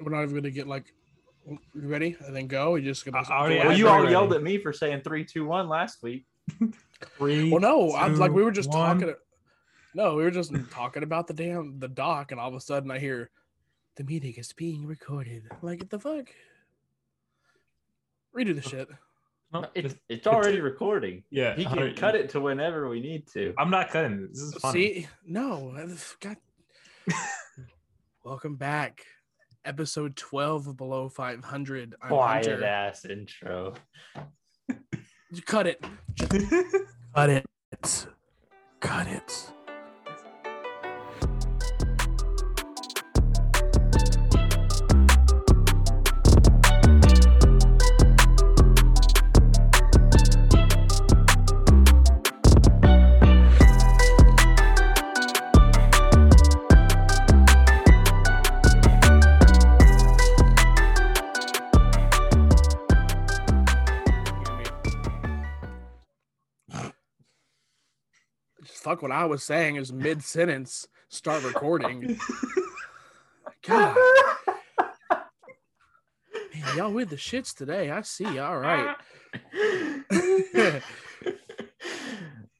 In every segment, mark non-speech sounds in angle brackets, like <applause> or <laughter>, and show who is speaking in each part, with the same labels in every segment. Speaker 1: we're not even gonna get like you ready and then go. You're just gonna.
Speaker 2: I already
Speaker 1: Well,
Speaker 2: asked
Speaker 3: Well, you
Speaker 2: I'm
Speaker 3: all
Speaker 2: ready.
Speaker 3: yelled at me for saying three, two, one last week.
Speaker 2: Three.
Speaker 1: well, no, I'm like
Speaker 2: two,
Speaker 1: we were just
Speaker 2: one.
Speaker 1: talking. No, we were just talking about the damn the dock, and all of a sudden I hear the meeting is being recorded. Like what the fuck? Redo the shit.
Speaker 2: No,
Speaker 3: It's
Speaker 2: just-
Speaker 3: it's already recording.
Speaker 2: yeah.
Speaker 3: He can cut it to whenever we need to.
Speaker 2: I'm not cutting. it. This is funny.
Speaker 1: See, no, I've
Speaker 2: <laughs>
Speaker 1: got. Welcome back, episode twelve of below five hundred. I'm
Speaker 3: Quiet
Speaker 1: Hunter.
Speaker 3: ass intro.
Speaker 1: You Cut it. Cut it. Cut it. Just fuck what I was saying is mid sentence. Start recording. God, man, y'all with the shits today. I see. All right. <laughs>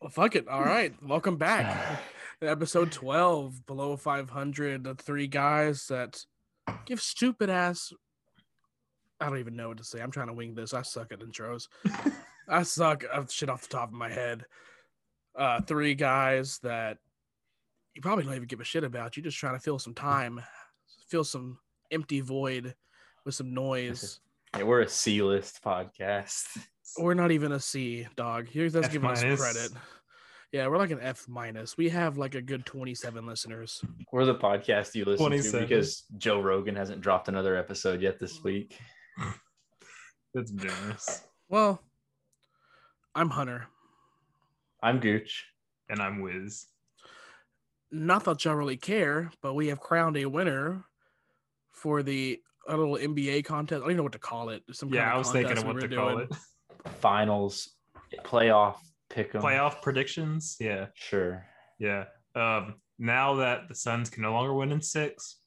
Speaker 1: Well, fuck it. All right. Welcome back. Episode 12, Below 500, the three guys that give stupid ass. I don't even know what to say. I'm trying to wing this. I suck at intros. I suck at shit off the top of my head. Uh, three guys that you probably don't even give a shit about. You're just trying to fill some time, fill some empty void with some noise.
Speaker 3: Yeah, we're a C list podcast.
Speaker 1: We're not even a C, dog. You're that's
Speaker 2: F
Speaker 1: giving us
Speaker 2: minus.
Speaker 1: credit. Yeah, we're like an F minus. We have like a good 27 listeners.
Speaker 3: We're the podcast you listen
Speaker 2: 27.
Speaker 3: to because Joe Rogan hasn't dropped another episode yet this week.
Speaker 2: <laughs> That's generous.
Speaker 1: Well, I'm Hunter.
Speaker 3: I'm Gooch.
Speaker 2: And I'm Wiz.
Speaker 1: Not that y'all really care, but we have crowned a winner for the a little NBA contest. I don't even know what to call it. Some kind
Speaker 2: Yeah,
Speaker 1: of
Speaker 2: I was thinking
Speaker 1: contest
Speaker 2: of what
Speaker 1: we
Speaker 2: to
Speaker 1: were
Speaker 2: call
Speaker 1: doing.
Speaker 2: it.
Speaker 3: Finals, playoff, pick 'em.
Speaker 2: Playoff predictions. Yeah,
Speaker 3: Sure.
Speaker 2: yeah. Um, now that the Suns can no longer win in six,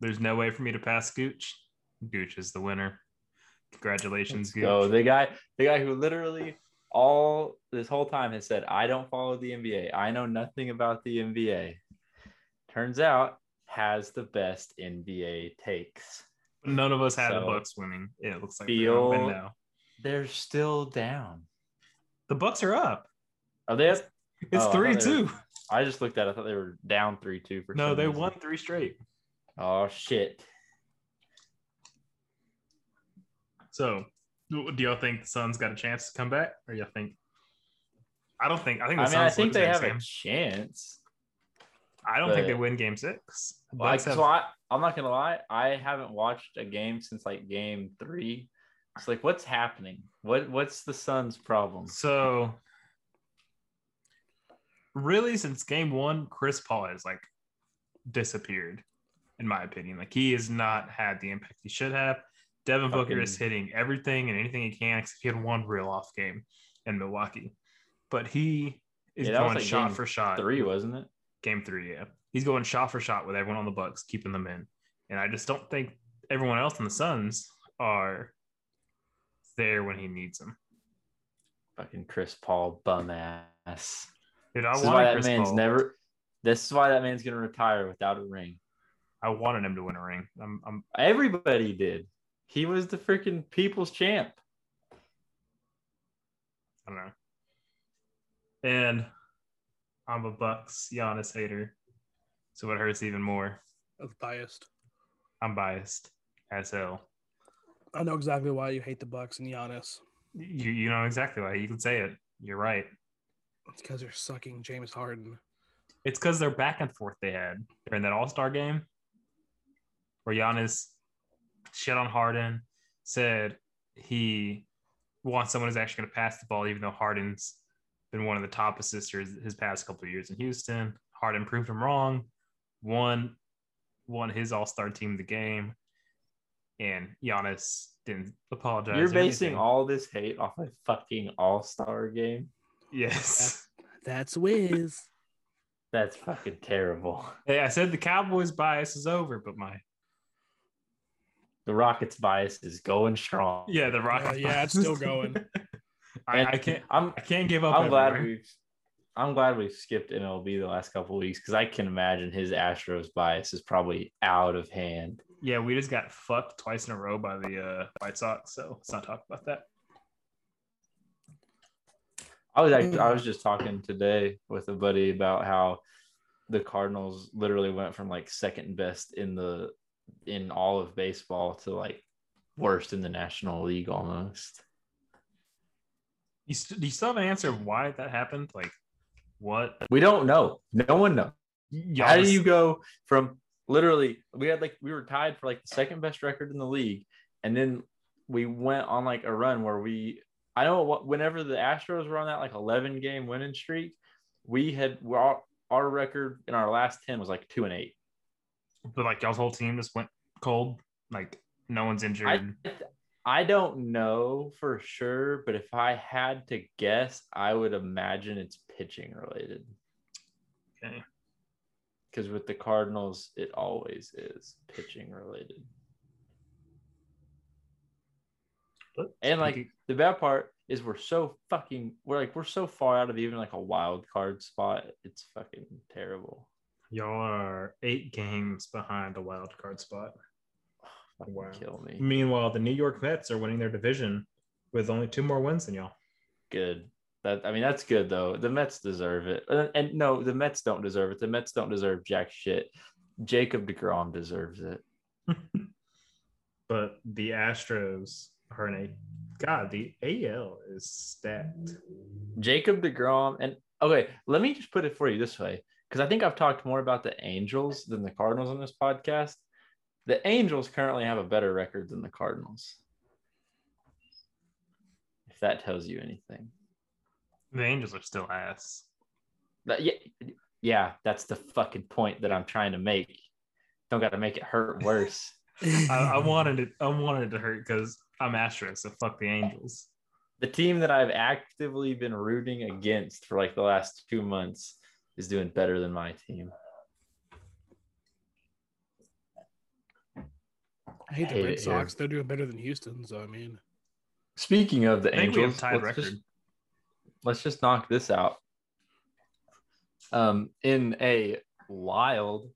Speaker 2: there's no way for me to pass Gooch. Gooch is the winner. Congratulations, Gooch.
Speaker 3: So the guy, the guy who literally all this whole time has said, "I don't follow the NBA. I know nothing about the NBA." Turns out, has the best NBA takes.
Speaker 2: But None of us had the
Speaker 3: So-
Speaker 2: Bucks winning. Yeah, it looks like they're gonna win
Speaker 3: Feel-
Speaker 2: now.
Speaker 3: They're still down.
Speaker 2: The Bucks are up.
Speaker 3: Are they? Up?
Speaker 2: It's
Speaker 3: Oh, I thought
Speaker 2: three
Speaker 3: they
Speaker 2: two.
Speaker 3: I just looked at. it. I thought they were down three two for.
Speaker 2: No,
Speaker 3: some
Speaker 2: they
Speaker 3: reason.
Speaker 2: won three straight.
Speaker 3: Oh shit!
Speaker 2: So, do do y'all think the Suns got a chance to come back, or y'all think? I don't think. I think the
Speaker 3: I mean, I
Speaker 2: Suns
Speaker 3: think
Speaker 2: lose
Speaker 3: they
Speaker 2: game
Speaker 3: have a
Speaker 2: six.
Speaker 3: chance.
Speaker 2: I don't think they
Speaker 3: but-
Speaker 2: win Game Six. The
Speaker 3: Like,
Speaker 2: Bucks have-
Speaker 3: so I, I'm not gonna lie. I haven't watched a game since like game three. It's like, what's happening? What What's the Suns' problem?
Speaker 2: so, really, since Game One, Chris Paul has like disappeared, in my opinion. Like he has not had the impact he should have. Devin Booker is hitting everything and anything he can. Except he had one real off game in Milwaukee, but he is
Speaker 3: Yeah, that was,
Speaker 2: going
Speaker 3: like,
Speaker 2: shot
Speaker 3: game
Speaker 2: for shot.
Speaker 3: Three, wasn't it?
Speaker 2: game three. Yeah, he's going shot for shot with everyone on the Bucks, keeping them in. And I just don't think everyone else in the Suns are there when he needs them.
Speaker 3: Fucking Chris Paul bum ass.
Speaker 2: Dude, I
Speaker 3: This is why
Speaker 2: wanted
Speaker 3: that
Speaker 2: Chris
Speaker 3: man's
Speaker 2: Paul.
Speaker 3: never. This is why that man's gonna retire without a ring.
Speaker 2: I wanted him to win a ring. I'm, I'm
Speaker 3: Everybody did. He was the freaking people's champ.
Speaker 2: I don't know. And I'm a Bucks Giannis hater, so it hurts even more.
Speaker 1: That's biased.
Speaker 2: I'm biased as hell.
Speaker 1: I know exactly why you hate the Bucks and Giannis.
Speaker 2: You you know exactly why. You can say it. You're right.
Speaker 1: It's because they're sucking James Harden.
Speaker 2: It's because their back and forth they had during that All Star game, where Giannis shit on Harden, said he wants someone who's actually going to pass the ball, even though Harden's been one of the top assisters his past couple of years in Houston. Harden proved him wrong, won won his All Star team the game, and Giannis didn't apologize.
Speaker 3: You're
Speaker 2: or
Speaker 3: basing
Speaker 2: anything.
Speaker 3: all this hate off a fucking All Star game.
Speaker 2: yes.
Speaker 1: That's Wiz.
Speaker 3: That's fucking terrible.
Speaker 2: Hey, I said the Cowboys bias is over, but my
Speaker 3: The Rockets bias is going strong.
Speaker 2: Yeah, the rock.
Speaker 1: Uh, yeah, it's still going.
Speaker 2: I,
Speaker 3: And
Speaker 2: <laughs> I can't.
Speaker 3: I'm
Speaker 2: I can't give up.
Speaker 3: I'm glad
Speaker 2: everywhere.
Speaker 3: we've I'm glad we've skipped MLB the last couple weeks because I can imagine his Astros bias is probably out of hand.
Speaker 2: Yeah, we just got fucked twice in a row by the uh, White Sox, so let's not talk about that.
Speaker 3: I was act- I was just talking today with a buddy about how the Cardinals literally went from like second best in the in all of baseball to like worst in the National League almost.
Speaker 2: You st- do you still have an answer of why that happened? Like, what?
Speaker 3: We don't know. No one knows.
Speaker 2: Y'all
Speaker 3: How do
Speaker 2: just-
Speaker 3: you go from literally we had like we were tied for like the second best record in the league, and then we went on like a run where we I don't know what whenever the Astros were on that like eleven game winning streak, we had we our, our record in our last ten was like two and eight.
Speaker 2: But like y'all's whole team just went cold. Like no one's injured.
Speaker 3: I don't know for sure, but if I had to guess, I would imagine it's pitching related.
Speaker 2: Okay.
Speaker 3: Because with the Cardinals, it always is pitching related.
Speaker 2: But
Speaker 3: And like
Speaker 2: speaking-
Speaker 3: the bad part is we're so fucking we're like we're so far out of even like a wild card spot. It's fucking terrible.
Speaker 2: y'all are eight games behind the wild card spot.
Speaker 3: Fucking
Speaker 2: Wow.
Speaker 3: kill me.
Speaker 2: Meanwhile, the New York Mets are winning their division with only two more wins than y'all.
Speaker 3: Good. That I mean that's good though. The Mets deserve it. And, and no, the Mets don't deserve it. The Mets don't deserve jack shit. Jacob DeGrom deserves it.
Speaker 2: But the Astros are in a God. The AL is stacked.
Speaker 3: Jacob DeGrom and okay, let me just put it for you this way because I think I've talked more about the Angels than the Cardinals on this podcast. The Angels currently have a better record than the Cardinals. If that tells you anything.
Speaker 2: The Angels are still ass.
Speaker 3: That- yeah, yeah, that's the fucking point that I'm trying to make. Don't got to make it hurt worse.
Speaker 2: <laughs>
Speaker 1: <laughs>
Speaker 3: <laughs>
Speaker 2: I, I wanted it. I wanted it to hurt because I'm Astros. So fuck the Angels.
Speaker 3: the team that I've actively been rooting against for like the last two months is doing better than my team.
Speaker 1: I hate the
Speaker 3: Hate
Speaker 1: Red
Speaker 3: it here.
Speaker 1: Sox. They're doing better than Houston, so I mean,
Speaker 3: Speaking of the
Speaker 2: I think we have
Speaker 3: Angels,
Speaker 2: tied
Speaker 3: let's
Speaker 2: record.
Speaker 3: just- let's just knock this out. Um, in a wild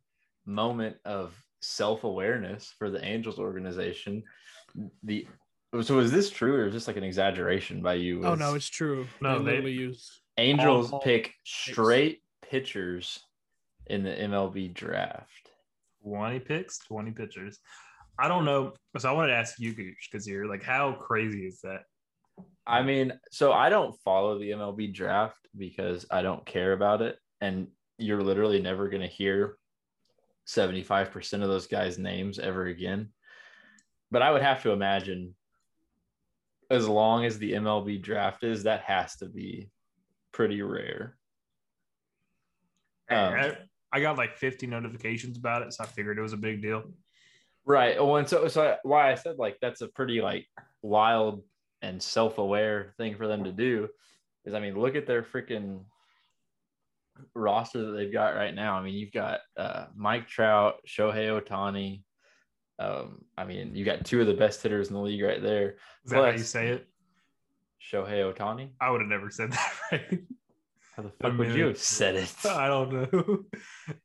Speaker 3: moment of self awareness for the Angels organization, the so is this true or is this like an exaggeration by you?
Speaker 1: oh
Speaker 3: Was
Speaker 1: no, it's true.
Speaker 2: No,
Speaker 1: they,
Speaker 2: they-
Speaker 1: literally use
Speaker 3: Angels
Speaker 2: all-
Speaker 3: pick straight pitchers in the MLB draft.
Speaker 2: 20 picks, 20 pitchers. I don't know. So I wanted to ask you, Gooch, because you're like, how crazy is that?
Speaker 3: I mean, so I don't follow the MLB draft because I don't care about it. And you're literally never going to hear 75% of those guys' names ever again. But I would have to imagine, as long as the MLB draft is, that has to be pretty rare. Um,
Speaker 2: I, I got like 50 notifications about it, so I figured it was a big deal.
Speaker 3: Right. Oh, and so so I- why I said like that's a pretty like wild and self-aware thing for them to do is I mean look at their freaking roster that they've got right now. I mean you've got uh, Mike Trout, Shohei Otani. Um, I mean you got two of the best hitters in the league right there.
Speaker 2: Is that how you
Speaker 3: Plus-
Speaker 2: say it?
Speaker 3: Shohei Otani.
Speaker 2: I would have never said <laughs> that right.
Speaker 3: How the
Speaker 2: I
Speaker 3: fuck would you
Speaker 2: mean-
Speaker 3: have said it?
Speaker 2: <laughs> I don't know.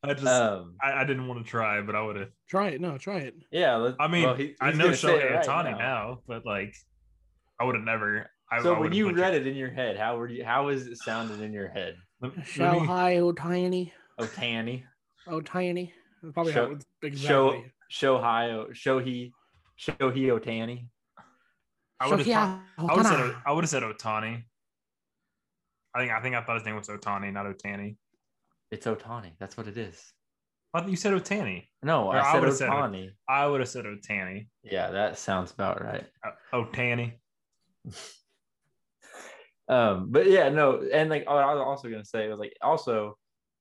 Speaker 2: I just,
Speaker 3: Um,
Speaker 2: I, I didn't want to try, but I would have.
Speaker 1: try it. No, try it.
Speaker 3: yeah. let-
Speaker 2: I mean,
Speaker 3: well, he-
Speaker 2: I
Speaker 3: he's
Speaker 2: know
Speaker 3: gonna say
Speaker 2: Shohei
Speaker 3: it right
Speaker 2: Otani now. but like, I would have never. I,
Speaker 3: So
Speaker 2: I
Speaker 3: when
Speaker 2: would've
Speaker 3: you
Speaker 2: butchered-
Speaker 3: read it in your head, how were you? How was it sounded in your head?
Speaker 2: Let- let
Speaker 1: Show
Speaker 2: me-
Speaker 1: high, oh tiny,
Speaker 3: Otani.
Speaker 1: oh tiny. That's Probably how
Speaker 3: Show-
Speaker 1: it was
Speaker 3: Show
Speaker 1: exactly.
Speaker 3: Shohei Shohei Shohei Otani.
Speaker 2: I would have. I would have said. I would have said Otani. I think. I think I thought his name was Otani, not Otani.
Speaker 3: It's Otani. That's what it is.
Speaker 2: I thought you said Otani.
Speaker 3: No,
Speaker 2: Or I
Speaker 3: I said
Speaker 2: would've said it.
Speaker 3: Otani.
Speaker 2: I would have said Otani.
Speaker 3: Yeah, that sounds about right.
Speaker 2: O- Otani.
Speaker 3: Um, but yeah, no, and like oh, I was also gonna say was like also,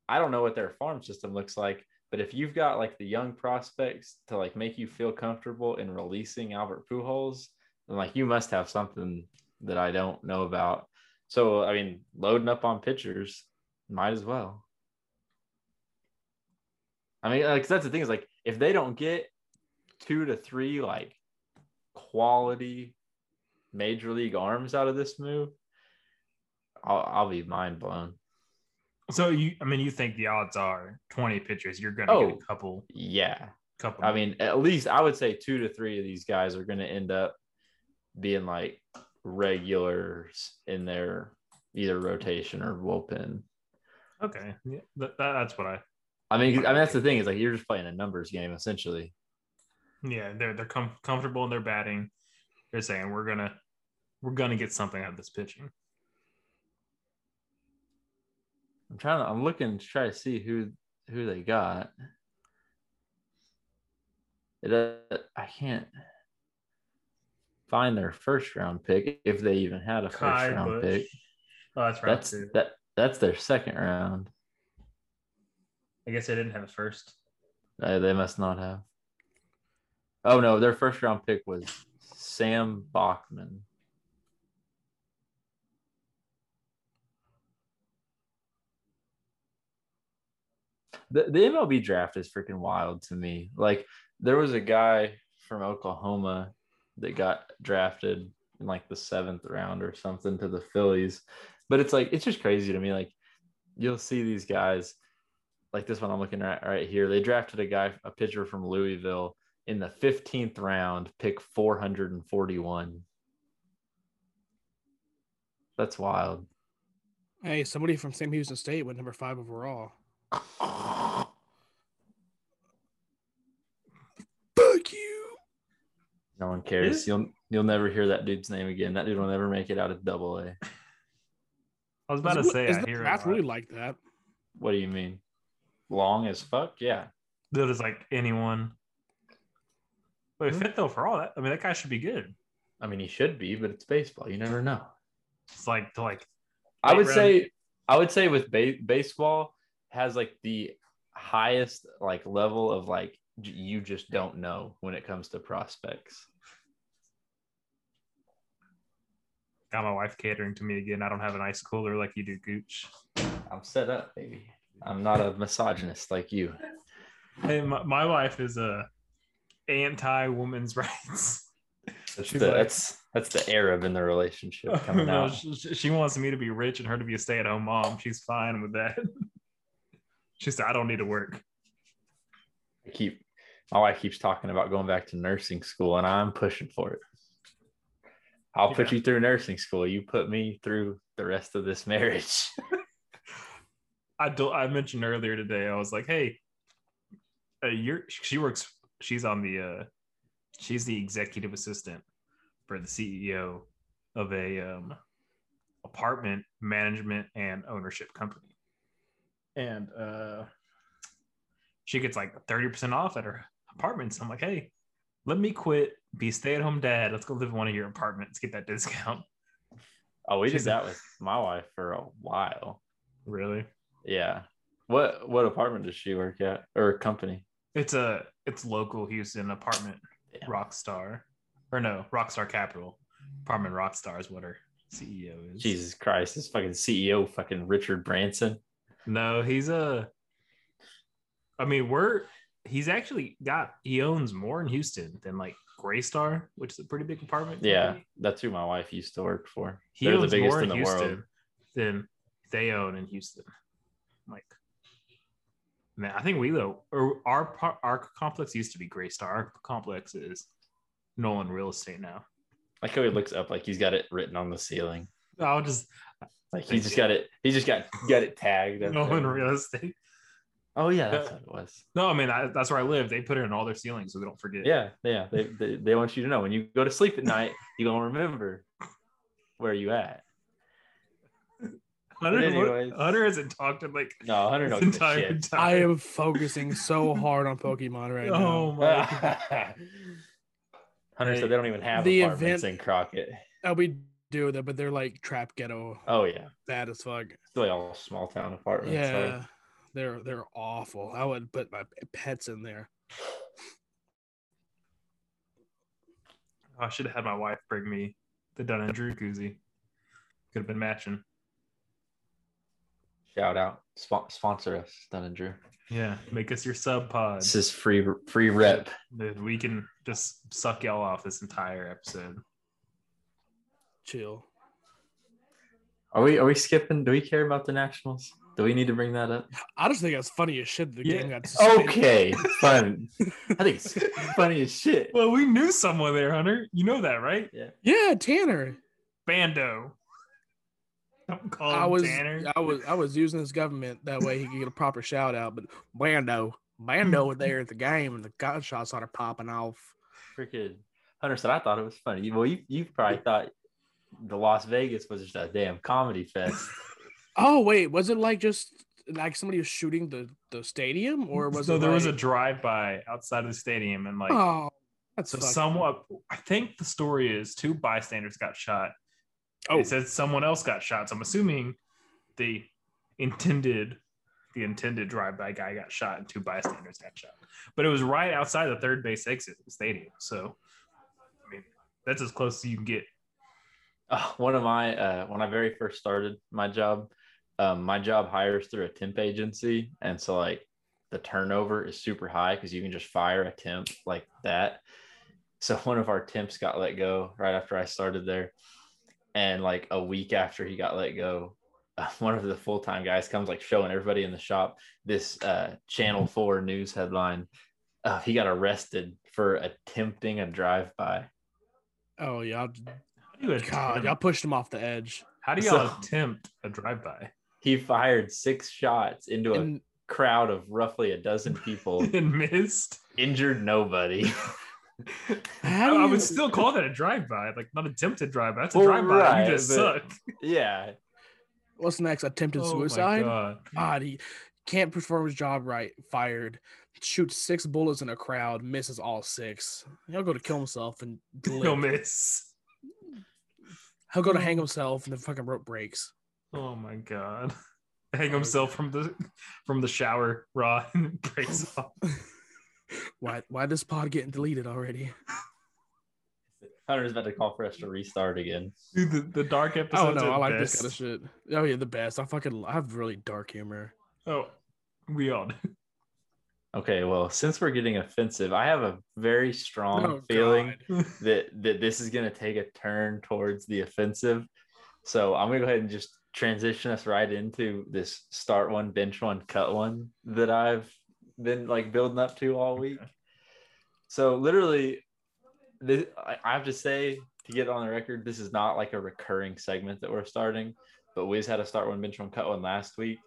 Speaker 3: I don't know what their farm system looks like, but if you've got like the young prospects to like make you feel comfortable in releasing Albert Pujols, then like you must have something that I don't know about. So I mean, loading up on pitchers, might as well. I mean, like that's the thing is like if they don't get two to three like quality major league arms out of this move, I'll, I'll be mind blown.
Speaker 2: So you, I mean, you think the odds are twenty pitchers you're gonna
Speaker 3: Oh.
Speaker 2: get a couple,
Speaker 3: Yeah.
Speaker 2: couple.
Speaker 3: I mean, at least I would say two to three of these guys are going to end up being like regulars in their either rotation or bullpen.
Speaker 2: okay, yeah, that, that, that's what I.
Speaker 3: I mean, I mean that's the thing is like you're just playing a numbers game essentially.
Speaker 2: Yeah, they're they're com- comfortable in their batting. They're saying we're gonna we're gonna get something out of this pitching.
Speaker 3: I'm trying to, I'm looking to try to see who who they got. It uh, I can't find their first round pick if they even had a first
Speaker 2: Kai
Speaker 3: round
Speaker 2: Busch.
Speaker 3: pick.
Speaker 2: Oh, that's right.
Speaker 3: That's
Speaker 2: too.
Speaker 3: that that's their second round.
Speaker 2: I guess I didn't have a first.
Speaker 3: Uh, they must not have. Oh no, their first round pick was Sam Bachman. The the MLB draft is freaking wild to me. Like there was a guy from Oklahoma that got drafted in like the seventh round or something to the Phillies. But it's like it's just crazy to me. Like you'll see these guys like this one I'm looking at right here. They drafted a guy, a pitcher from Louisville in the 15th round, pick 441. That's wild.
Speaker 1: Hey, somebody from Sam Houston State went number five overall. Fuck you.
Speaker 3: No one cares.
Speaker 2: Is-
Speaker 3: You'll you'll never hear that dude's name again. That dude will never make it out of double A.
Speaker 2: I was about to
Speaker 1: Is-
Speaker 2: say
Speaker 1: is
Speaker 2: I
Speaker 1: the
Speaker 2: hear a
Speaker 1: draft
Speaker 2: lot.
Speaker 1: really like that.
Speaker 3: What do you mean? Long as fuck? Yeah.
Speaker 2: that is like anyone. But
Speaker 3: Hmm.
Speaker 2: fifth overall, that, I mean, that guy should be good.
Speaker 3: I mean he should be, but it's baseball. You never know.
Speaker 2: It's like to like
Speaker 3: I
Speaker 2: Late
Speaker 3: would
Speaker 2: round.
Speaker 3: say I would say with ba- baseball has like the highest like level of like j- you just don't know when it comes to prospects.
Speaker 2: got my wife catering to me again. I don't have an ice cooler like you do, Gooch.
Speaker 3: I'm set up, baby. I'm not a misogynist like you.
Speaker 2: Hey, my, my wife is a anti women's <laughs> rights.
Speaker 3: That's
Speaker 2: She's
Speaker 3: the,
Speaker 2: like-
Speaker 3: that's that's the Arab in the relationship
Speaker 2: <laughs>
Speaker 3: coming
Speaker 2: No,
Speaker 3: out.
Speaker 2: she, she wants me to be rich and her to be a stay at home mom. She's fine with that. <laughs> She said, I don't need to work.
Speaker 3: I keep my wife keeps talking about going back to nursing school, and I'm pushing for it. I'll put
Speaker 2: Yeah.
Speaker 3: you through nursing school. You put me through the rest of this marriage. <laughs>
Speaker 2: I do, I mentioned earlier today. I was like, "Hey, uh, you're." She works. She's on the. Uh, she's the executive assistant for the CEO of a um, apartment management and ownership company, and uh, she gets like thirty percent off at her apartments. I'm like, "Hey, let me quit. Be stay at home dad. Let's go live in one of your apartments. Get that discount." <laughs>
Speaker 3: Oh, we
Speaker 2: She's
Speaker 3: did
Speaker 2: a-
Speaker 3: that with my wife for a while.
Speaker 2: Really?
Speaker 3: Yeah. What what apartment does she work at or company?
Speaker 2: It's a it's local Houston apartment
Speaker 3: Damn.
Speaker 2: Rockstar, or no Rockstar Capital apartment Rockstar is what her CEO is.
Speaker 3: Jesus Christ, this fucking CEO, fucking Richard Branson.
Speaker 2: No, he's a. I mean, we're he's actually got he owns more in Houston than like Graystar, which is a pretty big apartment.
Speaker 3: Yeah,
Speaker 2: company.
Speaker 3: that's who my wife used to work for.
Speaker 2: he
Speaker 3: They're the
Speaker 2: owns
Speaker 3: biggest
Speaker 2: more
Speaker 3: in
Speaker 2: in
Speaker 3: the
Speaker 2: Houston
Speaker 3: world.
Speaker 2: than they own in Houston. I'm like, man, I think we though or our par- our complex used to be Graystar. Our complex is Nolan Real Estate now.
Speaker 3: Like how he looks up, like he's got it written on the ceiling.
Speaker 2: I'll just
Speaker 3: Like he just got it. He just got got it tagged. up
Speaker 2: Nolan
Speaker 3: there.
Speaker 2: Real Estate.
Speaker 3: Oh yeah, that's what it was.
Speaker 2: No, I mean I, that's where I live. They put it in all their ceilings, so they don't forget.
Speaker 3: Yeah, yeah. They, they they want you to know when you go to sleep at night, you gonna remember where you at.
Speaker 2: Hunter,
Speaker 3: But anyways.
Speaker 2: Hunter hasn't talked in like
Speaker 3: No, Hunter
Speaker 2: his
Speaker 3: don't give a
Speaker 2: entire <laughs>
Speaker 3: shit.
Speaker 2: time.
Speaker 1: I am focusing
Speaker 2: <laughs>
Speaker 1: so hard on Pokemon right now.
Speaker 2: oh my
Speaker 3: <laughs>
Speaker 2: god.
Speaker 3: Hunter said they don't even have
Speaker 1: The
Speaker 3: apartments
Speaker 1: event-
Speaker 3: in Crockett.
Speaker 1: Oh, we do that, but they're like trap ghetto
Speaker 3: Oh yeah.
Speaker 1: bad as fuck.
Speaker 3: Still all small town apartments.
Speaker 1: Yeah,
Speaker 3: like-
Speaker 1: they're they're awful. I would put my pets in there.
Speaker 2: I should have had my wife bring me the Dunn and Drew koozie. Could have been matching.
Speaker 3: Shout out, Sp- sponsor us, Dunn and Drew.
Speaker 2: Yeah, make us your sub pod.
Speaker 3: This is free free rep.
Speaker 2: Dude, we can just suck y'all off this entire episode.
Speaker 1: Chill.
Speaker 3: Are we are we skipping? Do we care about the Nationals? Do we need to bring that up?
Speaker 1: I just think that's funny as shit. The
Speaker 2: Yeah. Oh,
Speaker 1: game got suspended.
Speaker 3: <laughs> Okay, fun. I think it's funny as shit.
Speaker 2: Well, we knew someone there, Hunter. You know that, right?
Speaker 1: Yeah, Tanner.
Speaker 2: Bando. Don't call him
Speaker 1: I was
Speaker 2: Oh, Tanner.
Speaker 1: I was I was using his government that way he could get a proper shout out. But Bando,
Speaker 2: <laughs>
Speaker 1: Bando was there at the game, and the gunshots started popping off.
Speaker 3: Freaking Hunter said I thought it was funny. Well, you you probably thought the Las Vegas was just a damn comedy fest.
Speaker 1: Oh wait, was it like just like somebody was shooting the the stadium, or was
Speaker 2: so
Speaker 1: it
Speaker 2: there was a
Speaker 1: like-
Speaker 2: drive-by outside of the stadium, and like
Speaker 1: oh, that's
Speaker 2: so
Speaker 1: fucked.
Speaker 2: somewhat. I think the story is two bystanders got shot.
Speaker 1: Oh,
Speaker 2: It says someone else got shot. So I'm assuming the intended the intended drive-by guy got shot, and two bystanders got shot. But it was right outside the third base exit of the stadium. So I mean, that's as close as you can get.
Speaker 3: Uh, one of my uh, when I very first started my job, um, my job hires through a temp agency, and so like the turnover is super high because you can just fire a temp like that. So <laughs> one of our temps got let go right after I started there, and like a week after he got let go, <laughs> uh, one of the full time guys comes like showing everybody in the shop this uh, Channel Four news headline. Uh, he got arrested for attempting a drive by.
Speaker 1: oh y'all,
Speaker 2: How do
Speaker 1: God,
Speaker 2: you attempt-
Speaker 1: y'all pushed him off the edge.
Speaker 2: How do y'all
Speaker 3: So-
Speaker 2: attempt a drive-by <laughs>
Speaker 3: He fired six shots into a
Speaker 1: And
Speaker 3: crowd of roughly a dozen
Speaker 2: <laughs>
Speaker 3: people
Speaker 2: and missed?
Speaker 3: injured nobody
Speaker 2: I,
Speaker 1: how do
Speaker 2: I
Speaker 1: you,
Speaker 2: would still call that a drive-by, like not attempted drive-by. That's a
Speaker 3: Well,
Speaker 2: drive-by.
Speaker 3: right,
Speaker 2: you just
Speaker 3: but-
Speaker 2: suck.
Speaker 3: yeah
Speaker 1: what's next? Attempted
Speaker 2: Oh my
Speaker 1: suicide.
Speaker 2: God.
Speaker 1: God, he can't perform his job right. Fired. Shoots six bullets in a crowd. Misses all six. He'll go to kill himself and
Speaker 2: <laughs> No
Speaker 1: live.
Speaker 2: miss.
Speaker 1: he'll go to hang himself and the fucking rope breaks.
Speaker 2: Oh my god. <laughs> Hang
Speaker 1: Oh,
Speaker 2: himself from the from the shower rod <laughs> and breaks
Speaker 1: <laughs>
Speaker 2: off.
Speaker 1: Why? Why this pod getting deleted
Speaker 2: <laughs>
Speaker 1: already?
Speaker 3: hunter's about to call for us to restart again
Speaker 2: Dude, the, Oh, the dark
Speaker 1: I don't
Speaker 2: episodes.
Speaker 1: know.
Speaker 2: are
Speaker 1: Oh, I like
Speaker 2: best.
Speaker 1: this kind of shit. Oh yeah, the best. I fucking I have really dark humor.
Speaker 2: Oh, we all do. <laughs>
Speaker 3: okay well since we're getting offensive i have a very strong
Speaker 1: Oh,
Speaker 3: feeling
Speaker 1: God.
Speaker 3: that that this is going to take a turn towards the offensive so i'm going to go ahead and just transition us right into this start one bench one cut one that i've been like building up to all week so literally this, I- I have to say to get on the record, this is not like a recurring segment that we're starting, but Wiz had to start one bench one cut one last week,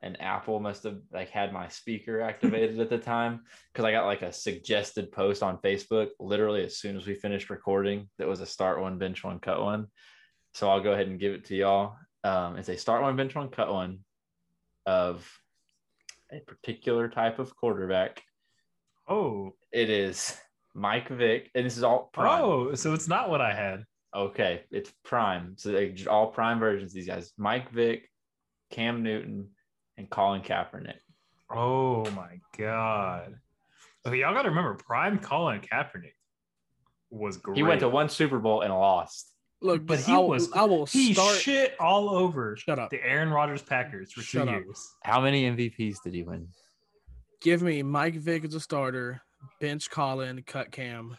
Speaker 3: and Apple must have like had my speaker activated at the time because I got like a suggested post on Facebook literally as soon as we finished recording that was a start one bench one cut one. So I'll go ahead and give it to y'all. Um, it's a start one bench one cut one of a particular type of quarterback.
Speaker 2: Oh,
Speaker 3: It is Mike Vick, and this is all prime.
Speaker 2: oh, so it's not what I had.
Speaker 3: Okay, it's prime. So they all prime versions. These guys: Mike Vick, Cam Newton, and Colin Kaepernick.
Speaker 2: Oh my god. Okay, y'all gotta remember Prime Colin Kaepernick was great.
Speaker 3: He went to one Super Bowl and lost.
Speaker 1: Look,
Speaker 2: But
Speaker 1: but
Speaker 2: he
Speaker 1: I will,
Speaker 2: was-
Speaker 1: I will
Speaker 2: he
Speaker 1: start.
Speaker 2: shit all over
Speaker 1: Shut up.
Speaker 2: the Aaron Rodgers Packers for
Speaker 1: Shut
Speaker 2: two
Speaker 1: up.
Speaker 2: years.
Speaker 3: How many MVPs did he win?
Speaker 1: Give me Mike Vick as a starter. Bench Colin, cut Cam.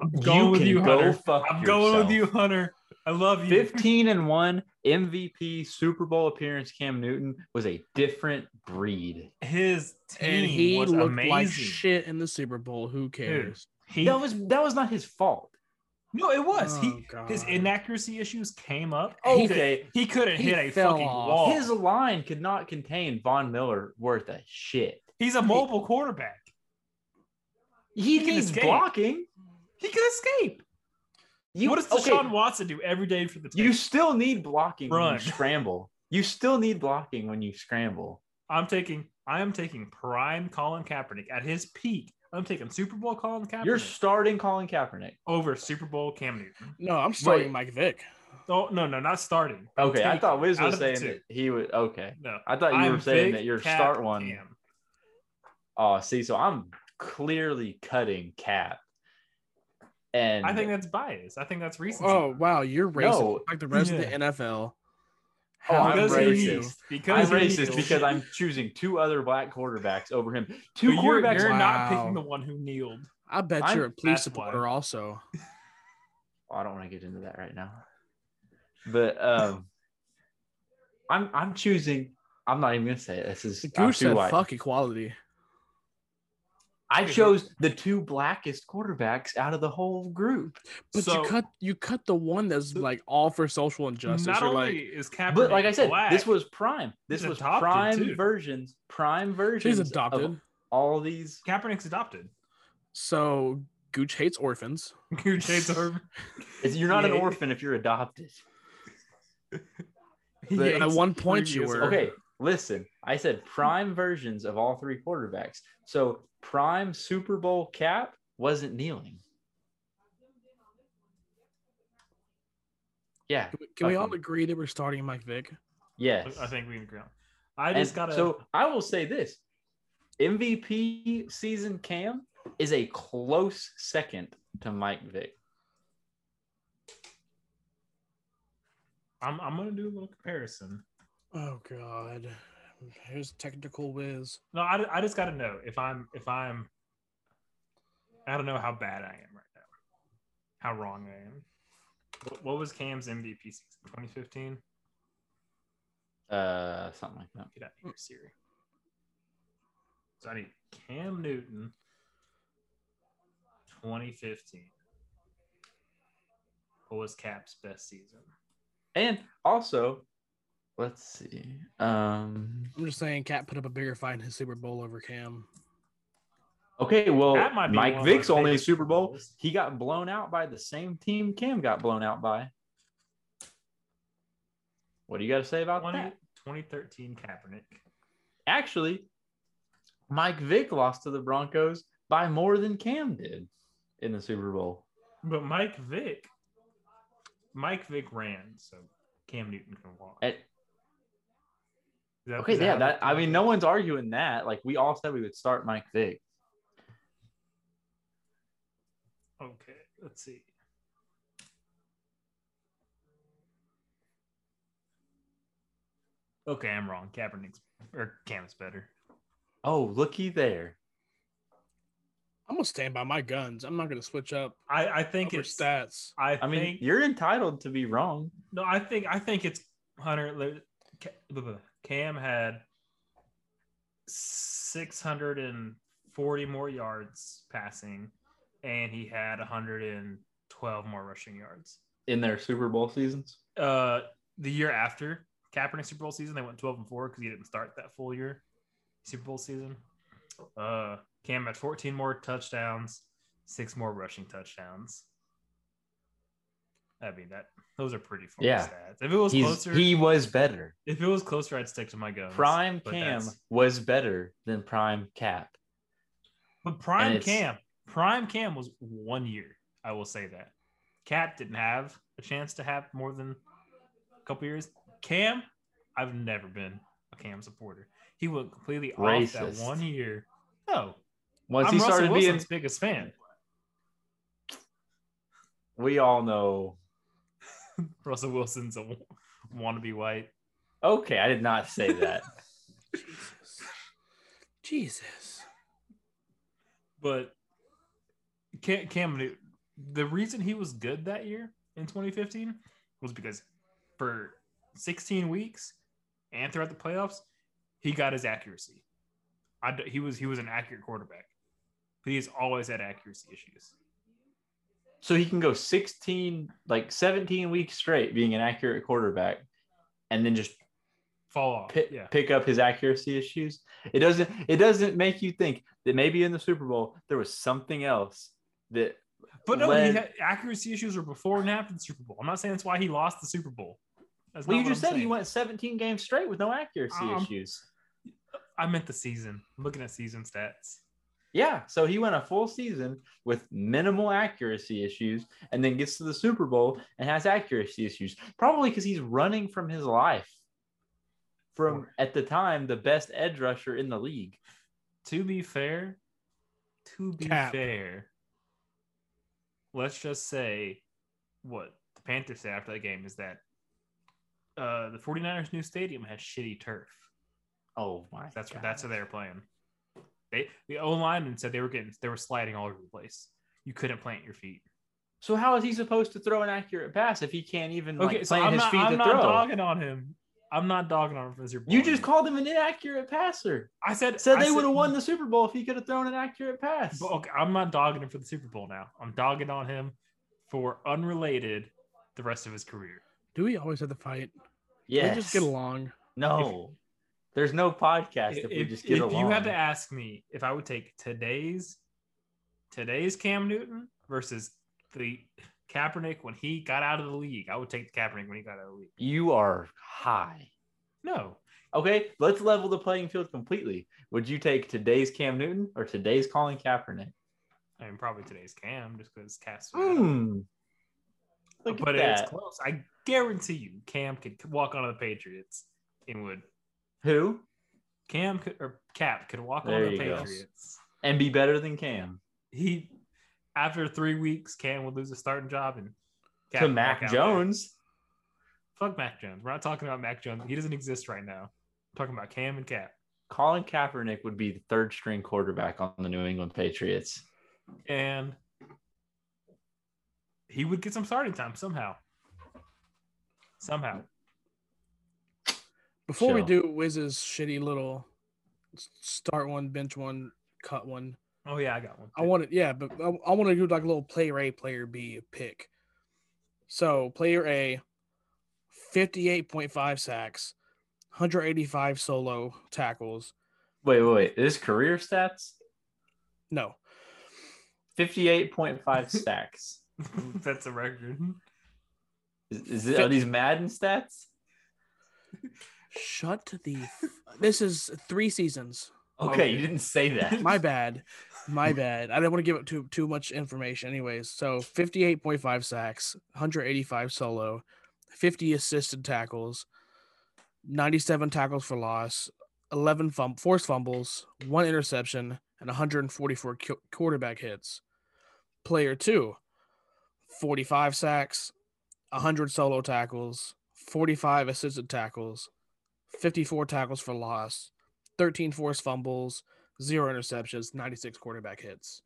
Speaker 2: I'm going with you, Hunter.
Speaker 3: fuck
Speaker 2: I'm going with you,
Speaker 3: yourself.
Speaker 2: Hunter. I love you.
Speaker 3: Fifteen and one MVP Super Bowl appearance. Cam Newton was a different breed.
Speaker 2: His team
Speaker 1: And he
Speaker 2: was
Speaker 1: looked
Speaker 2: amazing.
Speaker 1: like shit in the Super Bowl. Who cares?
Speaker 2: He
Speaker 3: That was that was not his fault.
Speaker 2: no, it was
Speaker 1: Oh,
Speaker 2: he.
Speaker 1: God.
Speaker 2: His inaccuracy issues came up. Oh,
Speaker 1: He-
Speaker 3: Okay,
Speaker 2: He couldn't
Speaker 1: He
Speaker 2: hit a
Speaker 1: fell
Speaker 2: fucking
Speaker 1: off.
Speaker 2: wall.
Speaker 3: his line could not contain Von Miller worth a shit.
Speaker 2: He's a mobile quarterback.
Speaker 3: He,
Speaker 2: can
Speaker 3: needs
Speaker 2: escape.
Speaker 3: blocking.
Speaker 2: He can escape.
Speaker 3: You,
Speaker 2: what does
Speaker 3: okay,
Speaker 2: Deshaun Watson do every day for the team?
Speaker 3: You still need blocking when
Speaker 2: Run.
Speaker 3: you scramble. You still need blocking when you scramble.
Speaker 2: I'm taking. I am taking prime Colin Kaepernick at his peak. I'm taking Super Bowl Colin Kaepernick
Speaker 3: You're starting Colin Kaepernick.
Speaker 2: over Super Bowl Cam Newton.
Speaker 1: No, I'm starting Mike Vick.
Speaker 2: Oh no, no, not starting. I'm
Speaker 3: Okay, I
Speaker 2: taking
Speaker 3: thought Wiz
Speaker 2: out
Speaker 3: was
Speaker 2: of the
Speaker 3: saying
Speaker 2: two.
Speaker 3: that he would. Okay,
Speaker 2: No,
Speaker 3: I thought you
Speaker 2: I'm
Speaker 3: were saying
Speaker 2: big
Speaker 3: that your
Speaker 2: Cap
Speaker 3: start one.
Speaker 2: Cam.
Speaker 3: Oh, see, so I'm clearly cutting Cap, and
Speaker 2: <laughs> I think that's bias. I think that's recency.
Speaker 1: Oh wow, Oh, you're racist
Speaker 3: No.
Speaker 1: like the rest
Speaker 2: Yeah.
Speaker 1: of the NFL. How
Speaker 3: Oh, I'm
Speaker 2: Because
Speaker 1: dare
Speaker 3: racist.
Speaker 1: you?
Speaker 2: Because
Speaker 3: I'm
Speaker 2: he-
Speaker 3: racist because I'm choosing two other black quarterbacks over him.
Speaker 2: But
Speaker 3: Two
Speaker 2: you're,
Speaker 3: quarterbacks.
Speaker 2: you're
Speaker 1: Wow.
Speaker 2: not picking the one who kneeled.
Speaker 1: I bet
Speaker 3: I'm-
Speaker 1: you're a police
Speaker 2: that's why.
Speaker 1: supporter also.
Speaker 3: Oh, I don't want to get into that right now. But um, I'm I'm choosing. I'm not even gonna say it. This is I'm
Speaker 1: Goose
Speaker 3: too
Speaker 1: said
Speaker 3: white.
Speaker 1: fuck equality.
Speaker 3: I chose the two blackest quarterbacks out of the whole group.
Speaker 1: But
Speaker 2: So-
Speaker 1: you cut you cut the one that's like all for social injustice.
Speaker 2: Not
Speaker 1: You're
Speaker 2: only
Speaker 1: like
Speaker 2: is Kaepernick
Speaker 3: but like I said,
Speaker 2: black,
Speaker 3: this was prime. This
Speaker 2: He's
Speaker 3: was
Speaker 2: adopted,
Speaker 3: prime
Speaker 2: too.
Speaker 3: versions. Prime versions.
Speaker 1: she's
Speaker 3: of
Speaker 1: adopted.
Speaker 3: all these.
Speaker 2: Kaepernick's adopted. <laughs>
Speaker 1: So Gooch hates orphans.
Speaker 2: Who
Speaker 1: <laughs>
Speaker 2: shades over?
Speaker 3: It's- You're not an
Speaker 2: Yeah.
Speaker 3: orphan if you're adopted.
Speaker 2: He <laughs>
Speaker 3: But
Speaker 2: hates
Speaker 1: at one point you
Speaker 2: previous-
Speaker 1: were
Speaker 3: Okay, listen. I said prime versions of all three quarterbacks. So prime Super Bowl cap wasn't kneeling. Yeah,
Speaker 1: Can we- Can we all
Speaker 3: Fucking-
Speaker 1: agree that we're starting Mike Vick?
Speaker 3: yes.
Speaker 2: I think we can agree on. I
Speaker 3: And
Speaker 2: just gotta.
Speaker 3: So I will say this: MVP season Cam is a close second to Mike Vick.
Speaker 2: I'm, I'm gonna do a little comparison.
Speaker 1: Oh God. Here's technical whiz.
Speaker 2: No, I, I just gotta know if I'm if I'm. I don't know how bad I am right now. How wrong I am. What, what was Cam's MVP season? 2015.
Speaker 3: Uh, something like that.
Speaker 2: Get out of here, Siri. So I need Cam Newton, 2015. What was Cap's best season?
Speaker 3: And also, let's see. Um,
Speaker 1: I'm just saying Cat put up a bigger fight in his Super Bowl over Cam.
Speaker 3: okay, well,
Speaker 2: That might be
Speaker 3: Oh, Mike
Speaker 2: one of my
Speaker 3: Vick's only
Speaker 2: favorite
Speaker 3: Super Bowl.
Speaker 2: Bowls.
Speaker 3: He got blown out by the same team Cam got blown out by. What do you got to say about
Speaker 2: 20,
Speaker 3: that?
Speaker 2: 2013 Kaepernick.
Speaker 3: Actually, Mike Vick lost to the Broncos by more than Cam did in the Super Bowl.
Speaker 2: But Mike Vick, Mike Vick ran, so Cam Newton can walk.
Speaker 3: And-
Speaker 2: Is that- is
Speaker 3: okay, yeah,
Speaker 2: how
Speaker 3: that
Speaker 2: the-
Speaker 3: I mean, no one's arguing that. Like we all said, we would start Mike Vick.
Speaker 2: Okay, let's see. Okay, I'm wrong. Kaepernick's or Cam's better.
Speaker 3: Oh, looky there.
Speaker 1: I'm gonna stand by my guns. I'm not gonna switch up
Speaker 2: I I think
Speaker 1: over
Speaker 2: it's
Speaker 1: stats.
Speaker 2: I,
Speaker 3: I mean,
Speaker 2: think
Speaker 3: you're entitled to be wrong.
Speaker 2: no, I think I think it's Hunter. Le- Ca- blah, blah. Cam had 640 more yards passing, and he had 112 more rushing yards.
Speaker 3: in their Super Bowl seasons.
Speaker 2: Uh, the year after Kaepernick's Super Bowl season, they went 12 and four because he didn't start that full year Super Bowl season. Uh, Cam had 14 more touchdowns, six more rushing touchdowns. I mean that those are pretty far
Speaker 3: Yeah.
Speaker 2: stats. If it was
Speaker 3: He's-
Speaker 2: closer,
Speaker 3: he was better.
Speaker 2: if it was closer, I'd stick to my guns.
Speaker 3: Prime
Speaker 2: but
Speaker 3: Cam
Speaker 2: that's-
Speaker 3: was better than Prime Cap.
Speaker 2: but prime
Speaker 3: it's-
Speaker 2: Cam, prime Cam was one year. I will say that. Cap didn't have a chance to have more than a couple years. Cam, I've never been a Cam supporter. He went completely off that
Speaker 3: Racist.
Speaker 2: one year. No,
Speaker 3: Once
Speaker 2: I'm
Speaker 3: he
Speaker 2: Russell
Speaker 3: started
Speaker 2: Wilson's biggest fan.
Speaker 3: being, we all know.
Speaker 2: Russell Wilson's a w- wannabe white.
Speaker 3: Okay, I did not
Speaker 2: <laughs>
Speaker 3: say that.
Speaker 1: Jesus. Jesus.
Speaker 2: but Cam, Cam Newton, the reason he was good that year in 2015 was because for 16 weeks and throughout the playoffs, he got his accuracy. I d he was he was an accurate quarterback, but he's always had accuracy issues.
Speaker 3: so he can go 16, like 17 weeks straight being an accurate quarterback and then just
Speaker 2: Fall off,
Speaker 3: pick,
Speaker 2: yeah.
Speaker 3: pick up his accuracy issues. It doesn't it doesn't make you think that maybe in the Super Bowl there was something else that
Speaker 2: But no,
Speaker 3: Led-
Speaker 2: he had accuracy issues were before and after the Super Bowl. I'm not saying that's why he lost the Super Bowl. That's
Speaker 3: well
Speaker 2: not
Speaker 3: you
Speaker 2: what
Speaker 3: just
Speaker 2: I'm
Speaker 3: said he
Speaker 2: saying.
Speaker 3: went 17 games straight with no accuracy
Speaker 2: Um,
Speaker 3: issues.
Speaker 2: I meant the season. I'm looking at season stats.
Speaker 3: Yeah, so he went a full season with minimal accuracy issues and then gets to the Super Bowl and has accuracy issues. Probably because he's running from his life from at the time the best edge rusher in the league.
Speaker 2: to be fair, to be
Speaker 1: Cap.
Speaker 2: fair, let's just say what the Panthers said after that game is that uh, the 49ers' new stadium had shitty turf.
Speaker 3: Oh my.
Speaker 2: That's
Speaker 3: God.
Speaker 2: that's what they were playing. They the O lineman said they were getting they were sliding all over the place. You couldn't plant your feet.
Speaker 3: So how is he supposed to throw an accurate pass if he can't even
Speaker 2: Okay,
Speaker 3: like,
Speaker 2: so
Speaker 3: plant
Speaker 2: I'm
Speaker 3: his
Speaker 2: not,
Speaker 3: feet
Speaker 2: I'm
Speaker 3: to
Speaker 2: not
Speaker 3: throw?
Speaker 2: dogging on him. I'm not dogging on him as your
Speaker 3: You just called him an inaccurate passer.
Speaker 2: I said
Speaker 3: Said
Speaker 2: I
Speaker 3: they would have won the Super Bowl if he could have thrown an accurate pass.
Speaker 2: But, okay, I'm not dogging him for the Super Bowl now. I'm dogging on him for unrelated the rest of his career.
Speaker 1: Do we always have to fight?
Speaker 3: Yes.
Speaker 1: We just get along.
Speaker 3: No. There's no podcast if, we
Speaker 2: If-
Speaker 3: just get
Speaker 2: if
Speaker 3: along.
Speaker 2: you had to ask me if I would take today's today's Cam Newton versus the Kaepernick when he got out of the league, I would take the Kaepernick when he got out of the league.
Speaker 3: you are high.
Speaker 2: No,
Speaker 3: Okay, let's level the playing field completely. Would you take today's Cam Newton or today's Colin Kaepernick?
Speaker 2: I mean probably today's Cam just because Cast.
Speaker 3: Hmm. Look
Speaker 2: but
Speaker 3: at that.
Speaker 2: it's close. I guarantee you, Cam could walk onto the Patriots and would
Speaker 3: Who?
Speaker 2: Cam could, or Cap could walk
Speaker 3: There
Speaker 2: onto the
Speaker 3: you go.
Speaker 2: Patriots.
Speaker 3: And be better than Cam.
Speaker 2: He after three weeks, Cam would lose his starting job and Cap
Speaker 3: to
Speaker 2: would walk
Speaker 3: Mac
Speaker 2: out there.
Speaker 3: Jones.
Speaker 2: Fuck Mac Jones. We're not talking about Mac Jones. He doesn't exist right now. We're talking about Cam and Cap.
Speaker 3: Colin Kaepernick would be the third string quarterback on the New England Patriots.
Speaker 2: And he would get some starting time somehow. Somehow.
Speaker 1: Before we
Speaker 3: Chill.
Speaker 1: do Wiz's shitty little s- start one, bench one, cut one,
Speaker 2: Oh yeah, I got one.
Speaker 1: I
Speaker 2: <laughs>
Speaker 1: wanted, yeah, but I, I want to do like a little player A, player B pick. So player A, 58.5 sacks, 185 solo tackles.
Speaker 3: Wait, wait, wait. This career stats?
Speaker 1: No,
Speaker 3: 58.5 sacks.
Speaker 2: That's a record.
Speaker 3: Is, is it, are these Madden stats?
Speaker 1: shut the. f- this is three seasons.
Speaker 3: Okay, you didn't say that.
Speaker 1: <laughs> My bad. My bad. I didn't want to give up too too much information. Anyways, so 58.5 sacks, 185 solo, 50 assisted tackles, 97 tackles for loss, 11 fum- forced fumbles, one interception, and 144 qu- quarterback hits. Player 2, 45 sacks, 100 solo tackles, 45 assisted tackles, 54 tackles for loss, 13 forced fumbles, zero interceptions, 96 quarterback hits.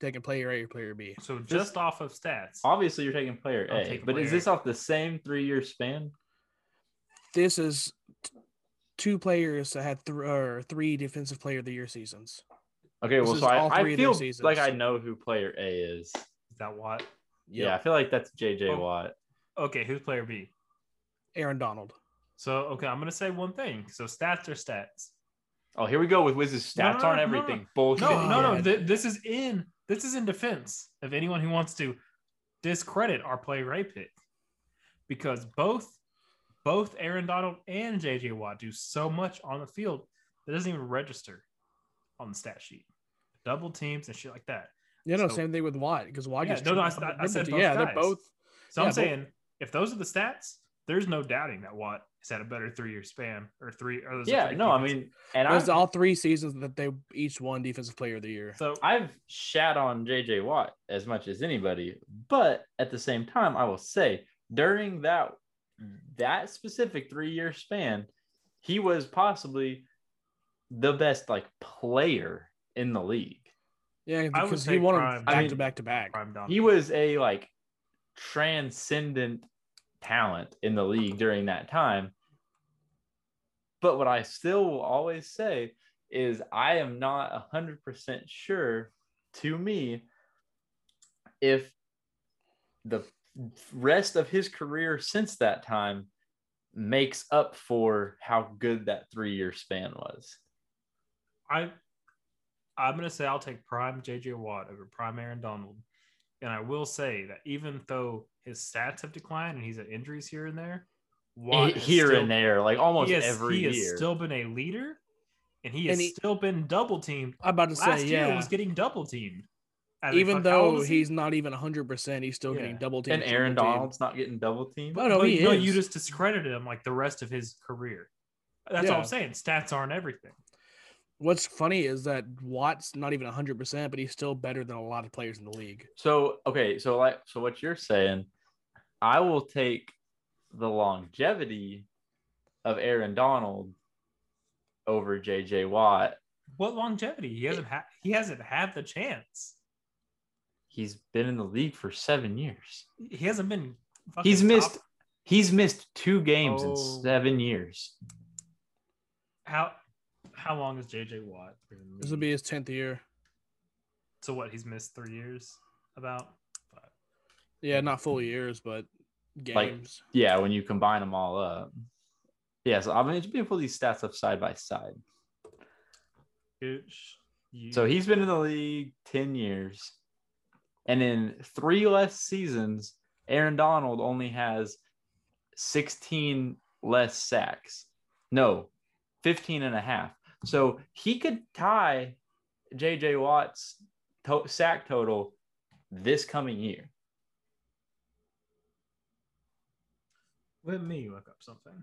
Speaker 1: Taking player A or player B.
Speaker 2: So just off of stats.
Speaker 3: Obviously, you're taking player
Speaker 2: I'll
Speaker 3: A,
Speaker 2: take
Speaker 3: but
Speaker 2: player
Speaker 3: is this
Speaker 2: A.
Speaker 3: off the same three year span?
Speaker 1: This is t- two players that had th- or three defensive player of the year seasons.
Speaker 3: Okay,
Speaker 1: This
Speaker 3: well,
Speaker 1: is
Speaker 3: so
Speaker 1: all
Speaker 3: I,
Speaker 1: three
Speaker 3: I
Speaker 1: of their
Speaker 3: feel
Speaker 1: seasons.
Speaker 3: like I know who player A is.
Speaker 2: Is that what?
Speaker 3: Yeah, I feel like that's JJ
Speaker 2: Oh.
Speaker 3: Watt.
Speaker 2: Okay, who's player B?
Speaker 1: Aaron Donald.
Speaker 2: So okay, I'm gonna say one thing. So stats are stats.
Speaker 3: Oh, here we go with Wiz's
Speaker 2: No,
Speaker 3: stats
Speaker 2: no,
Speaker 3: on
Speaker 2: no,
Speaker 3: everything. Bullshit.
Speaker 2: No, no, no.
Speaker 1: Yeah.
Speaker 2: th- this is in this is in defense of anyone who wants to discredit our player A pick, because both both Aaron Donald and JJ Watt do so much on the field that doesn't even register on the stat sheet. Double teams and shit like that.
Speaker 1: You know,
Speaker 2: So-
Speaker 1: same thing with Watt because Watt
Speaker 2: Yeah,
Speaker 1: gets.
Speaker 2: no, no, I-
Speaker 1: tripled up
Speaker 2: I- I said
Speaker 1: double-
Speaker 2: both
Speaker 1: yeah,
Speaker 2: guys.
Speaker 1: they're both.
Speaker 2: So
Speaker 1: Yeah,
Speaker 2: I'm
Speaker 1: but-
Speaker 2: saying if those are the stats, there's no doubting that Watt has had a better three year span or three. Or those are
Speaker 3: Yeah,
Speaker 2: three
Speaker 3: no, I
Speaker 2: defenses.
Speaker 3: mean, and
Speaker 1: Those
Speaker 3: I've,
Speaker 1: are all three seasons that they each won defensive player of the year.
Speaker 2: so
Speaker 3: I've shat on JJ Watt as much as anybody, but at the same time, I will say during that that specific three year span, he was possibly the best like player in the league.
Speaker 1: Yeah,
Speaker 2: I would
Speaker 1: because he
Speaker 2: say
Speaker 1: won 'em
Speaker 2: prime- I
Speaker 1: back to
Speaker 3: mean,
Speaker 1: back to back.
Speaker 2: prime Donald.
Speaker 3: He was a like transcendent talent in the league during that time. But what I still will always say is I am not 100% sure to me if the rest of his career since that time makes up for how good that three year span was.
Speaker 2: I I'm gonna say I'll take prime JJ Watt over prime Aaron Donald. And I will say that even though his stats have declined and he's had injuries here and there, Watt has
Speaker 3: Here
Speaker 2: still-
Speaker 3: and there, like almost
Speaker 2: he has,
Speaker 3: every
Speaker 2: he has
Speaker 3: year.
Speaker 2: still been a leader and he has
Speaker 1: And he-
Speaker 2: still been double teamed.
Speaker 1: I'm about to
Speaker 2: Last
Speaker 1: say,
Speaker 2: year
Speaker 1: yeah.
Speaker 2: was getting double teamed. I mean,
Speaker 1: Even
Speaker 2: fuck, how old
Speaker 1: though
Speaker 2: is he?
Speaker 1: he's not even 100%, he's still
Speaker 2: Yeah.
Speaker 1: getting double teamed.
Speaker 3: and Aaron
Speaker 1: triple teamed.
Speaker 3: Donald's not getting double teamed.
Speaker 1: No, no,
Speaker 2: But,
Speaker 1: he
Speaker 2: no,
Speaker 1: is.
Speaker 2: you just discredited him like the rest of his career. That's all
Speaker 1: Yeah.
Speaker 2: I'm saying. Stats aren't everything.
Speaker 1: What's funny is that Watt's not even 100%, but he's still better than a lot of players in the league.
Speaker 3: So okay, so like so what you're saying, I will take the longevity of Aaron Donald over JJ Watt.
Speaker 2: What longevity? He hasn't had. He hasn't had the chance.
Speaker 3: He's been in the league for seven years.
Speaker 2: He hasn't been. fucking
Speaker 3: He's
Speaker 2: top-
Speaker 3: missed he's missed two games
Speaker 2: Oh.
Speaker 3: in seven years.
Speaker 2: How how long has JJ Watt been? in the
Speaker 1: This will
Speaker 2: league?
Speaker 1: be his tenth year.
Speaker 2: so what? He's missed three years. About But
Speaker 1: Yeah,
Speaker 3: Mm-hmm.
Speaker 1: not full years, but games.
Speaker 3: Yeah, when you combine them all up. Yeah, so I'm just gonna pull these stats up side by side.
Speaker 2: Gooch. You,
Speaker 3: So he's been in the league 10 years. And in three less seasons, Aaron Donald only has 16 less sacks. No, 15 and a half. So he could tie JJ Watt's to- sack total this coming year.
Speaker 2: let me look up something.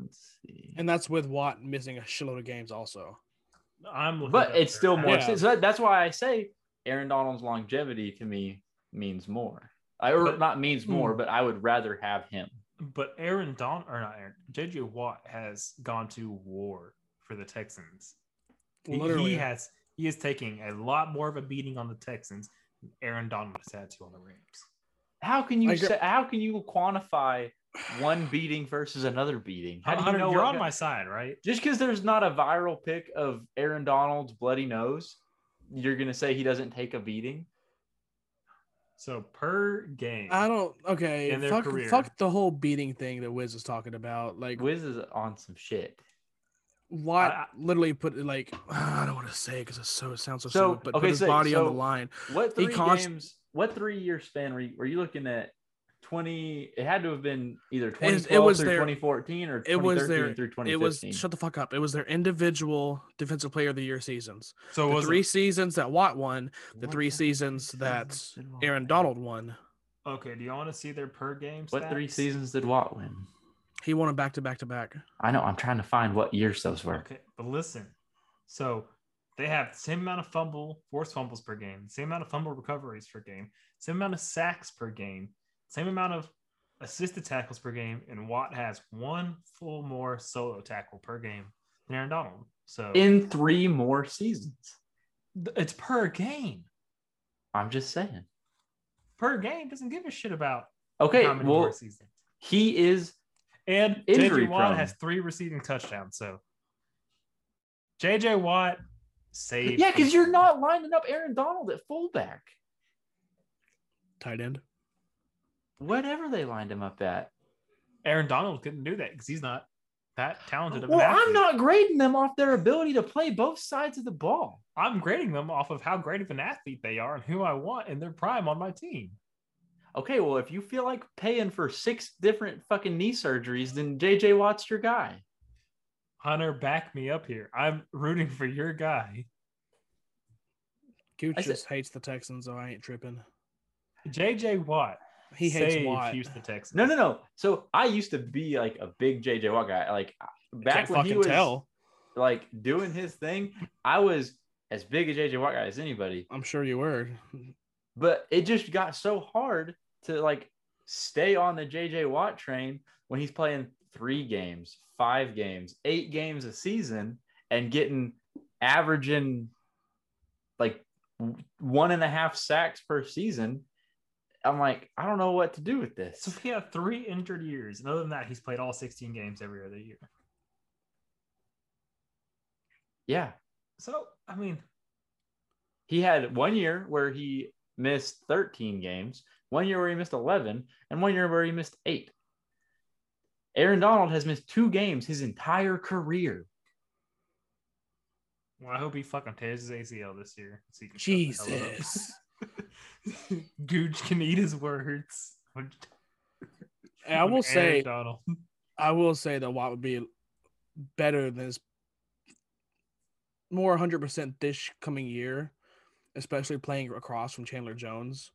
Speaker 3: Let's see.
Speaker 1: and that's with Watt missing a shitload of games. Also,
Speaker 2: I'm looking
Speaker 3: But
Speaker 2: up
Speaker 3: it's
Speaker 2: their
Speaker 3: still more.
Speaker 1: Yeah.
Speaker 2: average.
Speaker 3: So that's why I say Aaron Donald's longevity to me means more. I, or
Speaker 2: But-
Speaker 3: not means more, but I would rather have him.
Speaker 2: But Aaron Don or not Aaron JJ Watt has gone to war for the Texans. He-
Speaker 1: literally,
Speaker 2: He has he is taking a lot more of a beating on the Texans than Aaron Donald has had to on the Rams.
Speaker 3: How can you
Speaker 1: Like,
Speaker 3: say, how can you quantify one beating versus another beating? How do you
Speaker 2: Hunter,
Speaker 3: know
Speaker 2: you're
Speaker 3: what-
Speaker 2: on my side, right?
Speaker 3: just because there's not a viral pic of Aaron Donald's bloody nose, you're gonna say he doesn't take a beating?
Speaker 2: So per game,
Speaker 1: I don't. Okay,
Speaker 2: In their
Speaker 1: fuck,
Speaker 2: career.
Speaker 1: fuck the whole beating thing that Wiz is talking about. Like
Speaker 3: Wiz is on some shit.
Speaker 1: Watt
Speaker 2: I- I-
Speaker 1: literally put it like <sighs> I don't want to say because it so it sounds so,
Speaker 3: So,
Speaker 1: stupid, but
Speaker 3: okay,
Speaker 1: put his
Speaker 3: so-
Speaker 1: body on the
Speaker 3: so-
Speaker 1: line.
Speaker 3: What
Speaker 1: He
Speaker 3: three
Speaker 1: const-
Speaker 3: games? What three year span were you, were you looking at? Twenty. It had to have been either
Speaker 1: was- it
Speaker 3: 2012
Speaker 1: was
Speaker 3: through
Speaker 1: their-
Speaker 3: 2014 or
Speaker 1: it
Speaker 3: 2013
Speaker 1: was their-
Speaker 3: through 2015.
Speaker 1: It was shut the fuck up. It was their individual defensive player of the year seasons.
Speaker 2: so
Speaker 1: The
Speaker 2: was
Speaker 1: three
Speaker 2: it,
Speaker 1: seasons that Watt won, the
Speaker 3: What
Speaker 1: three
Speaker 3: fuck
Speaker 1: seasons
Speaker 3: seasons
Speaker 1: that
Speaker 3: did Watt
Speaker 1: Aaron
Speaker 3: win?
Speaker 1: Donald won.
Speaker 2: okay. Do you want to see their per game?
Speaker 3: What three
Speaker 2: stats?
Speaker 3: seasons did Watt win?
Speaker 1: He won them back to back to back.
Speaker 3: I know. I'm trying to find what years those were.
Speaker 2: Okay, but listen. So they have the same amount of fumble, forced fumbles per game, same amount of fumble recoveries per game, same amount of sacks per game, same amount of assisted tackles per game, and Watt has one full more solo tackle per game than Aaron Donald. So
Speaker 3: In three more seasons.
Speaker 2: th- it's per game.
Speaker 3: I'm just saying.
Speaker 2: Per game doesn't give a shit about
Speaker 3: Okay,
Speaker 2: how many
Speaker 3: well,
Speaker 2: more seasons.
Speaker 3: he is
Speaker 2: And
Speaker 3: injury
Speaker 2: JJ Watt
Speaker 3: prone.
Speaker 2: has three receiving touchdowns. So JJ Watt saved.
Speaker 3: yeah, because you're not lining up Aaron Donald at fullback.
Speaker 1: Tight end.
Speaker 3: Whatever they lined him up at.
Speaker 2: Aaron Donald couldn't do that because he's not that talented of an
Speaker 3: Well,
Speaker 2: athlete.
Speaker 3: I'm not grading them off their ability to play both sides of the ball.
Speaker 2: I'm grading them off of how great of an athlete they are and who I want in their prime on my team.
Speaker 3: Okay, well, if you feel like paying for six different fucking knee surgeries, then JJ Watt's your guy.
Speaker 2: Hunter, back me up here. I'm rooting for your guy.
Speaker 1: Gooch
Speaker 3: I said-
Speaker 1: just hates the Texans, so I ain't tripping.
Speaker 2: JJ Watt.
Speaker 1: He hates
Speaker 2: saved
Speaker 1: Watt.
Speaker 2: Houston Texans.
Speaker 3: No, no, no. So I used to be like a big JJ Watt guy. Like uh, back
Speaker 1: Can't
Speaker 3: when he
Speaker 1: fucking
Speaker 3: was
Speaker 1: tell.
Speaker 3: like doing his thing, I was as big a JJ Watt guy as anybody.
Speaker 1: I'm sure you
Speaker 3: <laughs>
Speaker 1: were.
Speaker 3: but it just got so hard to like stay on the JJ Watt train when he's playing three games, five games, eight games a season and getting averaging like w- one and a half sacks per season. I'm like, I don't know what to do with
Speaker 2: So
Speaker 3: this.
Speaker 2: he had three injured years. And other than that, he's played all 16 games every other year.
Speaker 3: Yeah.
Speaker 2: So, I mean,
Speaker 3: He had one year where he missed 13 games, one year where he missed 11, and one year where he missed eight. Aaron Donald has missed two games his entire career.
Speaker 2: well, I hope he fucking tears his ACL this year. So he can shut the hell up.
Speaker 1: Jesus.
Speaker 2: <laughs> Gooch can eat his words.
Speaker 1: And I
Speaker 2: I'm
Speaker 1: will
Speaker 2: Aaron
Speaker 1: say,
Speaker 2: Donald.
Speaker 1: I will say that Watt would be better than his more 100% this coming year, especially playing across from Chandler Jones.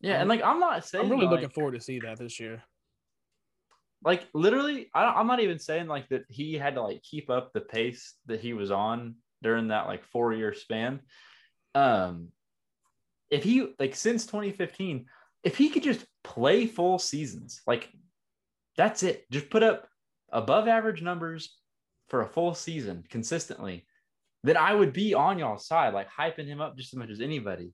Speaker 3: Yeah, and like I'm not saying
Speaker 1: Um, I'm really
Speaker 3: like,
Speaker 1: looking forward to see that this year.
Speaker 3: like literally, I don't, I'm not even saying like that he had to like keep up the pace that he was on during that like four year span. Um, if he like since 2015, if he could just play full seasons, like that's it. Just put up above average numbers for a full season consistently, then I would be on y'all's side, like hyping him up just as much as anybody.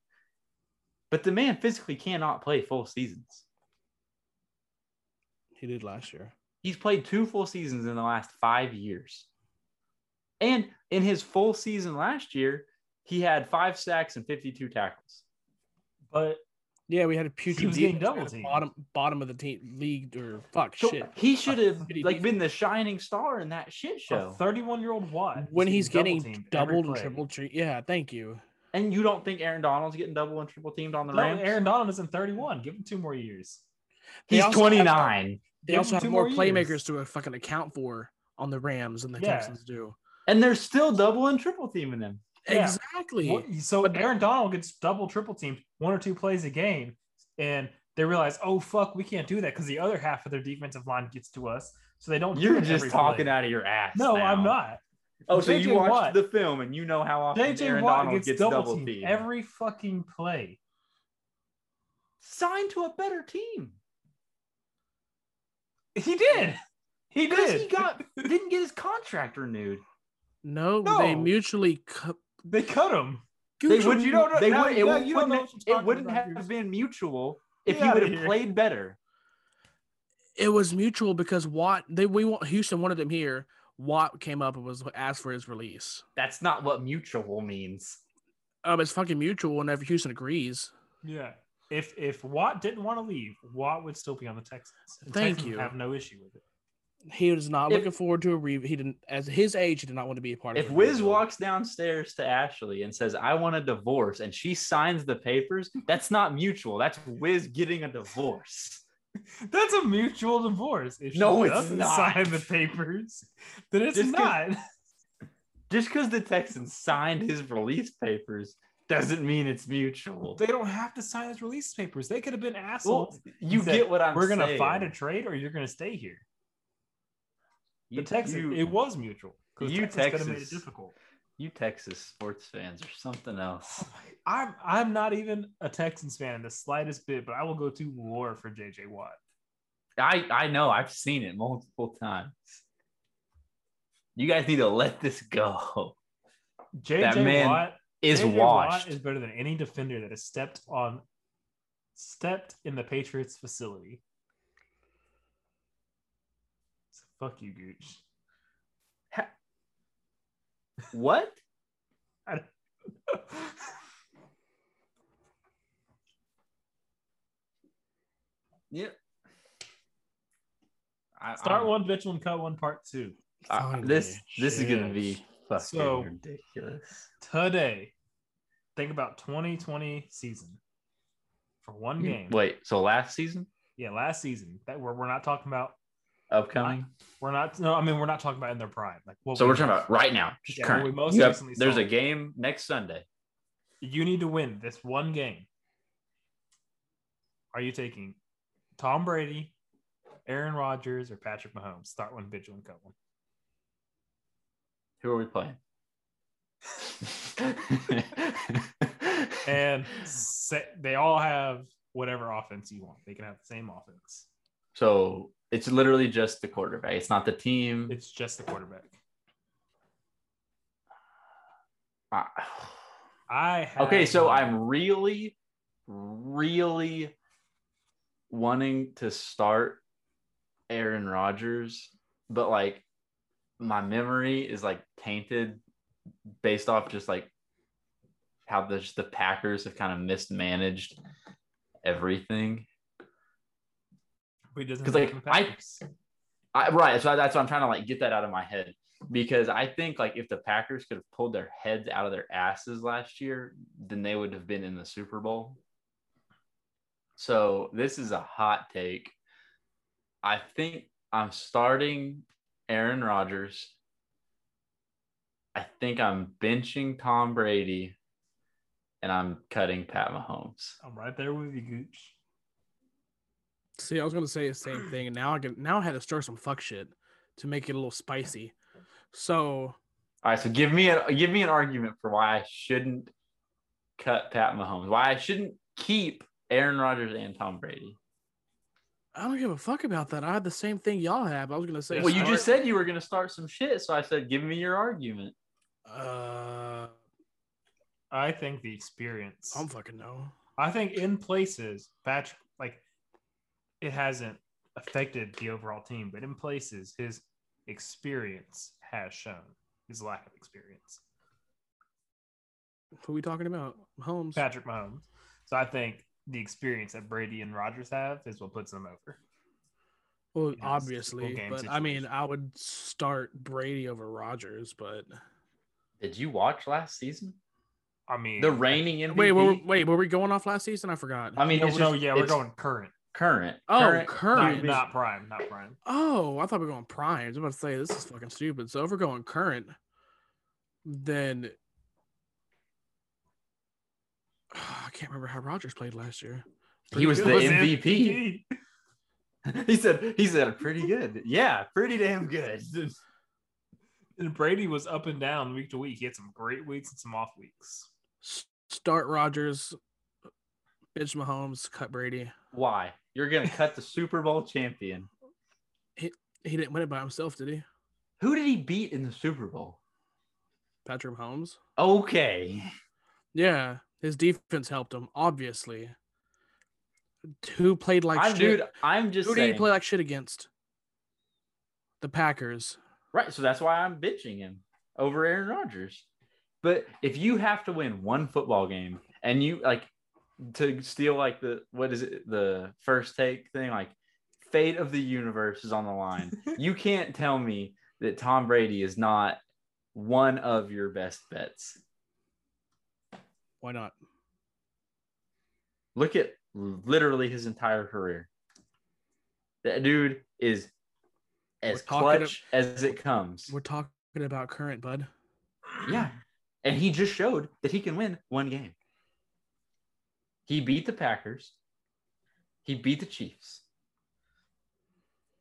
Speaker 3: But the man physically cannot play full seasons.
Speaker 1: He did last year.
Speaker 3: He's played two full seasons in the last five years. And in his full season last year, he had five sacks and 52 tackles.
Speaker 2: But
Speaker 1: Yeah, we had a putrid
Speaker 2: was
Speaker 1: defense.
Speaker 2: getting double
Speaker 1: We had a
Speaker 2: teamed.
Speaker 1: bottom bottom of the team league or fuck
Speaker 3: So
Speaker 2: uh,
Speaker 1: shit.
Speaker 3: he should have
Speaker 1: Shitty
Speaker 3: like
Speaker 1: defense.
Speaker 3: been the shining star in that shit
Speaker 2: a
Speaker 3: show.
Speaker 2: 31 year old Watt,
Speaker 1: When
Speaker 2: is
Speaker 1: he's getting
Speaker 2: double-teamed every
Speaker 1: doubled and
Speaker 2: play.
Speaker 1: triple tre- yeah, thank you.
Speaker 3: And you don't think Aaron Donald's getting double and triple teamed on the
Speaker 2: No,
Speaker 3: Rams?
Speaker 2: Aaron Donald isn't 31. Give him two more years.
Speaker 1: They
Speaker 3: He's
Speaker 1: also have-
Speaker 3: 29.
Speaker 1: They
Speaker 2: Give
Speaker 1: also
Speaker 2: him
Speaker 1: have
Speaker 2: two
Speaker 1: more
Speaker 2: more
Speaker 1: playmakers
Speaker 2: years.
Speaker 1: to uh, fucking account for on the Rams than the
Speaker 2: Yeah.
Speaker 1: Texans do.
Speaker 3: and they're still double and triple teaming them.
Speaker 2: Yeah.
Speaker 1: Exactly.
Speaker 2: What- so Aaron Donald gets double, triple teamed, one or two plays a game, and they realize, oh fuck, we can't do that because the other half of their defensive line gets to us, so they don't. do
Speaker 3: You're
Speaker 2: it
Speaker 3: just
Speaker 2: every
Speaker 3: talking
Speaker 2: play.
Speaker 3: out of your ass.
Speaker 2: No,
Speaker 3: now.
Speaker 2: I'm not.
Speaker 3: Oh, so
Speaker 2: JJ
Speaker 3: you watched
Speaker 2: Watt-
Speaker 3: the film and you know how often
Speaker 2: JJ
Speaker 3: Aaron
Speaker 2: Watt
Speaker 3: Donald
Speaker 2: gets,
Speaker 3: gets
Speaker 2: double
Speaker 3: double teamed.
Speaker 2: teamed every fucking play.
Speaker 3: Signed to a better team
Speaker 2: He did. He
Speaker 3: because
Speaker 2: did.
Speaker 3: he got didn't get his contract renewed.
Speaker 1: No, they
Speaker 2: No.
Speaker 1: mutually cu-
Speaker 2: they cut him.
Speaker 3: They
Speaker 1: Gucci-
Speaker 2: would-
Speaker 3: wouldn't.
Speaker 2: you don't know-
Speaker 3: they
Speaker 2: now
Speaker 3: would,
Speaker 2: you
Speaker 3: it
Speaker 2: know- you don't
Speaker 3: wouldn't,
Speaker 2: know
Speaker 3: have-
Speaker 2: what you're
Speaker 3: it
Speaker 2: talking
Speaker 3: wouldn't
Speaker 2: about,
Speaker 3: have
Speaker 2: Pierce.
Speaker 3: been mutual
Speaker 2: Get
Speaker 3: if he
Speaker 2: outta
Speaker 3: would have
Speaker 2: here.
Speaker 3: played better.
Speaker 1: it was mutual because Watt they we want Houston wanted him here. Watt came up and was asked for his release.
Speaker 3: That's not what mutual means.
Speaker 1: Um, it's fucking mutual whenever Houston agrees.
Speaker 2: Yeah. If if Watt didn't want to leave, Watt would still be on the Texans. The
Speaker 1: Thank
Speaker 2: Texans
Speaker 1: you.
Speaker 2: would Have no issue with it.
Speaker 1: He was not
Speaker 3: If-
Speaker 1: looking forward to a re. He didn't, as his age, he did not want to be a part
Speaker 3: If
Speaker 1: of. a
Speaker 3: Wiz
Speaker 1: rebuild.
Speaker 3: walks downstairs to Ashley and says, "I want a divorce," and she signs the papers, that's not mutual. That's Wiz getting a divorce.
Speaker 2: That's a mutual divorce. If she
Speaker 3: No, it's
Speaker 2: doesn't
Speaker 3: not.
Speaker 2: Sign the papers. <laughs> Then it's
Speaker 3: Just 'cause-
Speaker 2: not.
Speaker 3: just because the Texans signed his release papers doesn't mean it's mutual.
Speaker 2: They don't have to sign his release papers. They could have been assholes.
Speaker 3: Well, you
Speaker 2: that
Speaker 3: get what I'm
Speaker 2: We're gonna
Speaker 3: saying.
Speaker 2: find a trade, or you're gonna stay here. The
Speaker 3: you,
Speaker 2: Texans.
Speaker 3: You,
Speaker 2: it was mutual. 'cause
Speaker 3: you
Speaker 2: could have made it
Speaker 3: Texas.
Speaker 2: difficult.
Speaker 3: you Texas sports fans are something else.
Speaker 2: I'm I'm not even a Texans fan in the slightest bit, but I will go to war for JJ Watt.
Speaker 3: I, I know. I've seen it multiple times. You guys need to let this go. <laughs>
Speaker 2: JJ
Speaker 3: man
Speaker 2: Watt
Speaker 3: Is
Speaker 2: JJ Watt
Speaker 3: washed.
Speaker 2: is better than any defender that has stepped on stepped in the Patriots facility. So fuck you, Gooch. <laughs>
Speaker 3: what? Yeah. I,
Speaker 2: Start
Speaker 3: I'm-
Speaker 2: one, bitch one, cut one, part two.
Speaker 3: I-
Speaker 1: Finally.
Speaker 3: this this is gonna
Speaker 2: Shit.
Speaker 3: be fucking
Speaker 2: So-
Speaker 3: ridiculous.
Speaker 2: Today, think about 2020 season for
Speaker 3: Mm,
Speaker 2: one game.
Speaker 3: Wait. So last season,
Speaker 2: Yeah, last season that we're, we're not talking about.
Speaker 3: upcoming.
Speaker 2: We're not. No, I mean we're not talking about in their prime. Like what
Speaker 3: So
Speaker 2: we-
Speaker 3: we're talking about right now, just
Speaker 2: Yeah,
Speaker 3: current.
Speaker 2: we most
Speaker 3: You have-
Speaker 2: recently
Speaker 3: there's
Speaker 2: saw
Speaker 3: a
Speaker 2: it.
Speaker 3: game next Sunday.
Speaker 2: You need to win this one game. Are you taking Tom Brady, Aaron Rodgers, or Patrick Mahomes? Start one, bitch one, cut
Speaker 3: <laughs>
Speaker 2: one.
Speaker 3: Who are
Speaker 2: <laughs>
Speaker 3: we playing? <laughs>
Speaker 2: And se- they all have whatever offense you want. They can have the same offense.
Speaker 3: so it's literally just the quarterback. It's not the team.
Speaker 2: It's just the quarterback.
Speaker 3: Ah.
Speaker 2: I have
Speaker 3: okay, so I'm really, really wanting to start Aaron Rodgers, but like my memory is like tainted based off just like how the just the Packers have kind of mismanaged everything.
Speaker 2: He doesn't
Speaker 3: 'cause,
Speaker 2: have
Speaker 3: like,
Speaker 2: the
Speaker 3: I-
Speaker 2: Packers.
Speaker 3: I, right, so that's what I'm trying to like get that out of my head because I think like if the Packers could have pulled their heads out of their asses last year, then they would have been in the Super Bowl. So this is a hot take. I think I'm starting Aaron Rodgers. I think I'm benching Tom Brady, and I'm cutting Pat Mahomes.
Speaker 2: I'm right there with you, Gooch.
Speaker 1: See, I was gonna say the
Speaker 3: <clears throat>
Speaker 1: same thing, and now I can now I had to stir some fuck shit to make it a little spicy. So
Speaker 3: All right, so give me a give me an argument for why I shouldn't cut Pat Mahomes, why I shouldn't keep Aaron Rodgers and Tom Brady.
Speaker 1: I don't give a fuck about that. I had the same thing y'all have. I was gonna say.
Speaker 3: Well, you
Speaker 1: start-
Speaker 3: just said you were going to start some shit, so I said, give me your argument.
Speaker 1: Uh,
Speaker 2: I think the experience.
Speaker 1: I don't fucking know.
Speaker 2: I think in places, Patrick, like it hasn't affected the overall team, but in places, his experience has shown his lack of experience.
Speaker 1: Who are we talking about? Holmes.
Speaker 2: Patrick Mahomes. So I think the experience that Brady and Rogers have is what puts them over.
Speaker 1: Well,
Speaker 2: in a
Speaker 1: obviously,
Speaker 2: single game
Speaker 1: but I mean,
Speaker 2: situation.
Speaker 1: I would start Brady over Rogers, but
Speaker 3: Did you watch last season?
Speaker 2: I mean,
Speaker 3: The reigning MVP.
Speaker 1: wait, were, wait, were we going off last season? I forgot.
Speaker 3: I mean,
Speaker 2: No,
Speaker 3: it's
Speaker 2: no,
Speaker 3: just-
Speaker 2: yeah, we're
Speaker 3: it's
Speaker 2: going current.
Speaker 3: current.
Speaker 1: oh,
Speaker 3: current.
Speaker 1: current.
Speaker 2: Not,
Speaker 3: Current.
Speaker 2: not prime, not prime.
Speaker 1: Oh, I thought we were going prime. I was about to say this is fucking stupid. So if we're going current, then <sighs> I can't remember how Rogers played last year.
Speaker 3: He was
Speaker 1: Pretty
Speaker 3: the
Speaker 1: good.
Speaker 2: Was
Speaker 3: MVP. <laughs> He said, he said, pretty good. Yeah, pretty damn good. <laughs>
Speaker 2: And Brady was up and down week to week. He had some great weeks and some off weeks.
Speaker 1: S- Start Rogers, bench Mahomes, cut Brady.
Speaker 3: Why? You're going to cut the Super Bowl champion.
Speaker 1: He didn't win it by himself, did he?
Speaker 3: Who did he beat in the Super Bowl?
Speaker 1: Patrick Mahomes.
Speaker 3: Okay.
Speaker 1: Yeah, his defense helped him, obviously. Who played like
Speaker 3: I'm,
Speaker 1: shit?
Speaker 3: dude, I'm just
Speaker 1: Who did
Speaker 3: saying.
Speaker 1: he play like shit against? The Packers.
Speaker 3: Right. So that's why I'm bitching him over Aaron Rodgers. But if you have to win one football game and you like to steal like the what is it the first take thing like fate of the universe is on the line.
Speaker 1: <laughs>
Speaker 3: you can't tell me that Tom Brady is not one of your best bets.
Speaker 1: Why not?
Speaker 3: Look at literally his entire career. That dude is as
Speaker 1: We're talking
Speaker 3: clutch as it comes.
Speaker 1: We're talking about current, bud.
Speaker 3: Yeah. And he just showed that he can win one game. He beat the Packers. He beat the Chiefs.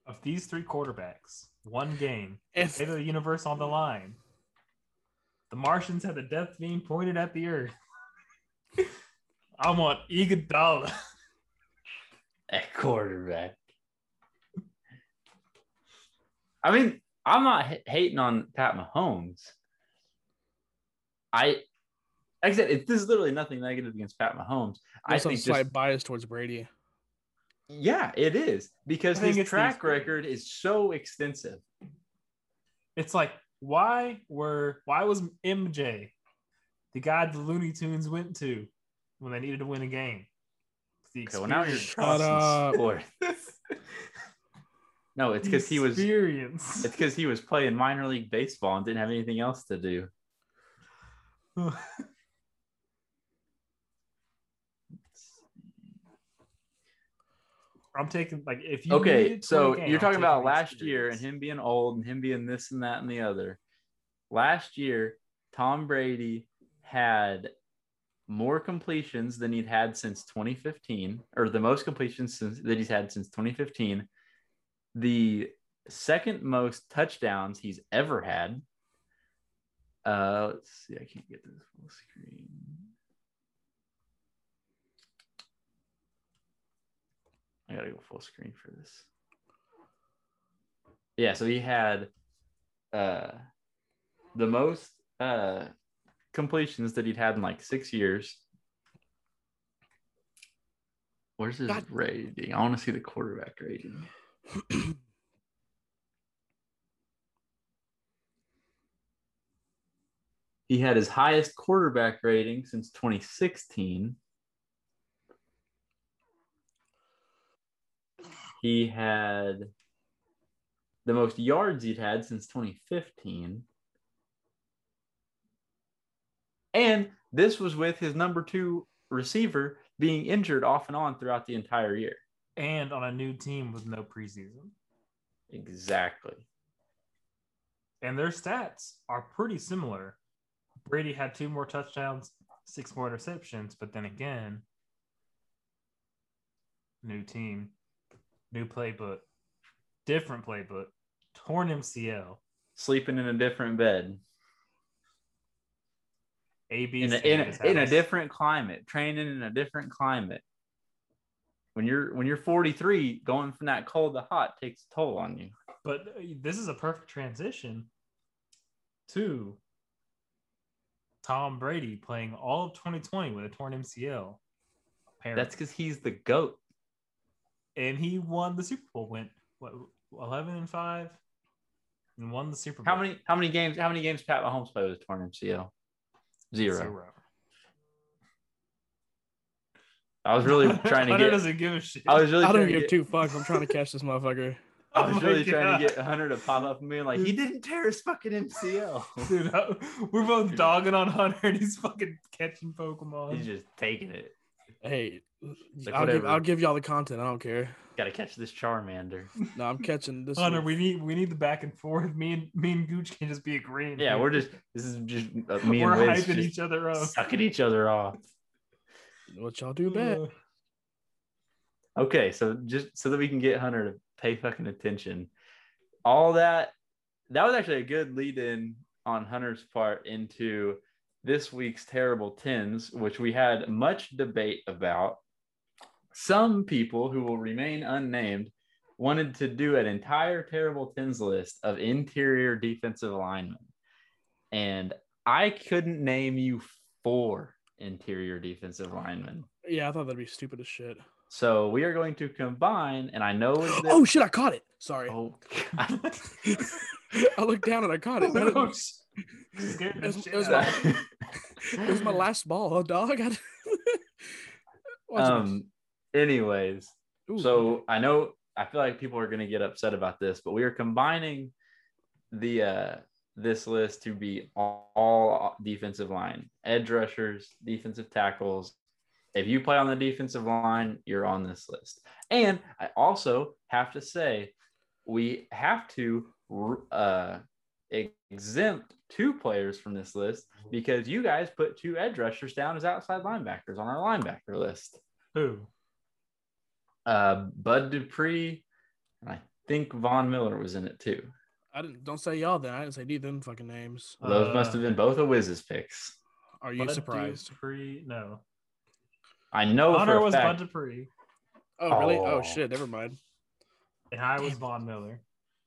Speaker 2: Of these three quarterbacks, one game,
Speaker 1: If
Speaker 2: Save the universe on the line. The Martians had the death beam pointed at the Earth. <laughs> I want Iguodala. <laughs>
Speaker 3: At quarterback. I mean, I'm not h- hating on Pat Mahomes. I, like I said, it, there's literally nothing negative against Pat Mahomes. I
Speaker 1: there's some
Speaker 3: think
Speaker 1: slight
Speaker 3: just,
Speaker 1: bias towards Brady. <clears throat>
Speaker 3: yeah, it is because
Speaker 2: I think
Speaker 3: his
Speaker 2: it's these-
Speaker 3: track record is so extensive.
Speaker 2: It's like, why were why was MJ the guy the Looney Tunes went to when they needed to win a game? It's the
Speaker 3: Okay, well, now you're
Speaker 1: Shut
Speaker 2: experience.
Speaker 1: up.
Speaker 3: Or- no, <laughs> it's because he was
Speaker 2: experience.
Speaker 3: It's because he was playing minor league baseball and didn't have anything else to do.
Speaker 2: <laughs> I'm taking like if you
Speaker 3: Okay,
Speaker 2: needed to win a
Speaker 3: so
Speaker 2: game,
Speaker 3: you're
Speaker 2: I'm
Speaker 3: talking
Speaker 2: taking
Speaker 3: about
Speaker 2: the
Speaker 3: last year and
Speaker 2: experience.
Speaker 3: him being old and him being this and that and the other. Last year, Tom Brady had more completions than he'd had since 2015, or the most completions since, that he's had since 2015. The second most touchdowns he's ever had. Uh, let's see. I can't get this full screen. I gotta go full screen for this. Yeah, so he had uh the most uh completions that he'd had in like six years. Where's his
Speaker 1: God-
Speaker 3: rating? I want to see the quarterback rating. He had his highest quarterback rating since 2016. He had the most yards he'd had since 2015. And this was with his number two receiver being injured off and on throughout the entire year.
Speaker 2: and on a new team with no preseason.
Speaker 3: Exactly.
Speaker 2: And their stats are pretty similar. Brady had two more touchdowns, six more interceptions, but then again, new team, new playbook, different playbook, torn MCL,
Speaker 3: Sleeping in a different bed,
Speaker 2: AB
Speaker 3: in a, in, a, in a different climate, training in a different climate. when you're when you're 43, going from that cold to hot takes a toll on you.
Speaker 2: But uh, this is a perfect transition to Tom Brady playing all of 2020 with a torn MCL. Apparently.
Speaker 3: That's because he's the goat.
Speaker 2: and he won the Super Bowl. Went what 11 and 5 and won the Super Bowl.
Speaker 3: How many how many games how many games Pat Mahomes played with a torn MCL? Zero. I was <laughs> really trying to
Speaker 2: <laughs> Hunter
Speaker 3: get.
Speaker 2: doesn't give a shit.
Speaker 3: I was really
Speaker 1: I don't
Speaker 3: trying to
Speaker 1: give
Speaker 3: get.
Speaker 1: two fucks. I'm trying to catch this motherfucker.
Speaker 3: I was
Speaker 2: Oh my
Speaker 3: really trying to
Speaker 2: God.
Speaker 3: <laughs> get Hunter to pop up and be like, he didn't tear his fucking MCL.
Speaker 2: <laughs> Dude, I- we're both dogging on Hunter and he's fucking catching Pokemon.
Speaker 3: He's just taking it.
Speaker 1: Hey,
Speaker 3: Like,
Speaker 1: I'll give
Speaker 3: whatever.
Speaker 1: I'll give y'all the content. I don't care.
Speaker 3: Got to catch this Charmander.
Speaker 1: No, I'm catching this.
Speaker 2: Hunter,
Speaker 1: one.
Speaker 2: we need we need the back and forth. Me and me and Gooch can just be agreeing.
Speaker 3: Yeah,
Speaker 2: here.
Speaker 3: we're just this is just uh, me
Speaker 2: we're
Speaker 3: and Wiz
Speaker 2: hyping
Speaker 3: just
Speaker 2: each other up.
Speaker 3: sucking each other off.
Speaker 1: what y'all do
Speaker 2: <laughs>
Speaker 1: bad.
Speaker 3: Okay, so just so that we can get Hunter to pay fucking attention. All that that was actually a good lead in on Hunter's part into this week's terrible tens, which we had much debate about. Some people who will remain unnamed wanted to do an entire terrible tens list of interior defensive linemen. And I couldn't name you four interior defensive linemen.
Speaker 1: Yeah, I thought that'd be stupid as shit.
Speaker 3: So we are going to combine, and I know it's
Speaker 1: Oh shit! I caught it. Sorry,
Speaker 3: <laughs> oh,
Speaker 1: <laughs> I looked down and I
Speaker 3: <laughs>
Speaker 1: caught it.
Speaker 2: No,
Speaker 1: That-
Speaker 2: it's-
Speaker 1: <laughs>
Speaker 2: scared the
Speaker 1: It was-
Speaker 2: shit
Speaker 1: it was
Speaker 2: out of
Speaker 1: my- It was
Speaker 3: <laughs>
Speaker 1: my last ball, <laughs> dog. I... Watch
Speaker 3: um. Anyways,
Speaker 1: this. Ooh,
Speaker 3: so I know I feel like people are going to get upset about this, but we are combining the uh this list to be all, all defensive line, edge rushers, defensive tackles. If you play on the defensive line, you're on this list. And I also have to say, we have to uh, exempt two players from this list because you guys put two edge rushers down as outside linebackers on our linebacker list
Speaker 2: Who?
Speaker 3: uh, Bud Dupree, and I think Von Miller was in it too.
Speaker 1: I didn't. Don't say y'all then. I didn't say neither them fucking names.
Speaker 3: Those must
Speaker 2: Uh,
Speaker 3: have been both of Wiz's picks.
Speaker 1: Are you
Speaker 2: Bud
Speaker 1: surprised?
Speaker 2: Dupree? No.
Speaker 3: I know
Speaker 2: Hunter
Speaker 3: for a
Speaker 2: was Bud
Speaker 3: fact.
Speaker 2: Dupree,
Speaker 1: Oh really?
Speaker 3: Oh.
Speaker 1: Oh shit! Never mind.
Speaker 2: and I was Von Miller.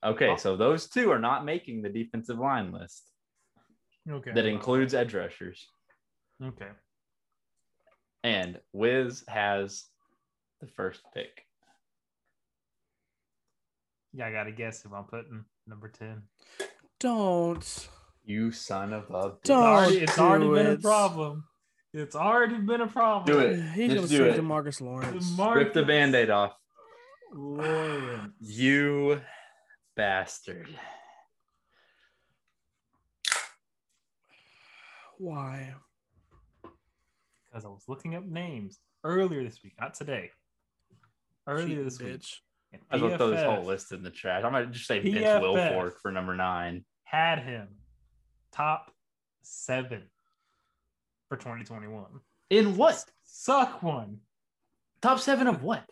Speaker 3: okay, so those two are not making the defensive line list
Speaker 2: Okay.
Speaker 3: that includes edge rushers.
Speaker 2: Okay.
Speaker 3: And Wiz has the first pick.
Speaker 2: Yeah, I gotta guess if I'm putting number ten.
Speaker 1: Don't.
Speaker 3: You son of a bitch.
Speaker 2: It's
Speaker 1: Don't.
Speaker 2: already, it's
Speaker 1: Oh, do
Speaker 2: already been a
Speaker 1: it.
Speaker 2: problem. It's already been a problem.
Speaker 3: Do it.
Speaker 1: <sighs> He's
Speaker 3: Just
Speaker 1: gonna
Speaker 3: do
Speaker 1: save
Speaker 3: it.
Speaker 1: Demarcus Lawrence.
Speaker 2: Marcus
Speaker 3: Rip the band aid off.
Speaker 2: Lawrence.
Speaker 3: You bastard.
Speaker 1: Why?
Speaker 2: Because I was looking up names earlier this week, not today. Earlier
Speaker 1: Cheating
Speaker 2: this week.
Speaker 1: bitch.
Speaker 2: and
Speaker 3: I will throw this
Speaker 2: PFF
Speaker 3: whole list in the trash. I might just say Vince
Speaker 2: PFF.
Speaker 3: Wilfork for number nine.
Speaker 2: Had him top seven for 2021.
Speaker 3: In what?
Speaker 2: Suck one.
Speaker 3: Top seven of what?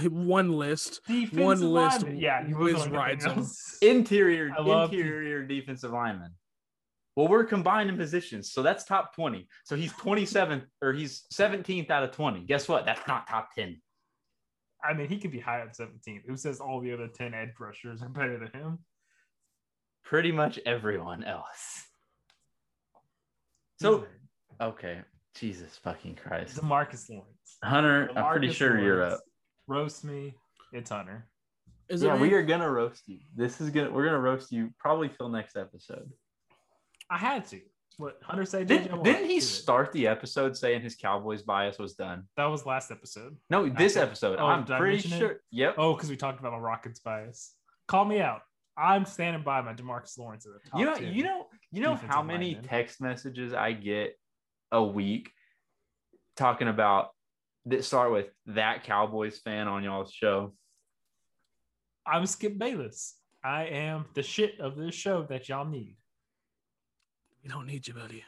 Speaker 1: One list.
Speaker 2: Defensive
Speaker 1: list
Speaker 2: lineman. Yeah, he was
Speaker 1: whiz
Speaker 2: on
Speaker 1: rides
Speaker 2: rides
Speaker 1: him.
Speaker 2: else.
Speaker 3: Interior,
Speaker 2: I love-
Speaker 3: interior defensive lineman. Well, we're combining positions, so that's top 20. So he's 27th or he's 17th out of 20. Guess what? That's not top 10.
Speaker 2: I mean, he could be high at 17. Who says all the other 10 edge rushers are better than him?
Speaker 3: Pretty much everyone else. So, okay. Jesus fucking Christ.
Speaker 2: Demarcus Lawrence.
Speaker 3: Hunter, I'm pretty
Speaker 2: Demarcus
Speaker 3: sure you're
Speaker 2: Lawrence.
Speaker 3: up.
Speaker 2: Roast me. It's Hunter.
Speaker 1: Is
Speaker 3: yeah,
Speaker 1: it
Speaker 3: we
Speaker 1: me?
Speaker 3: are gonna roast you. This is gonna we're gonna roast you probably till next episode.
Speaker 2: I had to. What Hunter said?
Speaker 3: Didn't, didn't he
Speaker 2: start?
Speaker 3: start the episode saying his Cowboys bias was done?
Speaker 2: That was last episode.
Speaker 3: No, this
Speaker 2: think-
Speaker 3: episode.
Speaker 2: oh,
Speaker 3: I'm
Speaker 2: did I
Speaker 3: pretty
Speaker 2: mention it?
Speaker 3: sure. Yep.
Speaker 2: Oh, because we talked about my Rockets bias. Call me out. I'm standing by my Demarcus Lawrence at the top.
Speaker 3: you know,
Speaker 2: 10.
Speaker 3: you know, you know how
Speaker 2: defensive
Speaker 3: many
Speaker 2: linemen.
Speaker 3: text messages I get a week talking about that start with that Cowboys fan on y'all's show.
Speaker 2: I'm Skip Bayless. I am the shit of this show that y'all need.
Speaker 1: We don't need you, buddy.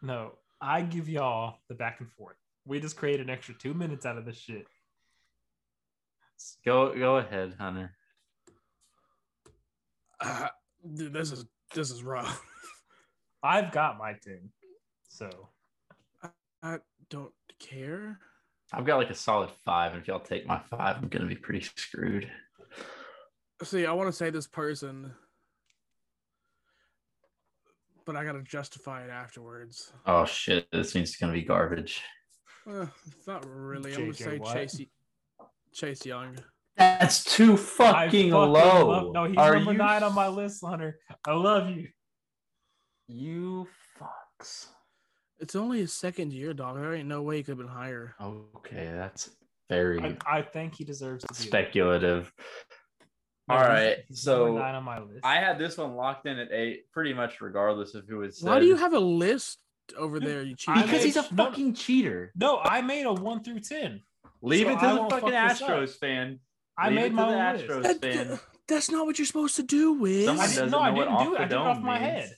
Speaker 2: No, I give y'all the back and forth. We just create an extra two minutes out of this shit.
Speaker 3: Go, go ahead, Hunter.
Speaker 1: Uh, dude, this is this is rough. <laughs>
Speaker 2: I've got my thing. So
Speaker 1: I don't care.
Speaker 3: I've got like a solid five. And if y'all take my five, I'm gonna be pretty screwed.
Speaker 1: See, I want to say this person, but I got to justify it afterwards.
Speaker 3: Oh shit! This means it's gonna be garbage.
Speaker 1: Uh, it's not really. I'm gonna
Speaker 2: JJ
Speaker 1: say
Speaker 2: Watt.
Speaker 1: Chase. Y- Chase Young.
Speaker 3: That's too
Speaker 2: I
Speaker 3: fucking,
Speaker 2: fucking
Speaker 3: low.
Speaker 2: love- no, he's
Speaker 3: Are
Speaker 2: number
Speaker 3: you-
Speaker 2: nine on my list, Hunter. I love you.
Speaker 3: You fucks.
Speaker 1: It's only his second year, dog. There ain't no way he could have been higher.
Speaker 3: Okay, that's very
Speaker 2: I, I think he deserves to be. there.
Speaker 3: speculative.
Speaker 2: No,
Speaker 3: All
Speaker 2: he's-
Speaker 3: right,
Speaker 2: he's number
Speaker 3: so
Speaker 2: nine on my list.
Speaker 3: I had this one locked in at eight, pretty much regardless of who was.
Speaker 1: Why do you have a list over there? You cheat.
Speaker 2: I
Speaker 3: Because
Speaker 2: <laughs>
Speaker 3: he's a
Speaker 2: made- no, no.
Speaker 3: fucking cheater.
Speaker 2: no, I made a one through ten.
Speaker 3: Leave
Speaker 2: So
Speaker 3: it
Speaker 2: I
Speaker 3: to the
Speaker 2: won't
Speaker 3: fucking
Speaker 2: fuck this up.
Speaker 3: Astros fan.
Speaker 2: I
Speaker 3: Leave it
Speaker 2: made
Speaker 3: to
Speaker 2: my
Speaker 3: the
Speaker 2: own
Speaker 3: Astros.
Speaker 2: list.
Speaker 1: That-
Speaker 3: fan.
Speaker 1: that's not what you're supposed to do, Wiz.
Speaker 3: Someone
Speaker 2: I
Speaker 3: doesn't
Speaker 2: didn't, no,
Speaker 3: know
Speaker 2: I
Speaker 3: what
Speaker 2: didn't
Speaker 3: off
Speaker 2: do it.
Speaker 3: the
Speaker 2: I did it
Speaker 3: dome
Speaker 2: off my
Speaker 3: means.
Speaker 2: head.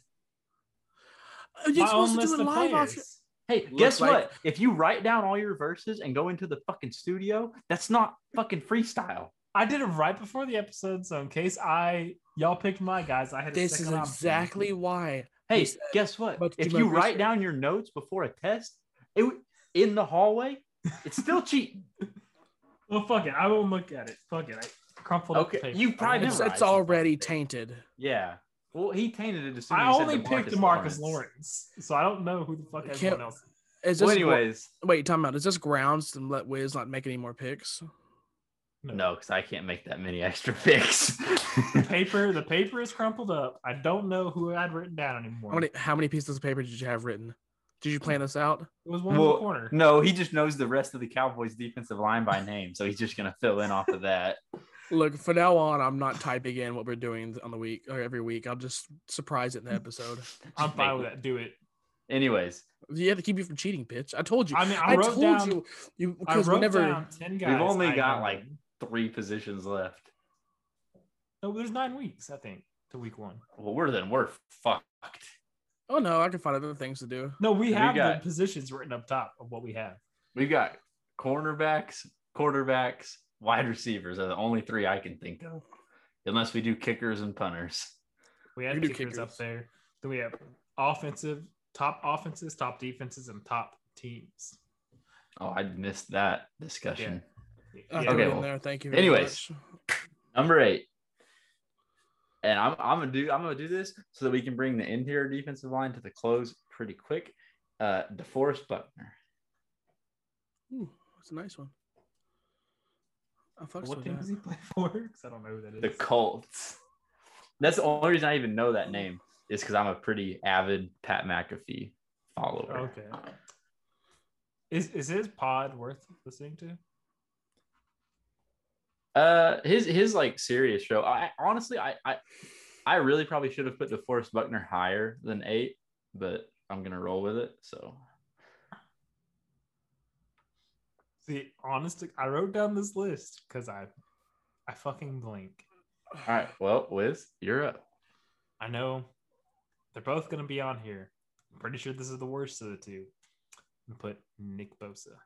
Speaker 1: You're
Speaker 2: my own
Speaker 1: supposed to
Speaker 2: list
Speaker 1: do it
Speaker 2: of
Speaker 1: live.
Speaker 2: players.
Speaker 1: Off
Speaker 3: Hey,
Speaker 1: Looks
Speaker 3: guess
Speaker 1: like-
Speaker 3: what? If you write down all your verses and go into the fucking studio, that's not fucking freestyle.
Speaker 2: I did it right before the episode, so in case I y'all picked my guys, I had a
Speaker 1: this is
Speaker 2: second option.
Speaker 1: exactly why.
Speaker 3: Hey,
Speaker 1: Freestyle.
Speaker 3: guess what?
Speaker 1: But
Speaker 3: If
Speaker 1: do my
Speaker 3: you write
Speaker 1: research.
Speaker 3: down your notes before a test, it w- in the hallway, it's still cheating.
Speaker 2: Well, fuck it. I won't look at it. Fuck it. I crumpled up the
Speaker 3: Okay,
Speaker 2: paper.
Speaker 3: you
Speaker 2: I
Speaker 3: probably
Speaker 1: It's,
Speaker 2: never-
Speaker 1: it's already tainted.
Speaker 3: Yeah. Well, he tainted it as soon as
Speaker 2: I
Speaker 3: he said
Speaker 2: only picked
Speaker 3: DeMarcus
Speaker 2: DeMarcus Lawrence. so I don't know who the fuck
Speaker 1: I
Speaker 2: everyone
Speaker 1: can't-
Speaker 2: else. Is.
Speaker 1: Is this
Speaker 3: Well, anyways,
Speaker 1: Wait, time out. Is this grounds to let Wiz not make any more picks?
Speaker 3: no, because I can't make that many <laughs> extra picks.
Speaker 2: The paper, the paper is crumpled up. I don't know who I'd written down anymore.
Speaker 1: How many, how many pieces of paper did you have written? Did you plan this out?
Speaker 2: it was one in
Speaker 3: Well,
Speaker 2: the corner.
Speaker 3: no, he just knows the rest of the Cowboys defensive line by name, so he's just gonna fill in off of that.
Speaker 1: Look, from now on, I'm not typing in what we're doing on the week or every week. I'll just surprise it
Speaker 2: Mm.
Speaker 1: in the episode.
Speaker 2: <laughs> I'm
Speaker 3: Just make-
Speaker 2: fine with that. Do it.
Speaker 3: Anyways,
Speaker 1: You have to keep you from cheating, bitch. I told you.
Speaker 2: I mean, I,
Speaker 1: I,
Speaker 2: wrote
Speaker 1: told
Speaker 2: down.
Speaker 1: you. You
Speaker 2: I
Speaker 1: because
Speaker 2: wrote
Speaker 1: whenever
Speaker 2: down ten guys.
Speaker 3: only
Speaker 2: I
Speaker 3: got,
Speaker 2: know.
Speaker 3: like- three positions left.
Speaker 2: no. There's nine weeks, I think, to week one.
Speaker 3: Well, we're then we're fucked.
Speaker 1: oh no, I can find other things to do.
Speaker 2: No, we
Speaker 3: We
Speaker 2: have
Speaker 3: got-
Speaker 2: the positions written up top of what we have.
Speaker 3: We've got cornerbacks, quarterbacks, wide receivers are the only three I can think of, unless we do kickers and punters.
Speaker 2: We have
Speaker 1: We do
Speaker 2: kickers, up
Speaker 1: kickers.
Speaker 2: there. Then we have offensive, top offenses, top defenses, and top teams.
Speaker 3: Oh, I missed that
Speaker 1: I
Speaker 2: Yeah.
Speaker 3: discussion.
Speaker 1: threw it
Speaker 3: Okay,
Speaker 1: in
Speaker 3: well,
Speaker 1: there. Thank you. very
Speaker 3: anyways.
Speaker 1: much.
Speaker 3: Number eight. And I'm, I'm gonna do I'm gonna do this so that we can bring the interior defensive line to the close pretty quick. Uh, DeForest Buckner.
Speaker 1: Ooh, that's a nice one. I fucks
Speaker 2: What
Speaker 1: with
Speaker 2: team
Speaker 1: that.
Speaker 2: does he play for? <laughs> 'Cause I don't know who that is.
Speaker 3: the Colts. That's the only reason I even know that name is because I'm a pretty avid Pat McAfee follower.
Speaker 2: Okay. Is is his pod worth listening to?
Speaker 3: Uh, his his like serious show. I honestly, I I, I really probably should have put DeForest Buckner higher than eight, but I'm gonna roll with it. So
Speaker 2: See, honestly, I wrote down this list because I, I fucking blink.
Speaker 3: all right, well, Wiz, you're up.
Speaker 2: I know they're both gonna be on here. I'm pretty sure this is the worst of the two. And put Nick Bosa.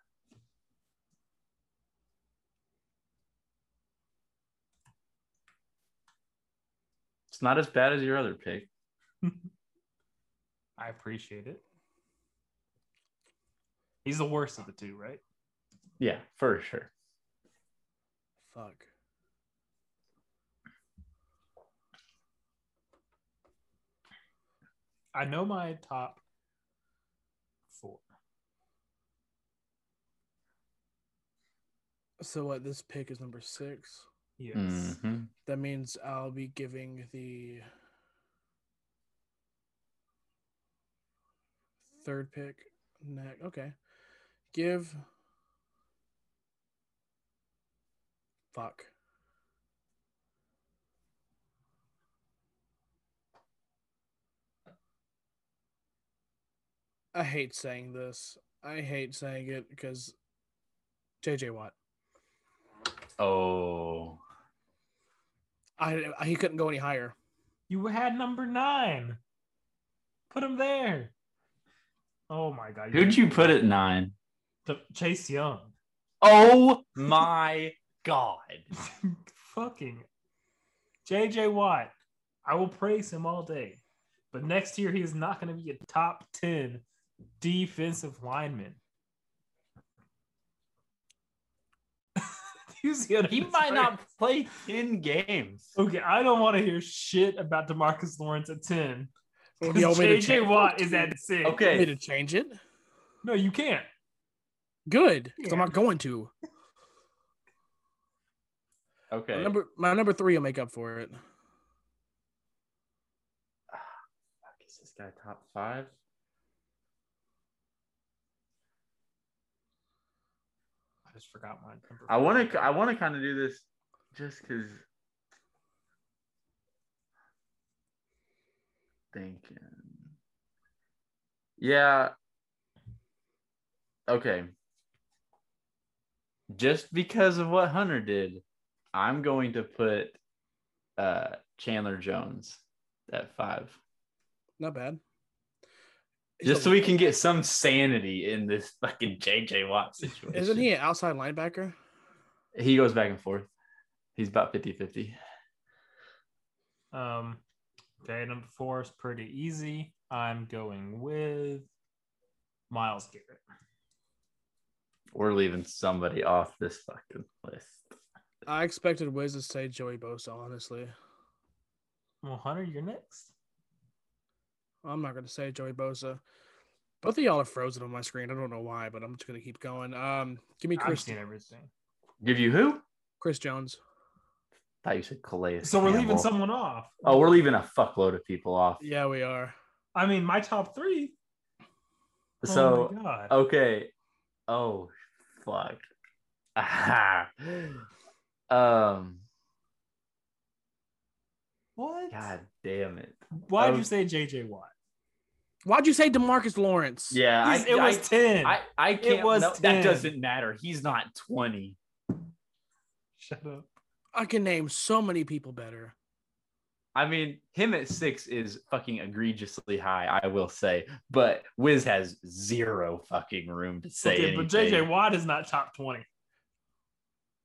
Speaker 3: It's not as bad as your other pick.
Speaker 2: I appreciate it. He's the worst of the two, right?
Speaker 3: Yeah, for sure.
Speaker 1: <sighs> Fuck.
Speaker 2: I know my top four.
Speaker 1: So what? This pick is number six.
Speaker 2: Yes.
Speaker 3: Mhm.
Speaker 1: That means I'll be giving the third pick next. Okay. Give. Fuck. I hate saying this. I hate saying it because JJ Watt.
Speaker 3: Oh,
Speaker 1: I, I he couldn't go any higher.
Speaker 2: You had number nine. Put him there. Oh my god.
Speaker 3: who'd you put at nine?
Speaker 2: The- Chase Young.
Speaker 3: Oh my god.
Speaker 2: <laughs> Fucking JJ Watt. I will praise him all day. But next year he is not going to be a <laughs> top 10 defensive lineman. He's the other
Speaker 3: <laughs> He might not play 10 games.
Speaker 2: Okay, I don't want to hear shit about Demarcus Lawrence at 10.
Speaker 1: Well,
Speaker 2: 'cause <laughs>
Speaker 1: do you want me to
Speaker 2: JJ
Speaker 1: change-
Speaker 2: Watt is at 6.
Speaker 1: you want me
Speaker 3: Okay.
Speaker 1: to change it?
Speaker 2: No, you can't.
Speaker 1: Good. 'cause I'm
Speaker 2: Yeah.
Speaker 1: not going to. My
Speaker 3: Okay.
Speaker 1: number my number three will make up for it.
Speaker 3: Fuck, is this guy top five?
Speaker 2: I just forgot mine. Number
Speaker 3: I
Speaker 2: four.
Speaker 3: want to. I want to kind of do this just because. Thinking. Yeah. Okay. Just because of what Hunter did, I'm going to put uh, Chandler Jones at five,
Speaker 1: Not bad. He's
Speaker 3: just
Speaker 1: a-
Speaker 3: so we can get some sanity in this fucking JJ Watt situation.
Speaker 1: Isn't he an outside linebacker?
Speaker 3: He goes back and forth. He's about 50 50.
Speaker 2: Um, okay, number four is pretty easy. I'm going with Miles Garrett.
Speaker 3: We're leaving somebody off this fucking list.
Speaker 1: I expected Wiz to say Joey Bosa, honestly.
Speaker 2: Well, Hunter, you're next.
Speaker 1: I'm not gonna say Joey Bosa. Both of y'all are frozen on my screen. I don't know why, but I'm just gonna keep going. Um give me
Speaker 2: I'm
Speaker 1: Chris
Speaker 2: seeing everything.
Speaker 3: Give you who?
Speaker 1: Chris Jones.
Speaker 3: thought you said Calais.
Speaker 2: So we're leaving
Speaker 3: Campbell.
Speaker 2: someone off.
Speaker 3: Oh, we're leaving a fuckload of people off.
Speaker 1: Yeah, we are.
Speaker 2: I mean, my top three. Oh
Speaker 3: So,
Speaker 2: my God.
Speaker 3: okay. Oh, fuck. <laughs> Aha. um,
Speaker 2: what?
Speaker 3: God damn it.
Speaker 2: Why
Speaker 3: Oh.
Speaker 2: would you say JJ Watt?
Speaker 1: Why'd you say Demarcus Lawrence?
Speaker 3: Yeah, I,
Speaker 2: He's- it was ten.
Speaker 3: I, I, I can't.
Speaker 2: was
Speaker 3: no,
Speaker 2: 10.
Speaker 3: that doesn't matter. He's not 20.
Speaker 2: Shut up.
Speaker 1: I can name so many people better.
Speaker 3: I mean, him at six is fucking egregiously high, I will say. But Wiz has zero fucking room to say
Speaker 2: Okay,
Speaker 3: anything.
Speaker 2: but JJ Watt is not top twenty.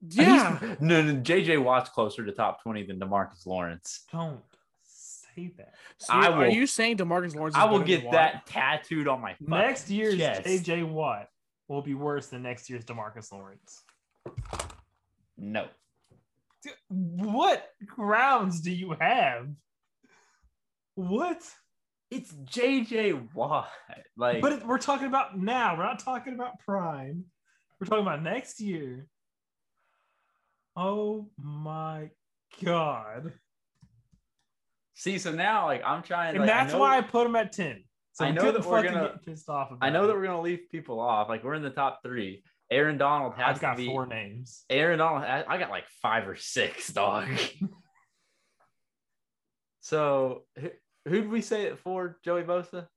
Speaker 1: Yeah.
Speaker 3: He's- no, no, JJ Watt's closer to top 20 than Demarcus Lawrence.
Speaker 2: Don't say that.
Speaker 1: So
Speaker 3: I
Speaker 1: are
Speaker 3: will-
Speaker 1: you saying Demarcus Lawrence? Is
Speaker 3: I will
Speaker 1: better than
Speaker 3: get
Speaker 1: Watt?
Speaker 3: that tattooed on my fucking
Speaker 2: Next year's
Speaker 3: chest.
Speaker 2: JJ Watt will be worse than next year's Demarcus Lawrence.
Speaker 3: No.
Speaker 2: Dude, What grounds do you have? What?
Speaker 3: It's JJ Watt. <laughs> Like,
Speaker 2: But it- we're talking about now. We're not talking about prime. We're talking about next year. Oh my god!
Speaker 3: see, so now, like, I'm trying
Speaker 2: And
Speaker 3: to. Like, I
Speaker 2: that's
Speaker 3: know-
Speaker 2: why I put him at ten. So
Speaker 3: I know
Speaker 2: couldn't
Speaker 3: that we're
Speaker 2: fucking
Speaker 3: gonna-
Speaker 2: get pissed off. About
Speaker 3: I know that
Speaker 2: it.
Speaker 3: we're going to leave people off. Like, we're in the top three. Aaron Donald has
Speaker 2: I've got
Speaker 3: to be.
Speaker 2: four names.
Speaker 3: Aaron Donald, I I got like five or six, <laughs> dog. so who who'd we say it for? Joey Bosa?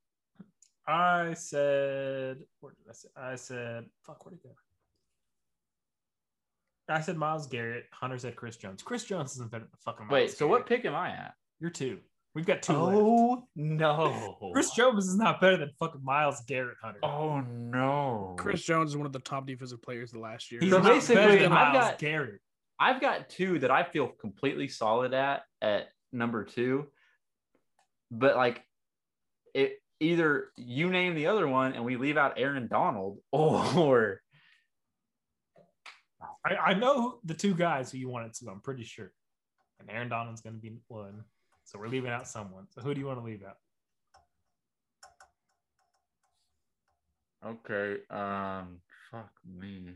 Speaker 2: I said, where did I say? I said, fuck, where'd it go? I said Miles Garrett. Hunter said Chris Jones. Chris Jones isn't better than fucking. Miles
Speaker 3: Wait, so
Speaker 2: Garrett.
Speaker 3: what pick am I at?
Speaker 2: You're two. We've got two. left.
Speaker 3: Oh no.
Speaker 2: Chris Jones is not better than fucking Miles Garrett, Hunter.
Speaker 3: Oh no.
Speaker 1: Chris Jones is one of the top defensive players the last year.
Speaker 2: He's
Speaker 3: So
Speaker 2: not
Speaker 3: basically,
Speaker 2: better than
Speaker 3: I've
Speaker 2: Miles
Speaker 3: got-
Speaker 2: Garrett.
Speaker 3: I've got two that I feel completely solid at at number two. But like it either you name the other one and we leave out Aaron Donald <laughs> or
Speaker 2: I, I know the two guys who you wanted to. I'm pretty sure. And Aaron Donald's going to be one. So we're leaving out someone. So who do you want to leave out?
Speaker 3: Okay. Um. Fuck me.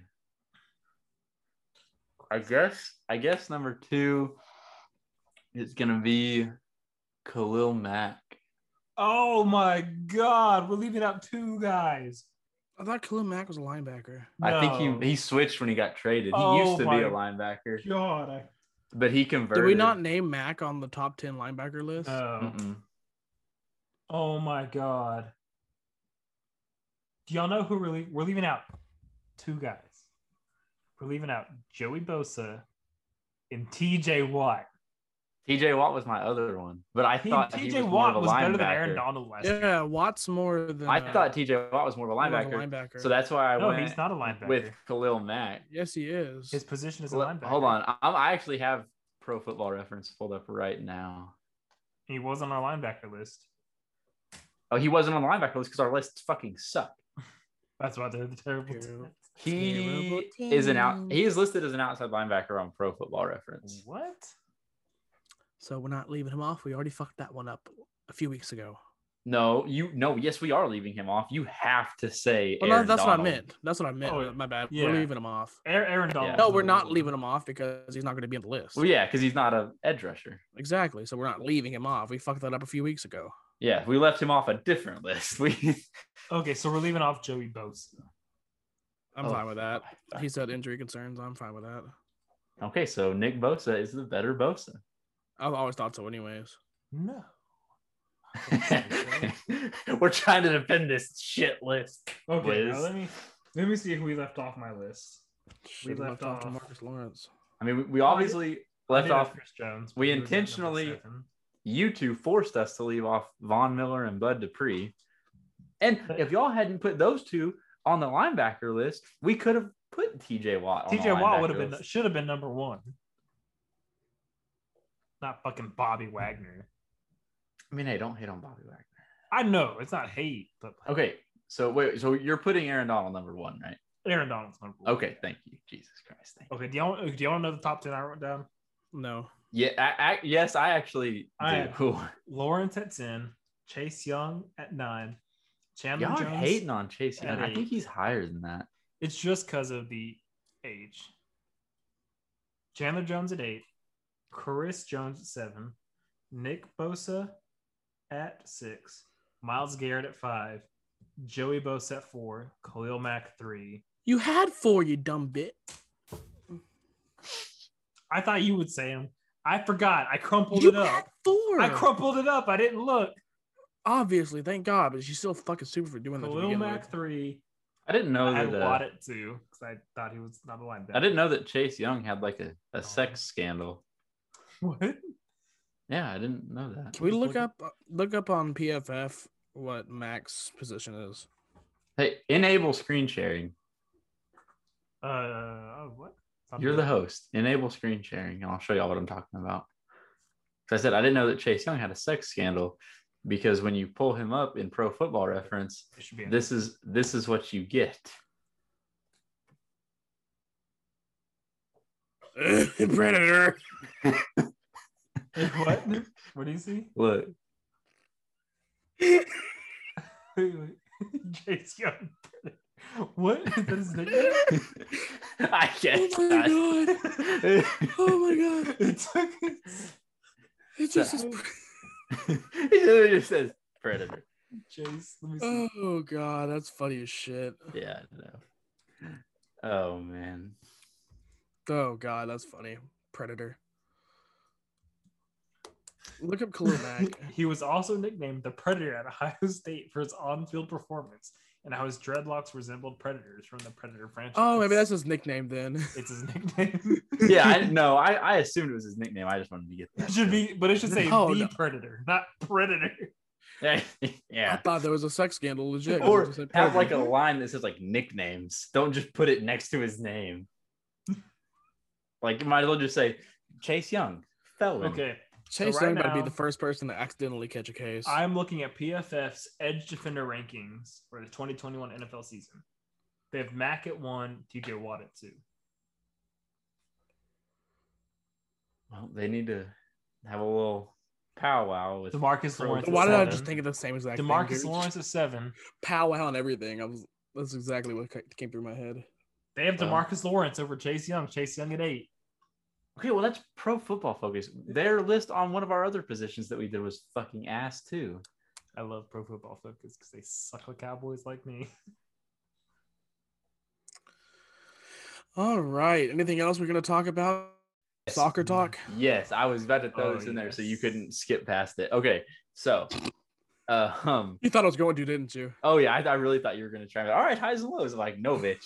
Speaker 3: I guess. I guess number two is gonna be Khalil Mack.
Speaker 2: Oh my God, we're leaving out two guys.
Speaker 1: I thought Khalil Mack was a linebacker.
Speaker 3: I
Speaker 2: No.
Speaker 3: think he he switched when he got traded. He
Speaker 2: Oh
Speaker 3: used to be
Speaker 2: my-
Speaker 3: a linebacker,
Speaker 2: God, I
Speaker 3: but he converted.
Speaker 1: Did we not name Mack on the top ten linebacker list?
Speaker 2: Oh,
Speaker 3: Mm-mm.
Speaker 2: oh my god. Do y'all know who we're leaving? We're leaving out two guys. We're leaving out Joey Bosa and TJ Watt.
Speaker 3: T.J. Watt was my other one, but I
Speaker 2: He-
Speaker 3: thought he
Speaker 2: TJ
Speaker 3: was more
Speaker 2: Watt
Speaker 3: of a
Speaker 2: was better than Aaron
Speaker 3: linebacker.
Speaker 2: Donald last year.
Speaker 1: yeah, Watt's more than. uh,
Speaker 3: I thought T.J. Watt was more of a
Speaker 1: more of a
Speaker 3: linebacker,
Speaker 1: linebacker.
Speaker 3: so that's why I
Speaker 2: No,
Speaker 3: went
Speaker 2: he's not a linebacker.
Speaker 3: with Khalil Mack.
Speaker 1: yes, he is.
Speaker 2: His position is a
Speaker 3: Well,
Speaker 2: linebacker.
Speaker 3: Hold on. I, I actually have pro football reference pulled up right now.
Speaker 2: He was on our linebacker list.
Speaker 3: Oh, he wasn't on the linebacker list because our lists fucking suck.
Speaker 2: That's why they're the terrible.
Speaker 1: Terrible.
Speaker 2: Titans.
Speaker 3: He
Speaker 1: Terrible
Speaker 3: is an out.
Speaker 1: team.
Speaker 3: He is listed as an outside linebacker on Pro Football Reference.
Speaker 2: What?
Speaker 1: So we're not leaving him off. We already fucked that one up a few weeks ago.
Speaker 3: No, you no. Yes, we are leaving him off. You have to say.
Speaker 1: Well, no,
Speaker 3: Aaron
Speaker 1: that's what I
Speaker 3: Donald.
Speaker 1: meant. That's what I meant.
Speaker 2: Oh,
Speaker 1: My bad.
Speaker 2: yeah.
Speaker 1: We're leaving him off.
Speaker 2: Aaron, Aaron Donald.
Speaker 1: No, we're not leaving him off because he's not going to be on the list.
Speaker 3: Well, yeah, because he's not a edge rusher.
Speaker 1: Exactly. So we're not leaving him off. We fucked that up a few weeks ago.
Speaker 3: Yeah, we left him off a different <laughs> list. We
Speaker 2: Okay, so we're leaving off Joey Bosa.
Speaker 1: I'm
Speaker 3: Oh.
Speaker 1: fine with that. He said injury concerns. I'm fine with that.
Speaker 3: okay. So Nick Bosa is the better Bosa.
Speaker 1: <laughs>
Speaker 3: <laughs>
Speaker 1: I've always thought so, anyways.
Speaker 2: No.
Speaker 3: We're trying to defend this shit list.
Speaker 2: Okay,
Speaker 3: Wiz.
Speaker 2: now let me let me see if we left off my list.
Speaker 1: Should have
Speaker 2: left
Speaker 1: left off to
Speaker 2: off.
Speaker 1: Marcus Lawrence.
Speaker 3: I mean, we, we obviously
Speaker 2: I
Speaker 3: left
Speaker 2: did have
Speaker 3: off.
Speaker 2: Chris Jones. but
Speaker 3: we
Speaker 2: he was at number
Speaker 3: intentionally-
Speaker 2: seven.
Speaker 3: You two forced us to leave off Von Miller and Bud Dupree. And if y'all hadn't put those two on the linebacker list, we could have put TJ Watt. on the
Speaker 2: TJ Watt would have
Speaker 3: linebacker
Speaker 2: been
Speaker 3: list.
Speaker 2: should have been number one. Not fucking Bobby Wagner.
Speaker 3: I mean, hey, don't hate on Bobby Wagner.
Speaker 2: I know it's not hate, but
Speaker 3: Okay, so wait, so you're putting Aaron Donald number one, right?
Speaker 2: Aaron Donald's number one.
Speaker 3: Okay, thank you, Jesus Christ, thank you.
Speaker 2: Okay. Do y'all do y'all know the top ten I wrote down?
Speaker 1: No.
Speaker 3: Yeah, I, I, yes, I actually
Speaker 2: I-
Speaker 3: do. Cool.
Speaker 2: Lawrence at ten, Chase Young at nine, Chandler
Speaker 3: <laughs> Y'all are
Speaker 2: Jones.
Speaker 3: hating on Chase Young.
Speaker 2: at
Speaker 3: I think
Speaker 2: eight.
Speaker 3: he's higher than that.
Speaker 2: It's just because of the age. Chandler Jones at eight, Chris Jones at seven, Nick Bosa at six, Miles Garrett at five, Joey Bosa at four, Khalil Mack three.
Speaker 1: You had four, you dumb bit.
Speaker 2: I thought you would say him. I forgot. I crumpled
Speaker 1: You
Speaker 2: it
Speaker 1: had
Speaker 2: up.
Speaker 1: four.
Speaker 2: I crumpled it up. I didn't look.
Speaker 1: Obviously, thank God, but she's still fucking super for doing that. to
Speaker 2: Khalil
Speaker 1: begin
Speaker 2: Mack
Speaker 1: with.
Speaker 2: three.
Speaker 3: I didn't know
Speaker 2: I had
Speaker 3: that. uh,
Speaker 2: Watt at two because I thought he was not a linebacker.
Speaker 3: I didn't know that Chase Young had like a,
Speaker 2: Oh.
Speaker 3: a sex scandal.
Speaker 2: <laughs> What?
Speaker 3: Yeah, I didn't know that.
Speaker 1: Can we
Speaker 2: Just
Speaker 1: look
Speaker 2: look-
Speaker 1: up uh, look up on PFF what Mac's position is? <laughs>
Speaker 3: Hey, enable screen sharing.
Speaker 2: Uh, what?
Speaker 3: You're the host. Enable screen sharing, and I'll show y'all what I'm talking about. 'Cause I said I didn't know that Chase Young had a sex scandal because when you pull him up in Pro Football Reference,
Speaker 2: It should be in
Speaker 3: this is this is what you get.
Speaker 1: Predator.
Speaker 2: Wait, <laughs> what? what do you see?
Speaker 3: Look, <laughs>
Speaker 2: Wait, wait. <laughs> Chase Young. What? <laughs> Is that his nickname?
Speaker 3: I guess
Speaker 1: Oh my
Speaker 3: not.
Speaker 1: god.
Speaker 3: <laughs>
Speaker 1: Oh my god.
Speaker 2: It took us-
Speaker 1: It just is-
Speaker 3: it just says predator.
Speaker 2: Chase. Let me
Speaker 1: <laughs>
Speaker 2: see.
Speaker 1: <laughs> Oh god, that's funny as shit.
Speaker 3: Yeah, no. Oh man.
Speaker 1: Oh god, that's funny. Predator. Look up Khalil
Speaker 2: <laughs>
Speaker 1: Mack.
Speaker 2: He was also nicknamed the Predator at Ohio State for his on-field performance and how his dreadlocks resembled predators from the Predator franchise.
Speaker 1: oh, maybe that's his nickname then.
Speaker 2: <laughs> it's his nickname. <laughs>
Speaker 3: Yeah, I, no, I, I assumed it was his nickname. I just wanted to get that.
Speaker 2: It should be, but it should say
Speaker 1: No,
Speaker 2: the
Speaker 1: no.
Speaker 2: Predator, not Predator.
Speaker 3: Uh, yeah.
Speaker 1: I thought there was a sex scandal, legit. 'cause
Speaker 3: Or
Speaker 1: it just said
Speaker 3: Have like
Speaker 1: predator.
Speaker 3: a line that says like nicknames. Don't just put it next to his <laughs> name. Like you might as well just say Chase Young, felon.
Speaker 2: Okay,
Speaker 1: Chase
Speaker 2: so right
Speaker 1: Young might be
Speaker 2: now-
Speaker 1: the first person to accidentally catch a case.
Speaker 2: I'm looking at PFF's edge defender rankings for the 2021 NFL season. They have Mack at one, TJ Watt at two.
Speaker 3: Well, they need to have a little powwow with
Speaker 2: Demarcus
Speaker 3: Pro-
Speaker 2: Lawrence.
Speaker 1: Why did I
Speaker 2: seven.
Speaker 1: just think of the same exact thing,
Speaker 2: Demarcus
Speaker 1: dude?
Speaker 2: Lawrence at seven.
Speaker 1: powwow and everything. I was that's exactly what ca- came through my head.
Speaker 2: They have
Speaker 3: Well.
Speaker 2: Demarcus Lawrence over Chase Young. Chase Young at eight.
Speaker 3: Okay, well that's pro football focus. Their list on one of our other positions that we did was fucking ass too.
Speaker 2: I love Pro Football Focus because they suck like Cowboys like me. <laughs>
Speaker 1: All right. Anything else we're gonna talk about?
Speaker 3: Yes. Mm.
Speaker 1: Soccer talk.
Speaker 3: Yes, I was about to throw
Speaker 2: Oh,
Speaker 3: this in there so you
Speaker 2: yes.
Speaker 3: couldn't skip past it. Okay, so uh, um
Speaker 1: You thought I was going to, didn't you?
Speaker 3: oh yeah, I, I really thought you were gonna try. All right, highs and lows. I'm like, no, bitch,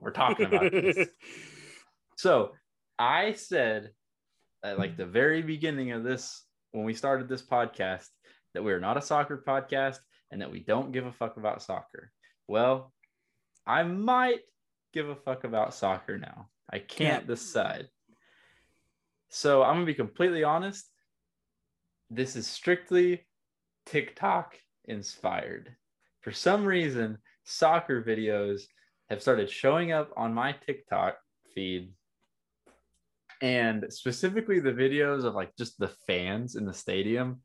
Speaker 3: we're talking
Speaker 1: <laughs>
Speaker 3: about this. So I said at like the very beginning of this, when we started this podcast, that we are not a soccer podcast and that we don't give a fuck about soccer. Well, I might give a fuck about soccer now. I can't decide. So I'm gonna be completely honest. This is strictly TikTok inspired. For some reason, soccer videos have started showing up on my TikTok feed. And specifically the videos of like just the fans in the stadium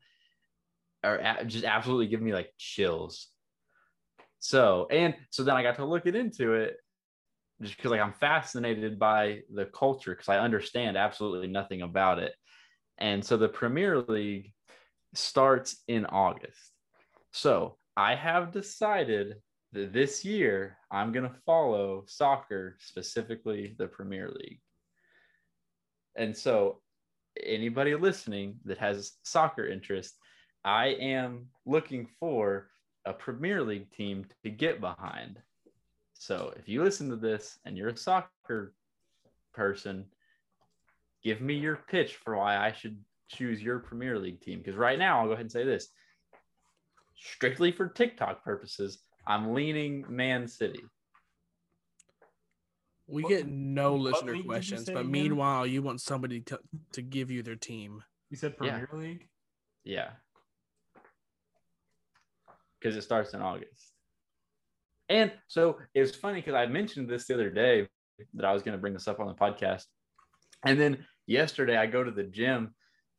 Speaker 3: are a- just absolutely giving me like chills. So, and so then I got to looking into it just because like I'm fascinated by the culture because I understand absolutely nothing about it. And so the Premier League starts in August. So I have decided that this year I'm going to follow soccer, specifically the Premier League. And so, anybody listening that has soccer interest, I am looking for a Premier League team to get behind. So, if you listen to this and you're a soccer person, give me your pitch for why I should choose your Premier League team. Because right now, I'll go ahead and say this strictly for TikTok purposes, I'm leaning Man City.
Speaker 1: We
Speaker 2: What-
Speaker 1: get no
Speaker 2: what
Speaker 1: listener
Speaker 2: league did you
Speaker 1: questions,
Speaker 2: say
Speaker 1: but
Speaker 2: again?
Speaker 1: meanwhile, you want somebody to, to give you their team.
Speaker 2: You said Premier League?
Speaker 3: Yeah. Because it starts in August. And so it was funny because I mentioned this the other day that I was going to bring this up on the podcast. And then yesterday I go to the gym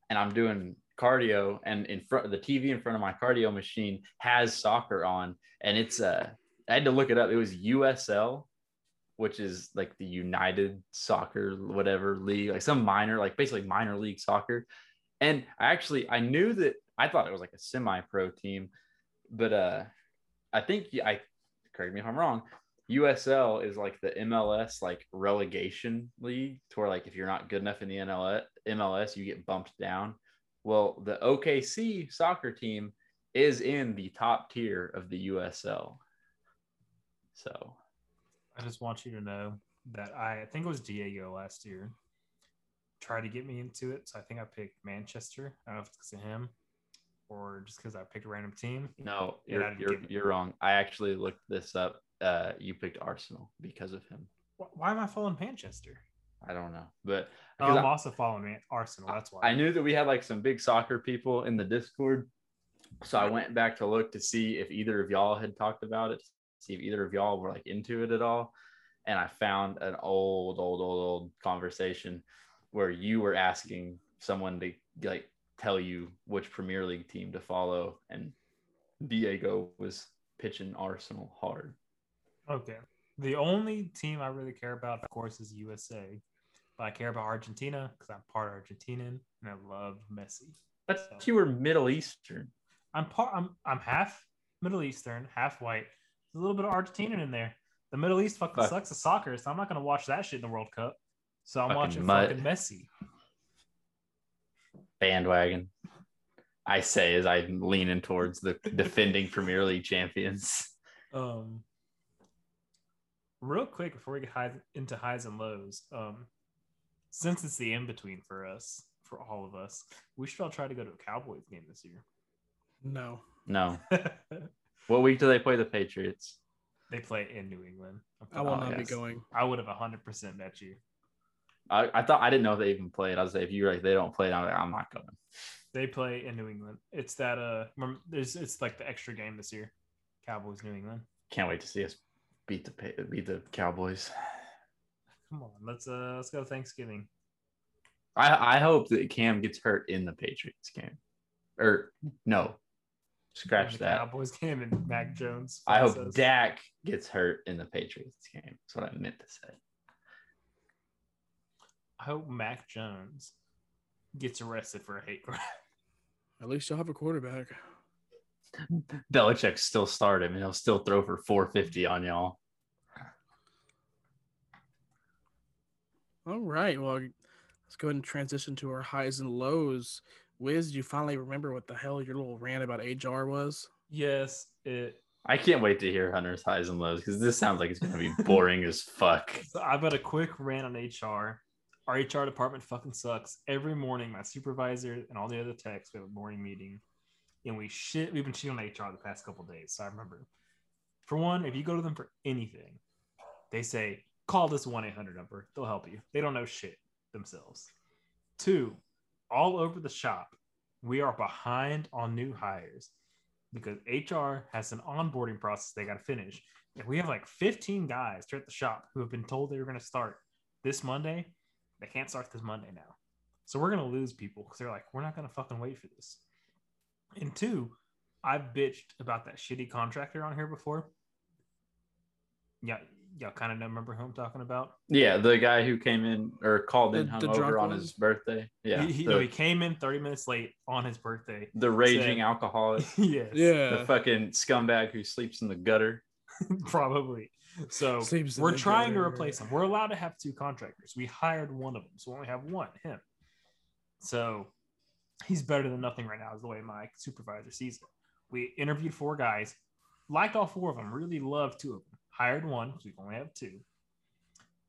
Speaker 3: and I'm doing cardio and in front the TV in front of my cardio machine has soccer on and it's uh I had to look it up. It was USL, which is like the United Soccer whatever league, like some minor, like basically minor league soccer. And I actually I knew that I thought it was like a semi-pro team, but uh I think I correct me if I'm wrong. USL is like the MLS like relegation league to where like if you're not good enough in the NL MLS, you get bumped down. Well, the OKC soccer team is in the top tier of the USL. So
Speaker 2: I just want you to know that I, I think it was Diego last year tried to get me into it. So I think I picked Manchester. I don't know if it's because of him or just because I picked a random team.
Speaker 3: no,
Speaker 2: Yeah,
Speaker 3: you're,
Speaker 2: that'd
Speaker 3: you're,
Speaker 2: give it-
Speaker 3: you're wrong. I actually looked this up. Uh, you picked Arsenal because of him.
Speaker 2: Wh- Why am I following Manchester?
Speaker 3: I don't know, but
Speaker 2: Oh,
Speaker 3: 'cause
Speaker 2: I'm
Speaker 3: I-
Speaker 2: also following Man- Arsenal. That's why.
Speaker 3: I knew that we had like some big soccer people in the Discord. So I went back to look to see if either of y'all had talked about it, see if either of y'all were like into it at all. And I found an old, old, old, old conversation where you were asking someone to like tell you which Premier League team to follow. And Diego was pitching Arsenal hard.
Speaker 2: Okay. The only team I really care about, of course, is USA. But I care about Argentina because I'm part Argentinian and I love Messi.
Speaker 3: But you were Middle Eastern.
Speaker 2: I'm part. I'm I'm half Middle Eastern, half white. There's a little bit of Argentinian in there. The Middle East fucking
Speaker 3: Fuck.
Speaker 2: sucks at soccer, so I'm not gonna watch that shit in the World Cup. So I'm
Speaker 3: Fucking
Speaker 2: watching
Speaker 3: mutt.
Speaker 2: fucking Messi.
Speaker 3: bandwagon. I say as I'm leaning towards the defending Premier League champions.
Speaker 2: Um, real quick before we get high, into highs and lows, um, since it's the in between for us, for all of us, we should all try to go to a Cowboys game this year.
Speaker 1: No.
Speaker 3: No.
Speaker 2: <laughs>
Speaker 3: What week do they play the Patriots?
Speaker 2: they play in New England.
Speaker 1: I will
Speaker 3: Oh,
Speaker 1: not be
Speaker 3: yes.
Speaker 1: going.
Speaker 2: I would have 100% met you.
Speaker 3: I, I thought I didn't know if they even played. I was like, if you were like they don't play, I'm like, I'm not going.
Speaker 2: They play in New England. It's that uh, remember, there's it's like the extra game this year. Cowboys New England.
Speaker 3: Can't wait to see us beat the Pa- beat the Cowboys.
Speaker 2: Come on, let's uh, let's go Thanksgiving.
Speaker 3: I I hope that Cam gets hurt in the Patriots game, or no, scratch
Speaker 2: The
Speaker 3: that.
Speaker 2: Cowboys game and Mac Jones.
Speaker 3: I hope
Speaker 2: flares us.
Speaker 3: Dak gets hurt in the Patriots game. That's what I meant to say.
Speaker 2: I hope Mac Jones gets arrested for a hate crime. <laughs>
Speaker 1: At least you'll have a quarterback.
Speaker 3: Belichick still start him, and he'll still throw for 450 on y'all.
Speaker 1: All right. Well, let's go ahead and transition to our highs and lows. Wiz, do you finally remember what the hell your little rant about HR was?
Speaker 2: Yes, it.
Speaker 3: I can't wait to hear Hunter's highs and lows because this sounds like it's gonna be
Speaker 1: <laughs>
Speaker 3: boring as fuck.
Speaker 2: So I've got a quick rant on HR. Our HR department fucking sucks. Every morning, my supervisor and all the other techs, we have a morning meeting, and we shit. We've been shitting on HR the past couple days. So I remember. For one, if you go to them for anything, they say call this one eight hundred number. They'll help you. They don't know shit themselves. Two, all over the shop, we are behind on new hires because HR has an onboarding process they got to finish If we have like 15 guys here at the shop who have been told they were going to start this Monday, they can't start this Monday now. So we're going to lose people because they're like, we're not going to fucking wait for this. And two, I've bitched about that shitty contractor on here before. Yeah, y'all kind of remember who I'm talking about.
Speaker 3: Yeah, the guy who came in or called in
Speaker 1: The- the
Speaker 3: hungover
Speaker 1: drunk
Speaker 3: on
Speaker 1: one?
Speaker 3: his birthday. Yeah,
Speaker 2: he, he,
Speaker 3: the,
Speaker 2: no, he came in 30 minutes late on his birthday. <laughs>
Speaker 3: the raging
Speaker 2: said-
Speaker 3: alcoholic,
Speaker 2: yes,
Speaker 3: the
Speaker 1: Yeah.
Speaker 3: fucking scumbag who sleeps in the gutter.
Speaker 2: <laughs> probably. So
Speaker 1: Sleeps in
Speaker 2: we're
Speaker 1: the
Speaker 2: trying to
Speaker 1: gutter.
Speaker 2: replace him. We're allowed to have two contractors. We hired one of them, so we only have one, him. So he's better than nothing right now, is the way my supervisor sees it. We interviewed four guys, liked all four of them, really loved two of them, hired one because we only have two.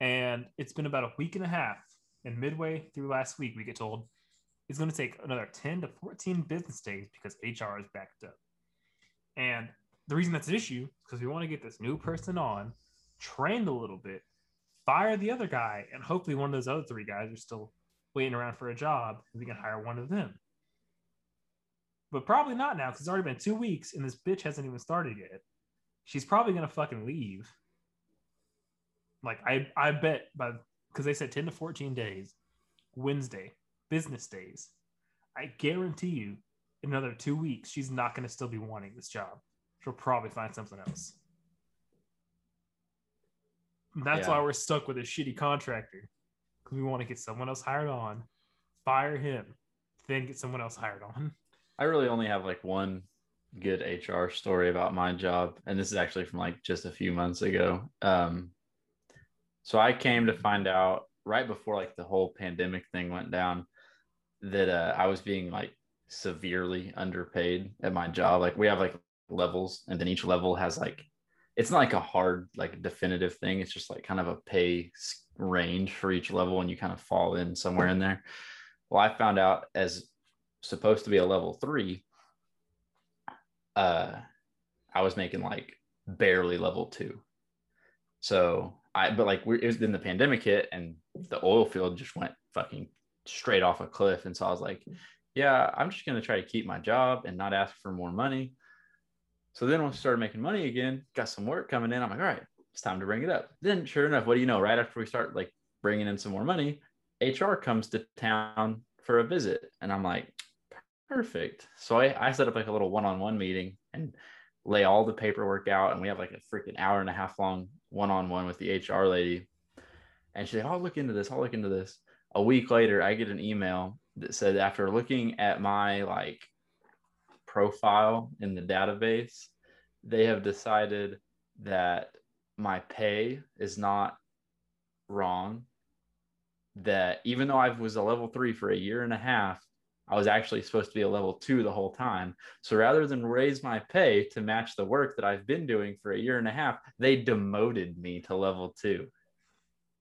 Speaker 2: And it's been about a week and a half. And midway through last week, we get told it's going to take another 10 to 14 business days because HR is backed up. And the reason that's an issue is because we want to get this new person on, trained a little bit, fire the other guy, and hopefully one of those other three guys are still waiting around for a job and we can hire one of them. But probably not now because it's already been two weeks and this bitch hasn't even started yet. She's probably gonna fucking leave. Like I, I bet by because they said ten to fourteen days, Wednesday business days. I guarantee you, in another two weeks, she's not gonna still be wanting this job. She'll probably find something else. And that's
Speaker 3: Yeah.
Speaker 2: why we're stuck with a shitty contractor because we want to get someone else hired on, fire him, then get someone else hired on.
Speaker 3: I really only have like one good HR story about my job, and this is actually from like just a few months ago. Um, so I came to find out right before like the whole pandemic thing went down that uh, I was being like severely underpaid at my job. Like we have like levels, and then each level has like it's not like a hard like definitive thing. It's just like kind of a pay s- range for each level, and you kind of fall in somewhere in there. Well, I found out as supposed to be a level three, uh, I was making like barely level two. So I, but like we it was then the pandemic hit and the oil field just went fucking straight off a cliff. And so I was like, yeah, I'm just gonna try to keep my job and not ask for more money. So then when we started making money again, got some work coming in. I'm like, all right, it's time to bring it up. Then sure enough, what do you know? Right after we start like bringing in some more money, HR comes to town for a visit. And I'm like, perfect. So I, I set up like a little one-on-one meeting and lay all the paperwork out. And we have like a freaking hour and a half long one-on-one with the HR lady. And she's like, I'll look into this. I'll look into this. A week later, I get an email that said after looking at my like profile in the database, they have decided that my pay is not wrong. That even though I was a level three for a year and a half, I was actually supposed to be a level two the whole time. So rather than raise my pay to match the work that I've been doing for a year and a half, they demoted me to level two.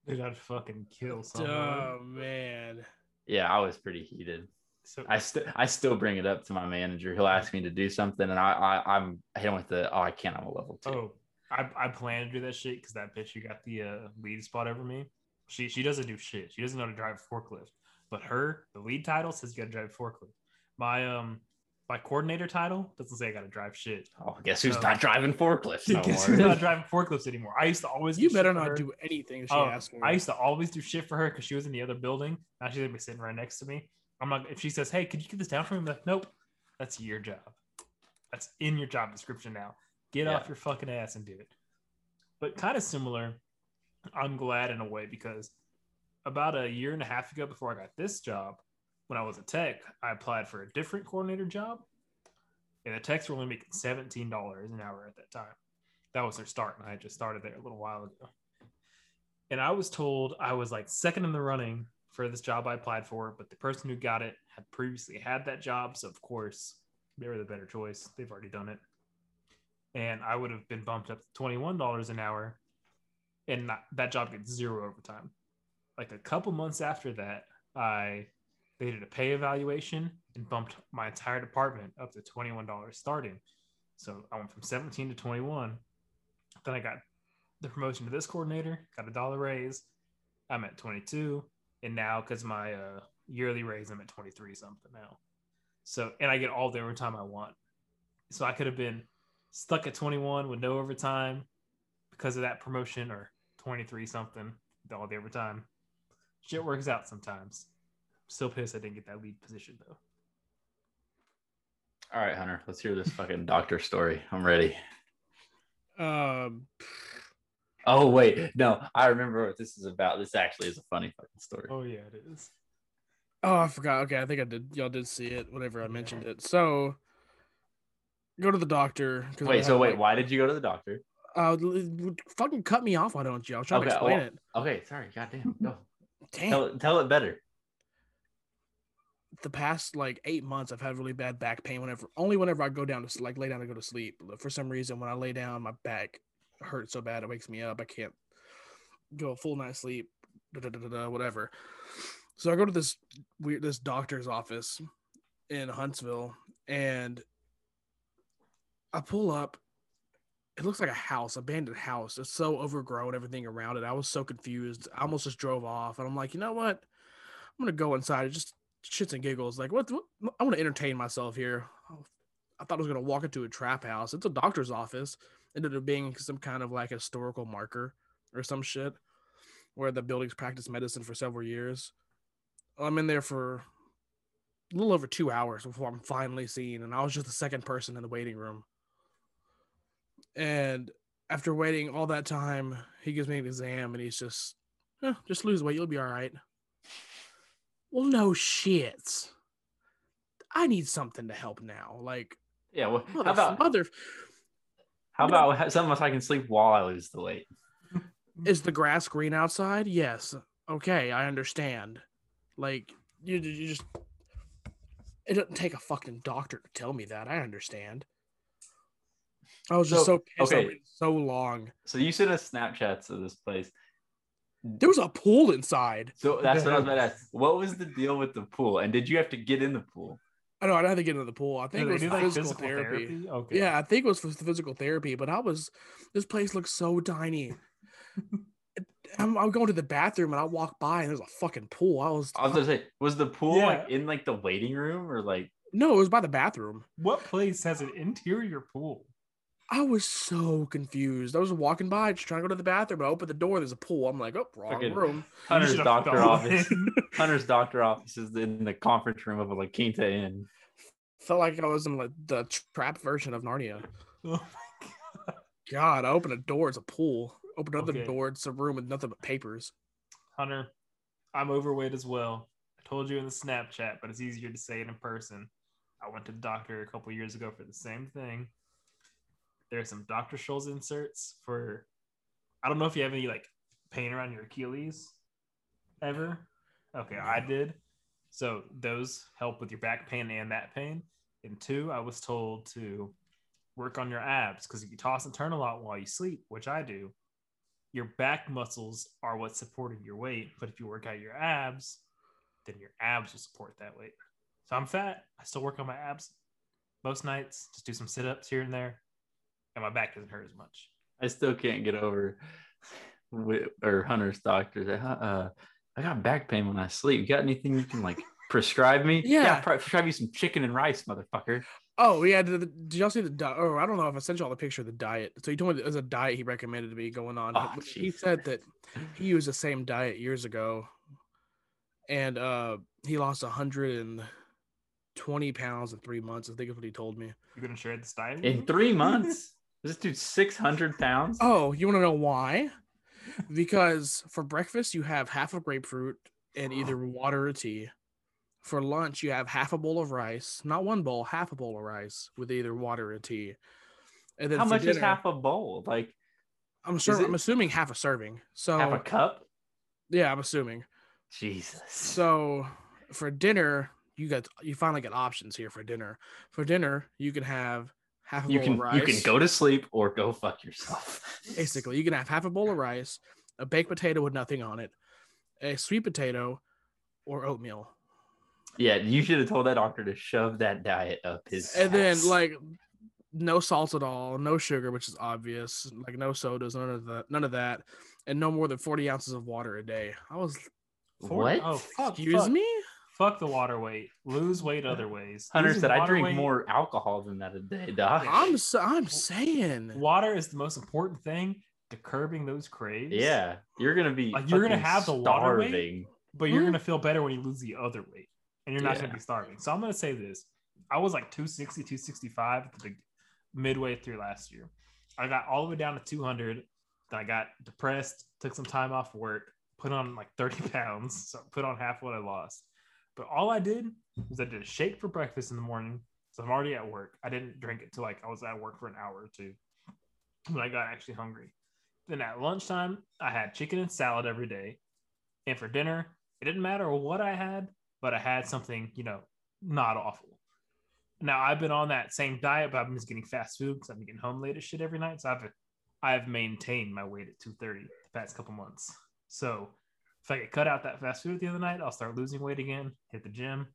Speaker 2: Dude, I'd fucking kill someone.
Speaker 1: Oh man.
Speaker 3: Yeah, I was pretty heated.
Speaker 2: So
Speaker 3: I still I still bring it up to my manager. He'll ask me to do something, and I, I I'm hit him with the oh I can't. I'm a level two.
Speaker 2: oh, I, I plan to do that shit because that bitch who got the uh, lead spot over me, she she doesn't do shit. She doesn't know how to drive a forklift. But her the lead title says you got to drive a forklift. My um my coordinator title doesn't say I got to drive shit.
Speaker 3: Oh, guess who's
Speaker 2: Oh.
Speaker 3: not
Speaker 2: <laughs>
Speaker 3: driving forklifts no
Speaker 2: Guess
Speaker 3: more?
Speaker 2: who's not driving forklifts anymore? I used to always
Speaker 1: You
Speaker 2: get
Speaker 1: better
Speaker 2: shit for
Speaker 1: not
Speaker 2: her.
Speaker 1: do anything she
Speaker 2: Oh,
Speaker 1: asks me.
Speaker 2: I used to always do shit for her because she was in the other building. Now she's gonna be sitting right next to me. I'm like, if she says, "Hey, could you get this down for me?" I'm like, "Nope, that's your job. That's in your job description now. Get
Speaker 3: Yeah.
Speaker 2: off your fucking ass and do it." But kind of similar. I'm glad in a way because about a year and a half ago, before I got this job, when I was a tech, I applied for a different coordinator job, and the techs were only making seventeen dollars an hour at that time. That was their start, and I had just started there a little while ago and I was told I was like second in the running for this job I applied for, but the person who got it had previously had that job, so of course they were the better choice. They've already done it, and I would have been bumped up to twenty one dollars an hour, and not, that job gets zero overtime. Like a couple months after that, I they did a pay evaluation and bumped my entire department up to twenty one dollars starting. So I went from seventeen to twenty one. Then I got the promotion to this coordinator, got a dollar raise. I'm at 22, and now because my uh, yearly raise, I'm at 23 something now. So, and I get all the overtime I want. So I could have been stuck at 21 with no overtime, because of that promotion or 23 something all the every time. Shit works out sometimes. Still pissed I didn't get that lead position though.
Speaker 3: <laughs> All right, Hunter, let's hear this fucking doctor story. I'm ready.
Speaker 1: Um,
Speaker 3: Oh wait, no, I remember what this is about. This actually is a funny fucking story.
Speaker 2: Oh yeah, it is.
Speaker 1: oh, I forgot. Okay, I think I did. Y'all did see it. Whenever I mentioned it, so go to the doctor. 'cause I
Speaker 3: Wait,
Speaker 1: had,
Speaker 3: so wait,
Speaker 1: like,
Speaker 3: why did you go to the doctor?
Speaker 1: Uh, l- fucking cut me off. Why don't you? I'll try
Speaker 3: Okay,
Speaker 1: to explain
Speaker 3: well-
Speaker 1: it.
Speaker 3: Okay, sorry, goddamn. Go.
Speaker 1: Damn.
Speaker 3: Tell it, tell it better.
Speaker 1: the past like eight months I've had really bad back pain whenever only whenever I go down to s- like lay down to go to sleep. For some reason when I lay down my back hurts so bad it wakes me up. I can't go a full night's sleep, da, da, da, da, da, whatever. So I go to this weird this doctor's office in Huntsville and I pull up. It looks like a house, abandoned house. It's so overgrown, everything around it. I was so confused. I almost just drove off and I'm like, you know what? I'm gonna go inside and just shits and giggles. Like, what? what I want to entertain myself here. I thought I was gonna walk into a trap house. It's a doctor's office. Ended up being some kind of like historical marker or some shit, where the buildings practiced medicine for several years. I'm in there for a little over two hours before I'm finally seen, and I was just the second person in the waiting room. And after waiting all that time, he gives me an exam, and he's just, "Eh, just lose weight, you'll be all right. Well, no shit. I need something to help now. Like,
Speaker 3: Yeah. Well, how
Speaker 1: mother,
Speaker 3: about
Speaker 1: mother
Speaker 3: how about something so I can sleep while I lose the weight?
Speaker 1: is the grass green outside? Yes. Okay, I understand. Like, you, you just it doesn't take a fucking doctor to tell me that. I understand. I was just so,
Speaker 3: So,
Speaker 1: pissed. I
Speaker 3: okay.
Speaker 1: waited so long.
Speaker 3: So you sent us Snapchats of this place.
Speaker 1: There was a pool inside.
Speaker 3: So that's what I was about to ask. What was the deal with the pool? And did you have to get in the pool?
Speaker 1: I know I had to get into the pool. I think
Speaker 2: Do
Speaker 1: it was
Speaker 2: they do,
Speaker 1: for
Speaker 2: like,
Speaker 1: physical, therapy.
Speaker 2: Okay.
Speaker 1: Yeah, I think it was for physical therapy, but I was this place looks so tiny. I'm, I'm going to the bathroom and I walk by and there's a fucking pool. I was
Speaker 3: I was gonna say, was the pool like
Speaker 2: Yeah.
Speaker 3: in like the waiting room or like
Speaker 1: no, it was by the bathroom.
Speaker 2: What place has an interior pool?
Speaker 1: I was so confused. I was walking by just trying to go to the bathroom. I opened the door. There's a pool. I'm like, oh, wrong
Speaker 3: Fucking-
Speaker 1: room.
Speaker 3: Hunter's
Speaker 2: should've
Speaker 3: doctor
Speaker 2: gone <laughs>
Speaker 3: office?
Speaker 2: in.
Speaker 3: Hunter's doctor office is in the conference room of a La Quinta Inn.
Speaker 1: Felt like I was in like the trap version of Narnia.
Speaker 2: Oh,
Speaker 1: God, I opened a door. It's a pool. Opened another
Speaker 2: Okay.
Speaker 1: door. It's a room with nothing but papers.
Speaker 2: Hunter, I'm overweight as well. I told you in the Snapchat, but it's easier to say it in person. I went to the doctor a couple years ago for the same thing. There's some Dr. Scholl's inserts for I don't know if you have any like pain around your Achilles ever. Okay, I did. So those help with your back pain and that pain. And two, I was told to work on your abs because if you toss and turn a lot while you sleep, which I do, your back muscles are what's supporting your weight. But if you work out your abs, then your abs will support that weight. So I'm fat. I still work on my abs most nights, just do some sit ups here and there. And my back doesn't hurt as much.
Speaker 3: I still can't get over wi- or Hunter's doctor. that, Uh, I got back pain when I sleep. You got anything you
Speaker 1: <laughs>
Speaker 3: can like prescribe me?
Speaker 1: Yeah.
Speaker 3: I'll pro- prescribe you some chicken and rice, motherfucker.
Speaker 1: Oh yeah, did, did y'all see the diet? Oh, I don't know if I sent y'all the picture of the diet. So he told me there's a diet he recommended to me going on.
Speaker 3: Oh,
Speaker 1: He- he
Speaker 3: Jesus.
Speaker 1: said that he used the same diet years ago, and uh, he lost 120 pounds in three months. I think is what he told me.
Speaker 2: You're gonna share this diet? with
Speaker 3: In
Speaker 2: me?
Speaker 1: <laughs>
Speaker 3: three months, this dude's six hundred pounds.
Speaker 1: Oh, you want to know why? Because for breakfast you have half a grapefruit
Speaker 3: <gasps>
Speaker 1: and either water or tea. For lunch you have half a bowl of rice, not one bowl, half a bowl of rice with either water or tea. And then
Speaker 3: How
Speaker 1: for
Speaker 3: much is
Speaker 1: dinner-
Speaker 3: half a bowl? Like
Speaker 1: I'm sure.
Speaker 3: it-
Speaker 1: I'm assuming half a serving. So
Speaker 3: half a cup?
Speaker 1: yeah, I'm assuming.
Speaker 3: Jesus.
Speaker 1: So for dinner, you got you finally get options here for dinner. For dinner, you can have half a
Speaker 3: you
Speaker 1: bowl
Speaker 3: can
Speaker 1: of rice.
Speaker 3: you can go to sleep or go fuck yourself.
Speaker 1: basically. You can have half a bowl of rice, a baked potato with nothing on it, a sweet potato, or oatmeal.
Speaker 3: <laughs> Yeah, you should have told that doctor to shove that diet up his.
Speaker 1: And then
Speaker 3: ass.
Speaker 1: like no salt at all, no sugar, which is obvious. Like no sodas, none of that, none of that, and no more than 40 ounces of water a day. I was
Speaker 2: Four-
Speaker 3: what?
Speaker 2: Oh, fuck,
Speaker 1: excuse
Speaker 2: fuck.
Speaker 1: me.
Speaker 2: Fuck the water weight. Lose weight other ways.
Speaker 3: Hunter
Speaker 2: Losing
Speaker 3: said, "I
Speaker 2: water
Speaker 3: drink
Speaker 2: weight-
Speaker 3: more alcohol than that a day, doc."
Speaker 1: I'm s- I'm saying.
Speaker 2: Water is the most important thing. to curbing those craves.
Speaker 3: Yeah, you're gonna be
Speaker 2: Like, you're gonna
Speaker 3: fucking
Speaker 2: have the water weight?
Speaker 3: starving.
Speaker 2: But you're
Speaker 1: Hmm.
Speaker 2: gonna feel better when you lose the other weight, and you're not
Speaker 3: Yeah.
Speaker 2: gonna be starving. So I'm gonna say this: I was like 260, 265 at the big, midway through last year. I got all the way down to 200. Then I got depressed, took some time off work, put on like <laughs> 30 pounds, so I put on half what I lost. But all I did was I did a shake for breakfast in the morning. So I'm already at work. I didn't drink it till like I was at work for an hour or two when I got actually hungry. Then at lunchtime, I had chicken and salad every day. And for dinner, it didn't matter what I had, but I had something, you know, not awful. Now I've been on that same diet, but I'm just getting fast food because I've been getting home late as shit every night. So I've I've maintained my weight at 230 the past couple months. So if I get cut out that fast food the other night, I'll start losing weight again, hit the gym.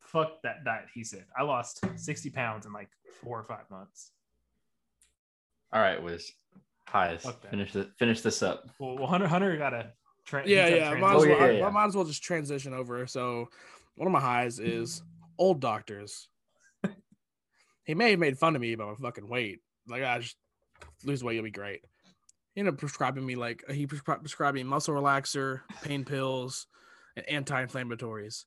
Speaker 2: Fuck that diet, he said. I lost 60 pounds in like four or five months.
Speaker 3: All right, Wiz. Highest.
Speaker 2: Fuck that.
Speaker 3: Finish the finish this up.
Speaker 2: Well, well, Hunter Hunter got a tra- he's
Speaker 1: yeah,
Speaker 2: got a
Speaker 1: yeah. Might
Speaker 2: transition.
Speaker 1: as,
Speaker 3: Oh,
Speaker 1: well,
Speaker 3: yeah,
Speaker 1: I,
Speaker 3: yeah.
Speaker 1: I might as well just transition over. So, one of my highs is old doctors. <laughs> he may have made fun of me about my fucking weight. Like, I just lose weight, you'll be great. He ended up prescribing me like he prescri- prescribed me muscle relaxer, pain pills, and anti-inflammatories.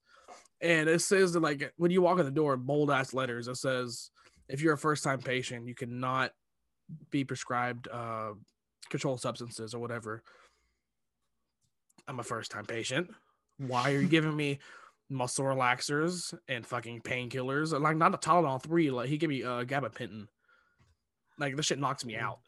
Speaker 1: And it says that like when you walk in the door, bold ass letters, it says if you're a first time patient, you cannot be prescribed uh, controlled substances or whatever. I'm a first time patient. Why are you giving me muscle relaxers and fucking painkillers? Like not a Tylenol three. Like he gave me uh, gabapentin. Like this shit knocks me out.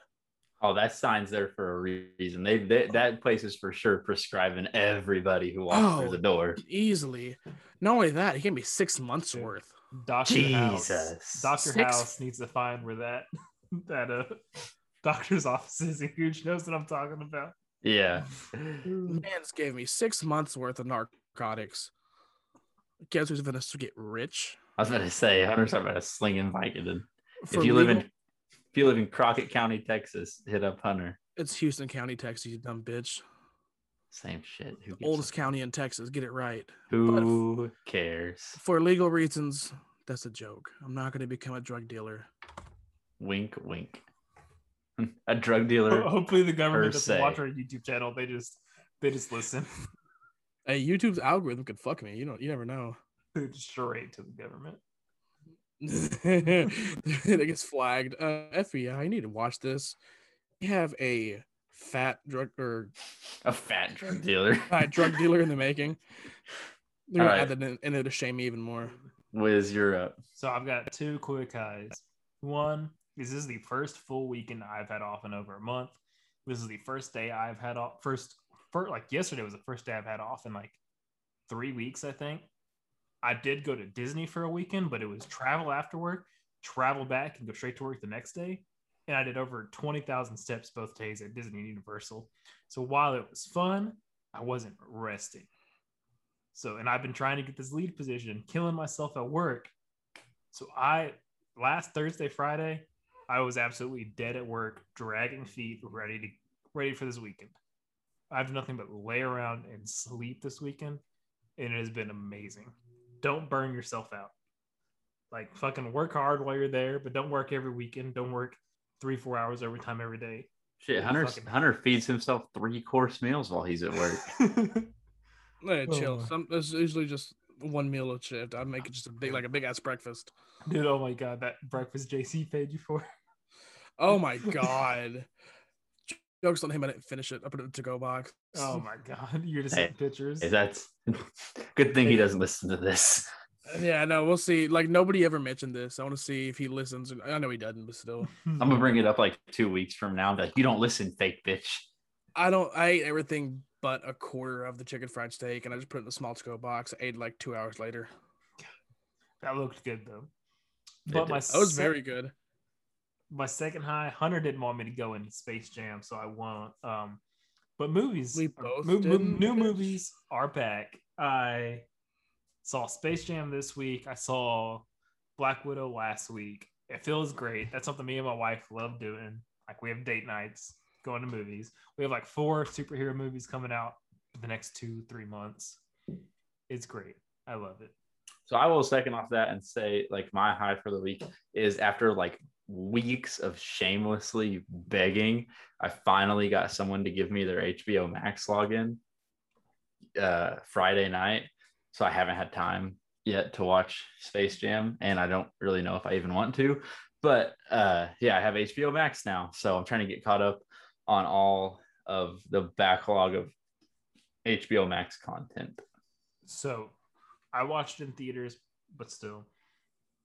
Speaker 3: Oh, that sign's there for a reason. They, they that place is for sure prescribing everybody who walks
Speaker 1: Oh.
Speaker 3: through the door.
Speaker 1: easily. Not only that, he gave me six months
Speaker 2: Dude.
Speaker 1: worth.
Speaker 2: Doctor House.
Speaker 3: Jesus.
Speaker 2: Doctor
Speaker 1: Six-
Speaker 2: House needs to find where that <laughs> that uh doctor's <laughs> office is. He huge knows what I'm talking about.
Speaker 3: Yeah.
Speaker 1: Man's gave me six months worth of narcotics. Guess who's gonna get rich?
Speaker 3: I was about to say, Hunter's talking about a slinging Vicodin.
Speaker 1: For
Speaker 3: if you live in,
Speaker 1: legal-
Speaker 3: if you live in Crockett County, Texas, hit up Hunter.
Speaker 1: it's Houston County, Texas, you dumb bitch.
Speaker 3: Same shit. Who gives a-
Speaker 1: Oldest county in Texas. Get it right.
Speaker 3: Who cares?
Speaker 1: For legal reasons, that's a joke. I'm not gonna become a drug dealer.
Speaker 3: Wink, wink. <laughs> a drug dealer.
Speaker 2: Hopefully the government
Speaker 3: per
Speaker 2: doesn't
Speaker 3: se.
Speaker 2: watch our YouTube channel. They just they just listen. <laughs>
Speaker 1: Hey, YouTube's algorithm could fuck me. You don't you never know. <laughs>
Speaker 2: They're just straight to the government.
Speaker 1: it gets flagged. Uh FBI, you need to watch this. You have a fat drug or
Speaker 3: A fat drug dealer.
Speaker 1: by drug dealer in the making. They're
Speaker 3: All
Speaker 1: gonna
Speaker 3: right.
Speaker 1: add that in, and it'll shame me even more.
Speaker 3: <laughs> Wiz, you're up.
Speaker 2: So I've got two quick highs. One, this is the first full weekend I've had off in over a month. This is the first day I've had off. First, first like yesterday was the first day I've had off in like three weeks, I think. I did go to Disney for a weekend, but it was travel after work, travel back, and go straight to work the next day. And I did over 20,000 steps both days at Disney and Universal. So while it was fun, I wasn't resting. So, and I've been trying to get this lead position, killing myself at work. So I last Thursday, Friday, I was absolutely dead at work, dragging feet, ready to ready for this weekend. I've done nothing but lay around and sleep this weekend, and it has been amazing. Don't burn yourself out. Like fucking work hard while you're there, but don't work every weekend. Don't work three, four hours overtime every day.
Speaker 3: Shit, Hunter
Speaker 2: fucking-
Speaker 3: Hunter feeds himself three course meals while he's at
Speaker 2: <laughs>
Speaker 3: work.
Speaker 1: Hey,
Speaker 2: Oh
Speaker 1: chill.
Speaker 2: my.
Speaker 1: Some it's usually just one meal a shift. I make it just a big like a big ass breakfast.
Speaker 2: Dude, oh my god, that breakfast JC paid you for. <laughs>
Speaker 1: Oh my god. Jokes on him. I didn't finish it. I put it in a to go box.
Speaker 2: Oh my god, you're just
Speaker 3: Hey,
Speaker 2: seeing pictures. <laughs>
Speaker 3: Hey, that's <laughs> good thing he doesn't listen to this.
Speaker 1: Yeah, no, we'll see. Like nobody ever mentioned this. I want to see if he listens. I know he doesn't, but still,
Speaker 3: I'm gonna bring it up like two weeks from now. and be like, you don't listen, fake bitch.
Speaker 1: I don't. I ate everything but a quarter of the chicken fried steak, and I just put it in the small to go box. I ate like two hours later.
Speaker 2: that looked good though.
Speaker 3: It
Speaker 2: But my
Speaker 3: did.
Speaker 1: That was
Speaker 2: sec-
Speaker 1: very good.
Speaker 2: my second high. Hunter didn't want me to go in Space Jam, so I won't. Um, but movies,
Speaker 1: We both
Speaker 2: mo- mo-
Speaker 1: didn't,
Speaker 2: new
Speaker 1: bitch.
Speaker 2: movies are back. I saw Space Jam this week. I saw Black Widow last week. It feels great. That's something me and my wife love doing. Like we have date nights, going to movies. We have like four superhero movies coming out for the next two, three months. It's great. I love it.
Speaker 3: So I will second off that and say like my high for the week is after like weeks of shamelessly begging, I finally got someone to give me their HBO Max login uh, Friday night. So I haven't had time yet to watch Space Jam, and I don't really know if I even want to. But uh, yeah, I have HBO Max now, so I'm trying to get caught up on all of the backlog of HBO Max content.
Speaker 2: So I watched it in theaters, but still,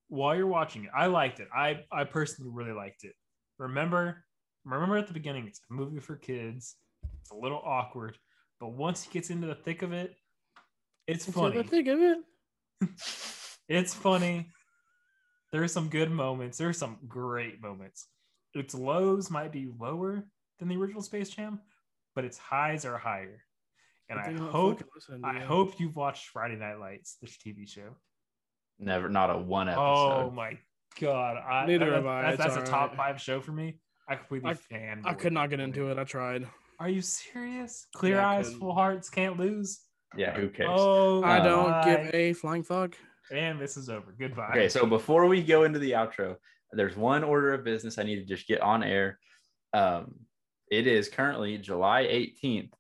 Speaker 2: while you're watching it, I liked it. I I personally really liked it. Remember, remember at the beginning, it's a movie for kids. It's a little awkward, but once he gets into the thick of it, it's
Speaker 1: I
Speaker 2: funny.
Speaker 1: think of it.
Speaker 2: <laughs> It's funny. There's some good moments. There's some great moments. Its lows might be lower than the original Space Jam, but its highs are higher. And I,
Speaker 1: think I'll
Speaker 2: hope
Speaker 1: fucking listen,
Speaker 2: I
Speaker 1: dude.
Speaker 2: hope you've watched Friday Night Lights, this TV show.
Speaker 3: Never, not a one
Speaker 2: Oh
Speaker 3: episode.
Speaker 2: my god! I,
Speaker 1: Neither
Speaker 2: that-
Speaker 1: have I.
Speaker 2: That's,
Speaker 1: It's
Speaker 2: that's a
Speaker 1: all
Speaker 2: top
Speaker 1: right.
Speaker 2: five show for me. I completely fan.
Speaker 1: I could not get into it. I tried.
Speaker 2: Are you serious? Clear
Speaker 1: I
Speaker 2: eyes,
Speaker 1: couldn't.
Speaker 2: full hearts, can't lose.
Speaker 3: yeah, who cares?
Speaker 2: Oh,
Speaker 1: I don't
Speaker 2: my.
Speaker 1: give a flying fuck.
Speaker 2: And this is over. Goodbye.
Speaker 3: Okay, so before we go into the outro, there's one order of business I need to just get on air. Um, it is currently July 18th.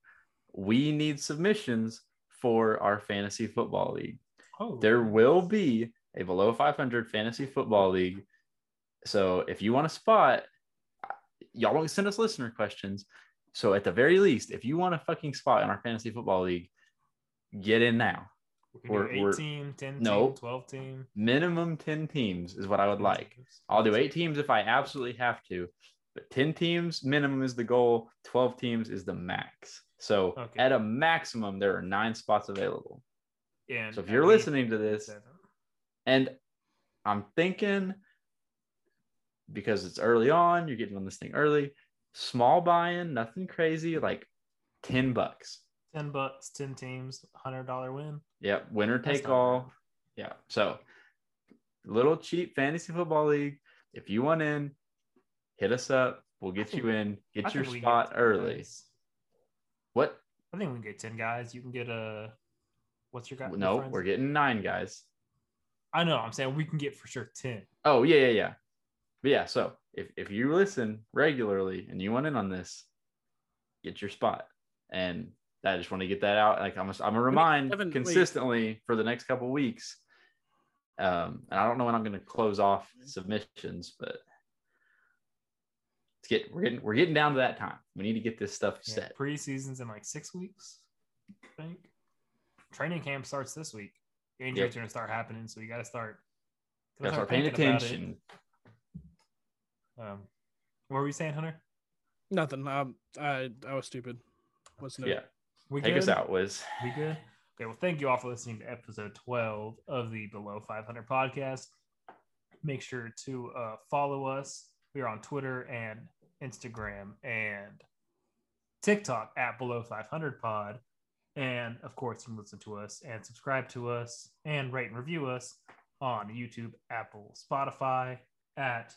Speaker 3: We need submissions for our fantasy football league.
Speaker 2: oh,
Speaker 3: There will be a below 500 fantasy football league. So if you want a spot, y'all don't send us listener questions. So at the very least, if you want a fucking spot in our fantasy football league, get in now.
Speaker 2: We're,
Speaker 3: We're- we're-
Speaker 2: 18, 10
Speaker 3: No.
Speaker 2: team, 12 team.
Speaker 3: Minimum 10 teams is what I would like. I'll do eight teams if I absolutely have to, but 10 teams minimum is the goal, 12 teams is the max. So
Speaker 2: Okay.
Speaker 3: at a maximum, there are nine spots available.
Speaker 2: And
Speaker 3: So if
Speaker 2: I
Speaker 3: you're
Speaker 2: need
Speaker 3: listening to this-
Speaker 2: seven.
Speaker 3: And I'm thinking because it's early on, you're getting on this thing early, small buy in, nothing crazy, like 10 bucks.
Speaker 2: 10 bucks, 10 teams, $100 win.
Speaker 3: Yep, winner
Speaker 2: That's
Speaker 3: take
Speaker 2: not
Speaker 3: all. Yeah, so little cheap fantasy football league. If you want in, hit us up. We'll get you in.
Speaker 2: I
Speaker 3: Get your
Speaker 2: think we can
Speaker 3: spot
Speaker 2: get 10
Speaker 3: early.
Speaker 2: guys.
Speaker 3: What?
Speaker 2: I think we can get 10 guys. You can get a. What's your guy? your
Speaker 3: No,
Speaker 2: friends?
Speaker 3: we're getting nine guys.
Speaker 2: I know. I'm saying we can get for sure 10.
Speaker 3: Oh, yeah, yeah, yeah. But yeah, so if, if you listen regularly and you want in on this, get your spot. And I just want to get that out. Like I'm i I'm a remind
Speaker 1: Evan, wait.
Speaker 3: consistently for the next couple weeks. Um, and I don't know when I'm gonna close off
Speaker 2: Mm-hmm.
Speaker 3: submissions, but it's get we're getting we're getting down to that time. We need to get this stuff
Speaker 2: Yeah,
Speaker 3: set.
Speaker 2: Preseason's in like six weeks, I think. Training camp starts this week. Injuries
Speaker 3: Yep.
Speaker 2: are gonna start happening, so you gotta start.
Speaker 3: We gotta start paying
Speaker 2: thinking about it.
Speaker 3: attention.
Speaker 2: Um, what were you saying, Hunter?
Speaker 1: Nothing. Um, I I was stupid. What's new?
Speaker 3: Yeah,
Speaker 2: We
Speaker 3: take us
Speaker 2: good?
Speaker 3: out, Wiz.
Speaker 2: We good? Okay, well, thank you all for listening to episode 12 of the Below 500 podcast. Make sure to uh, follow us. We are on Twitter and Instagram and TikTok at Below 500 Pod. And of course, you can listen to us and subscribe to us and rate and review us on YouTube, Apple, Spotify at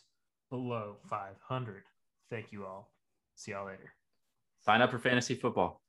Speaker 2: Below 500. Thank you all. See y'all later.
Speaker 3: Sign up for fantasy football.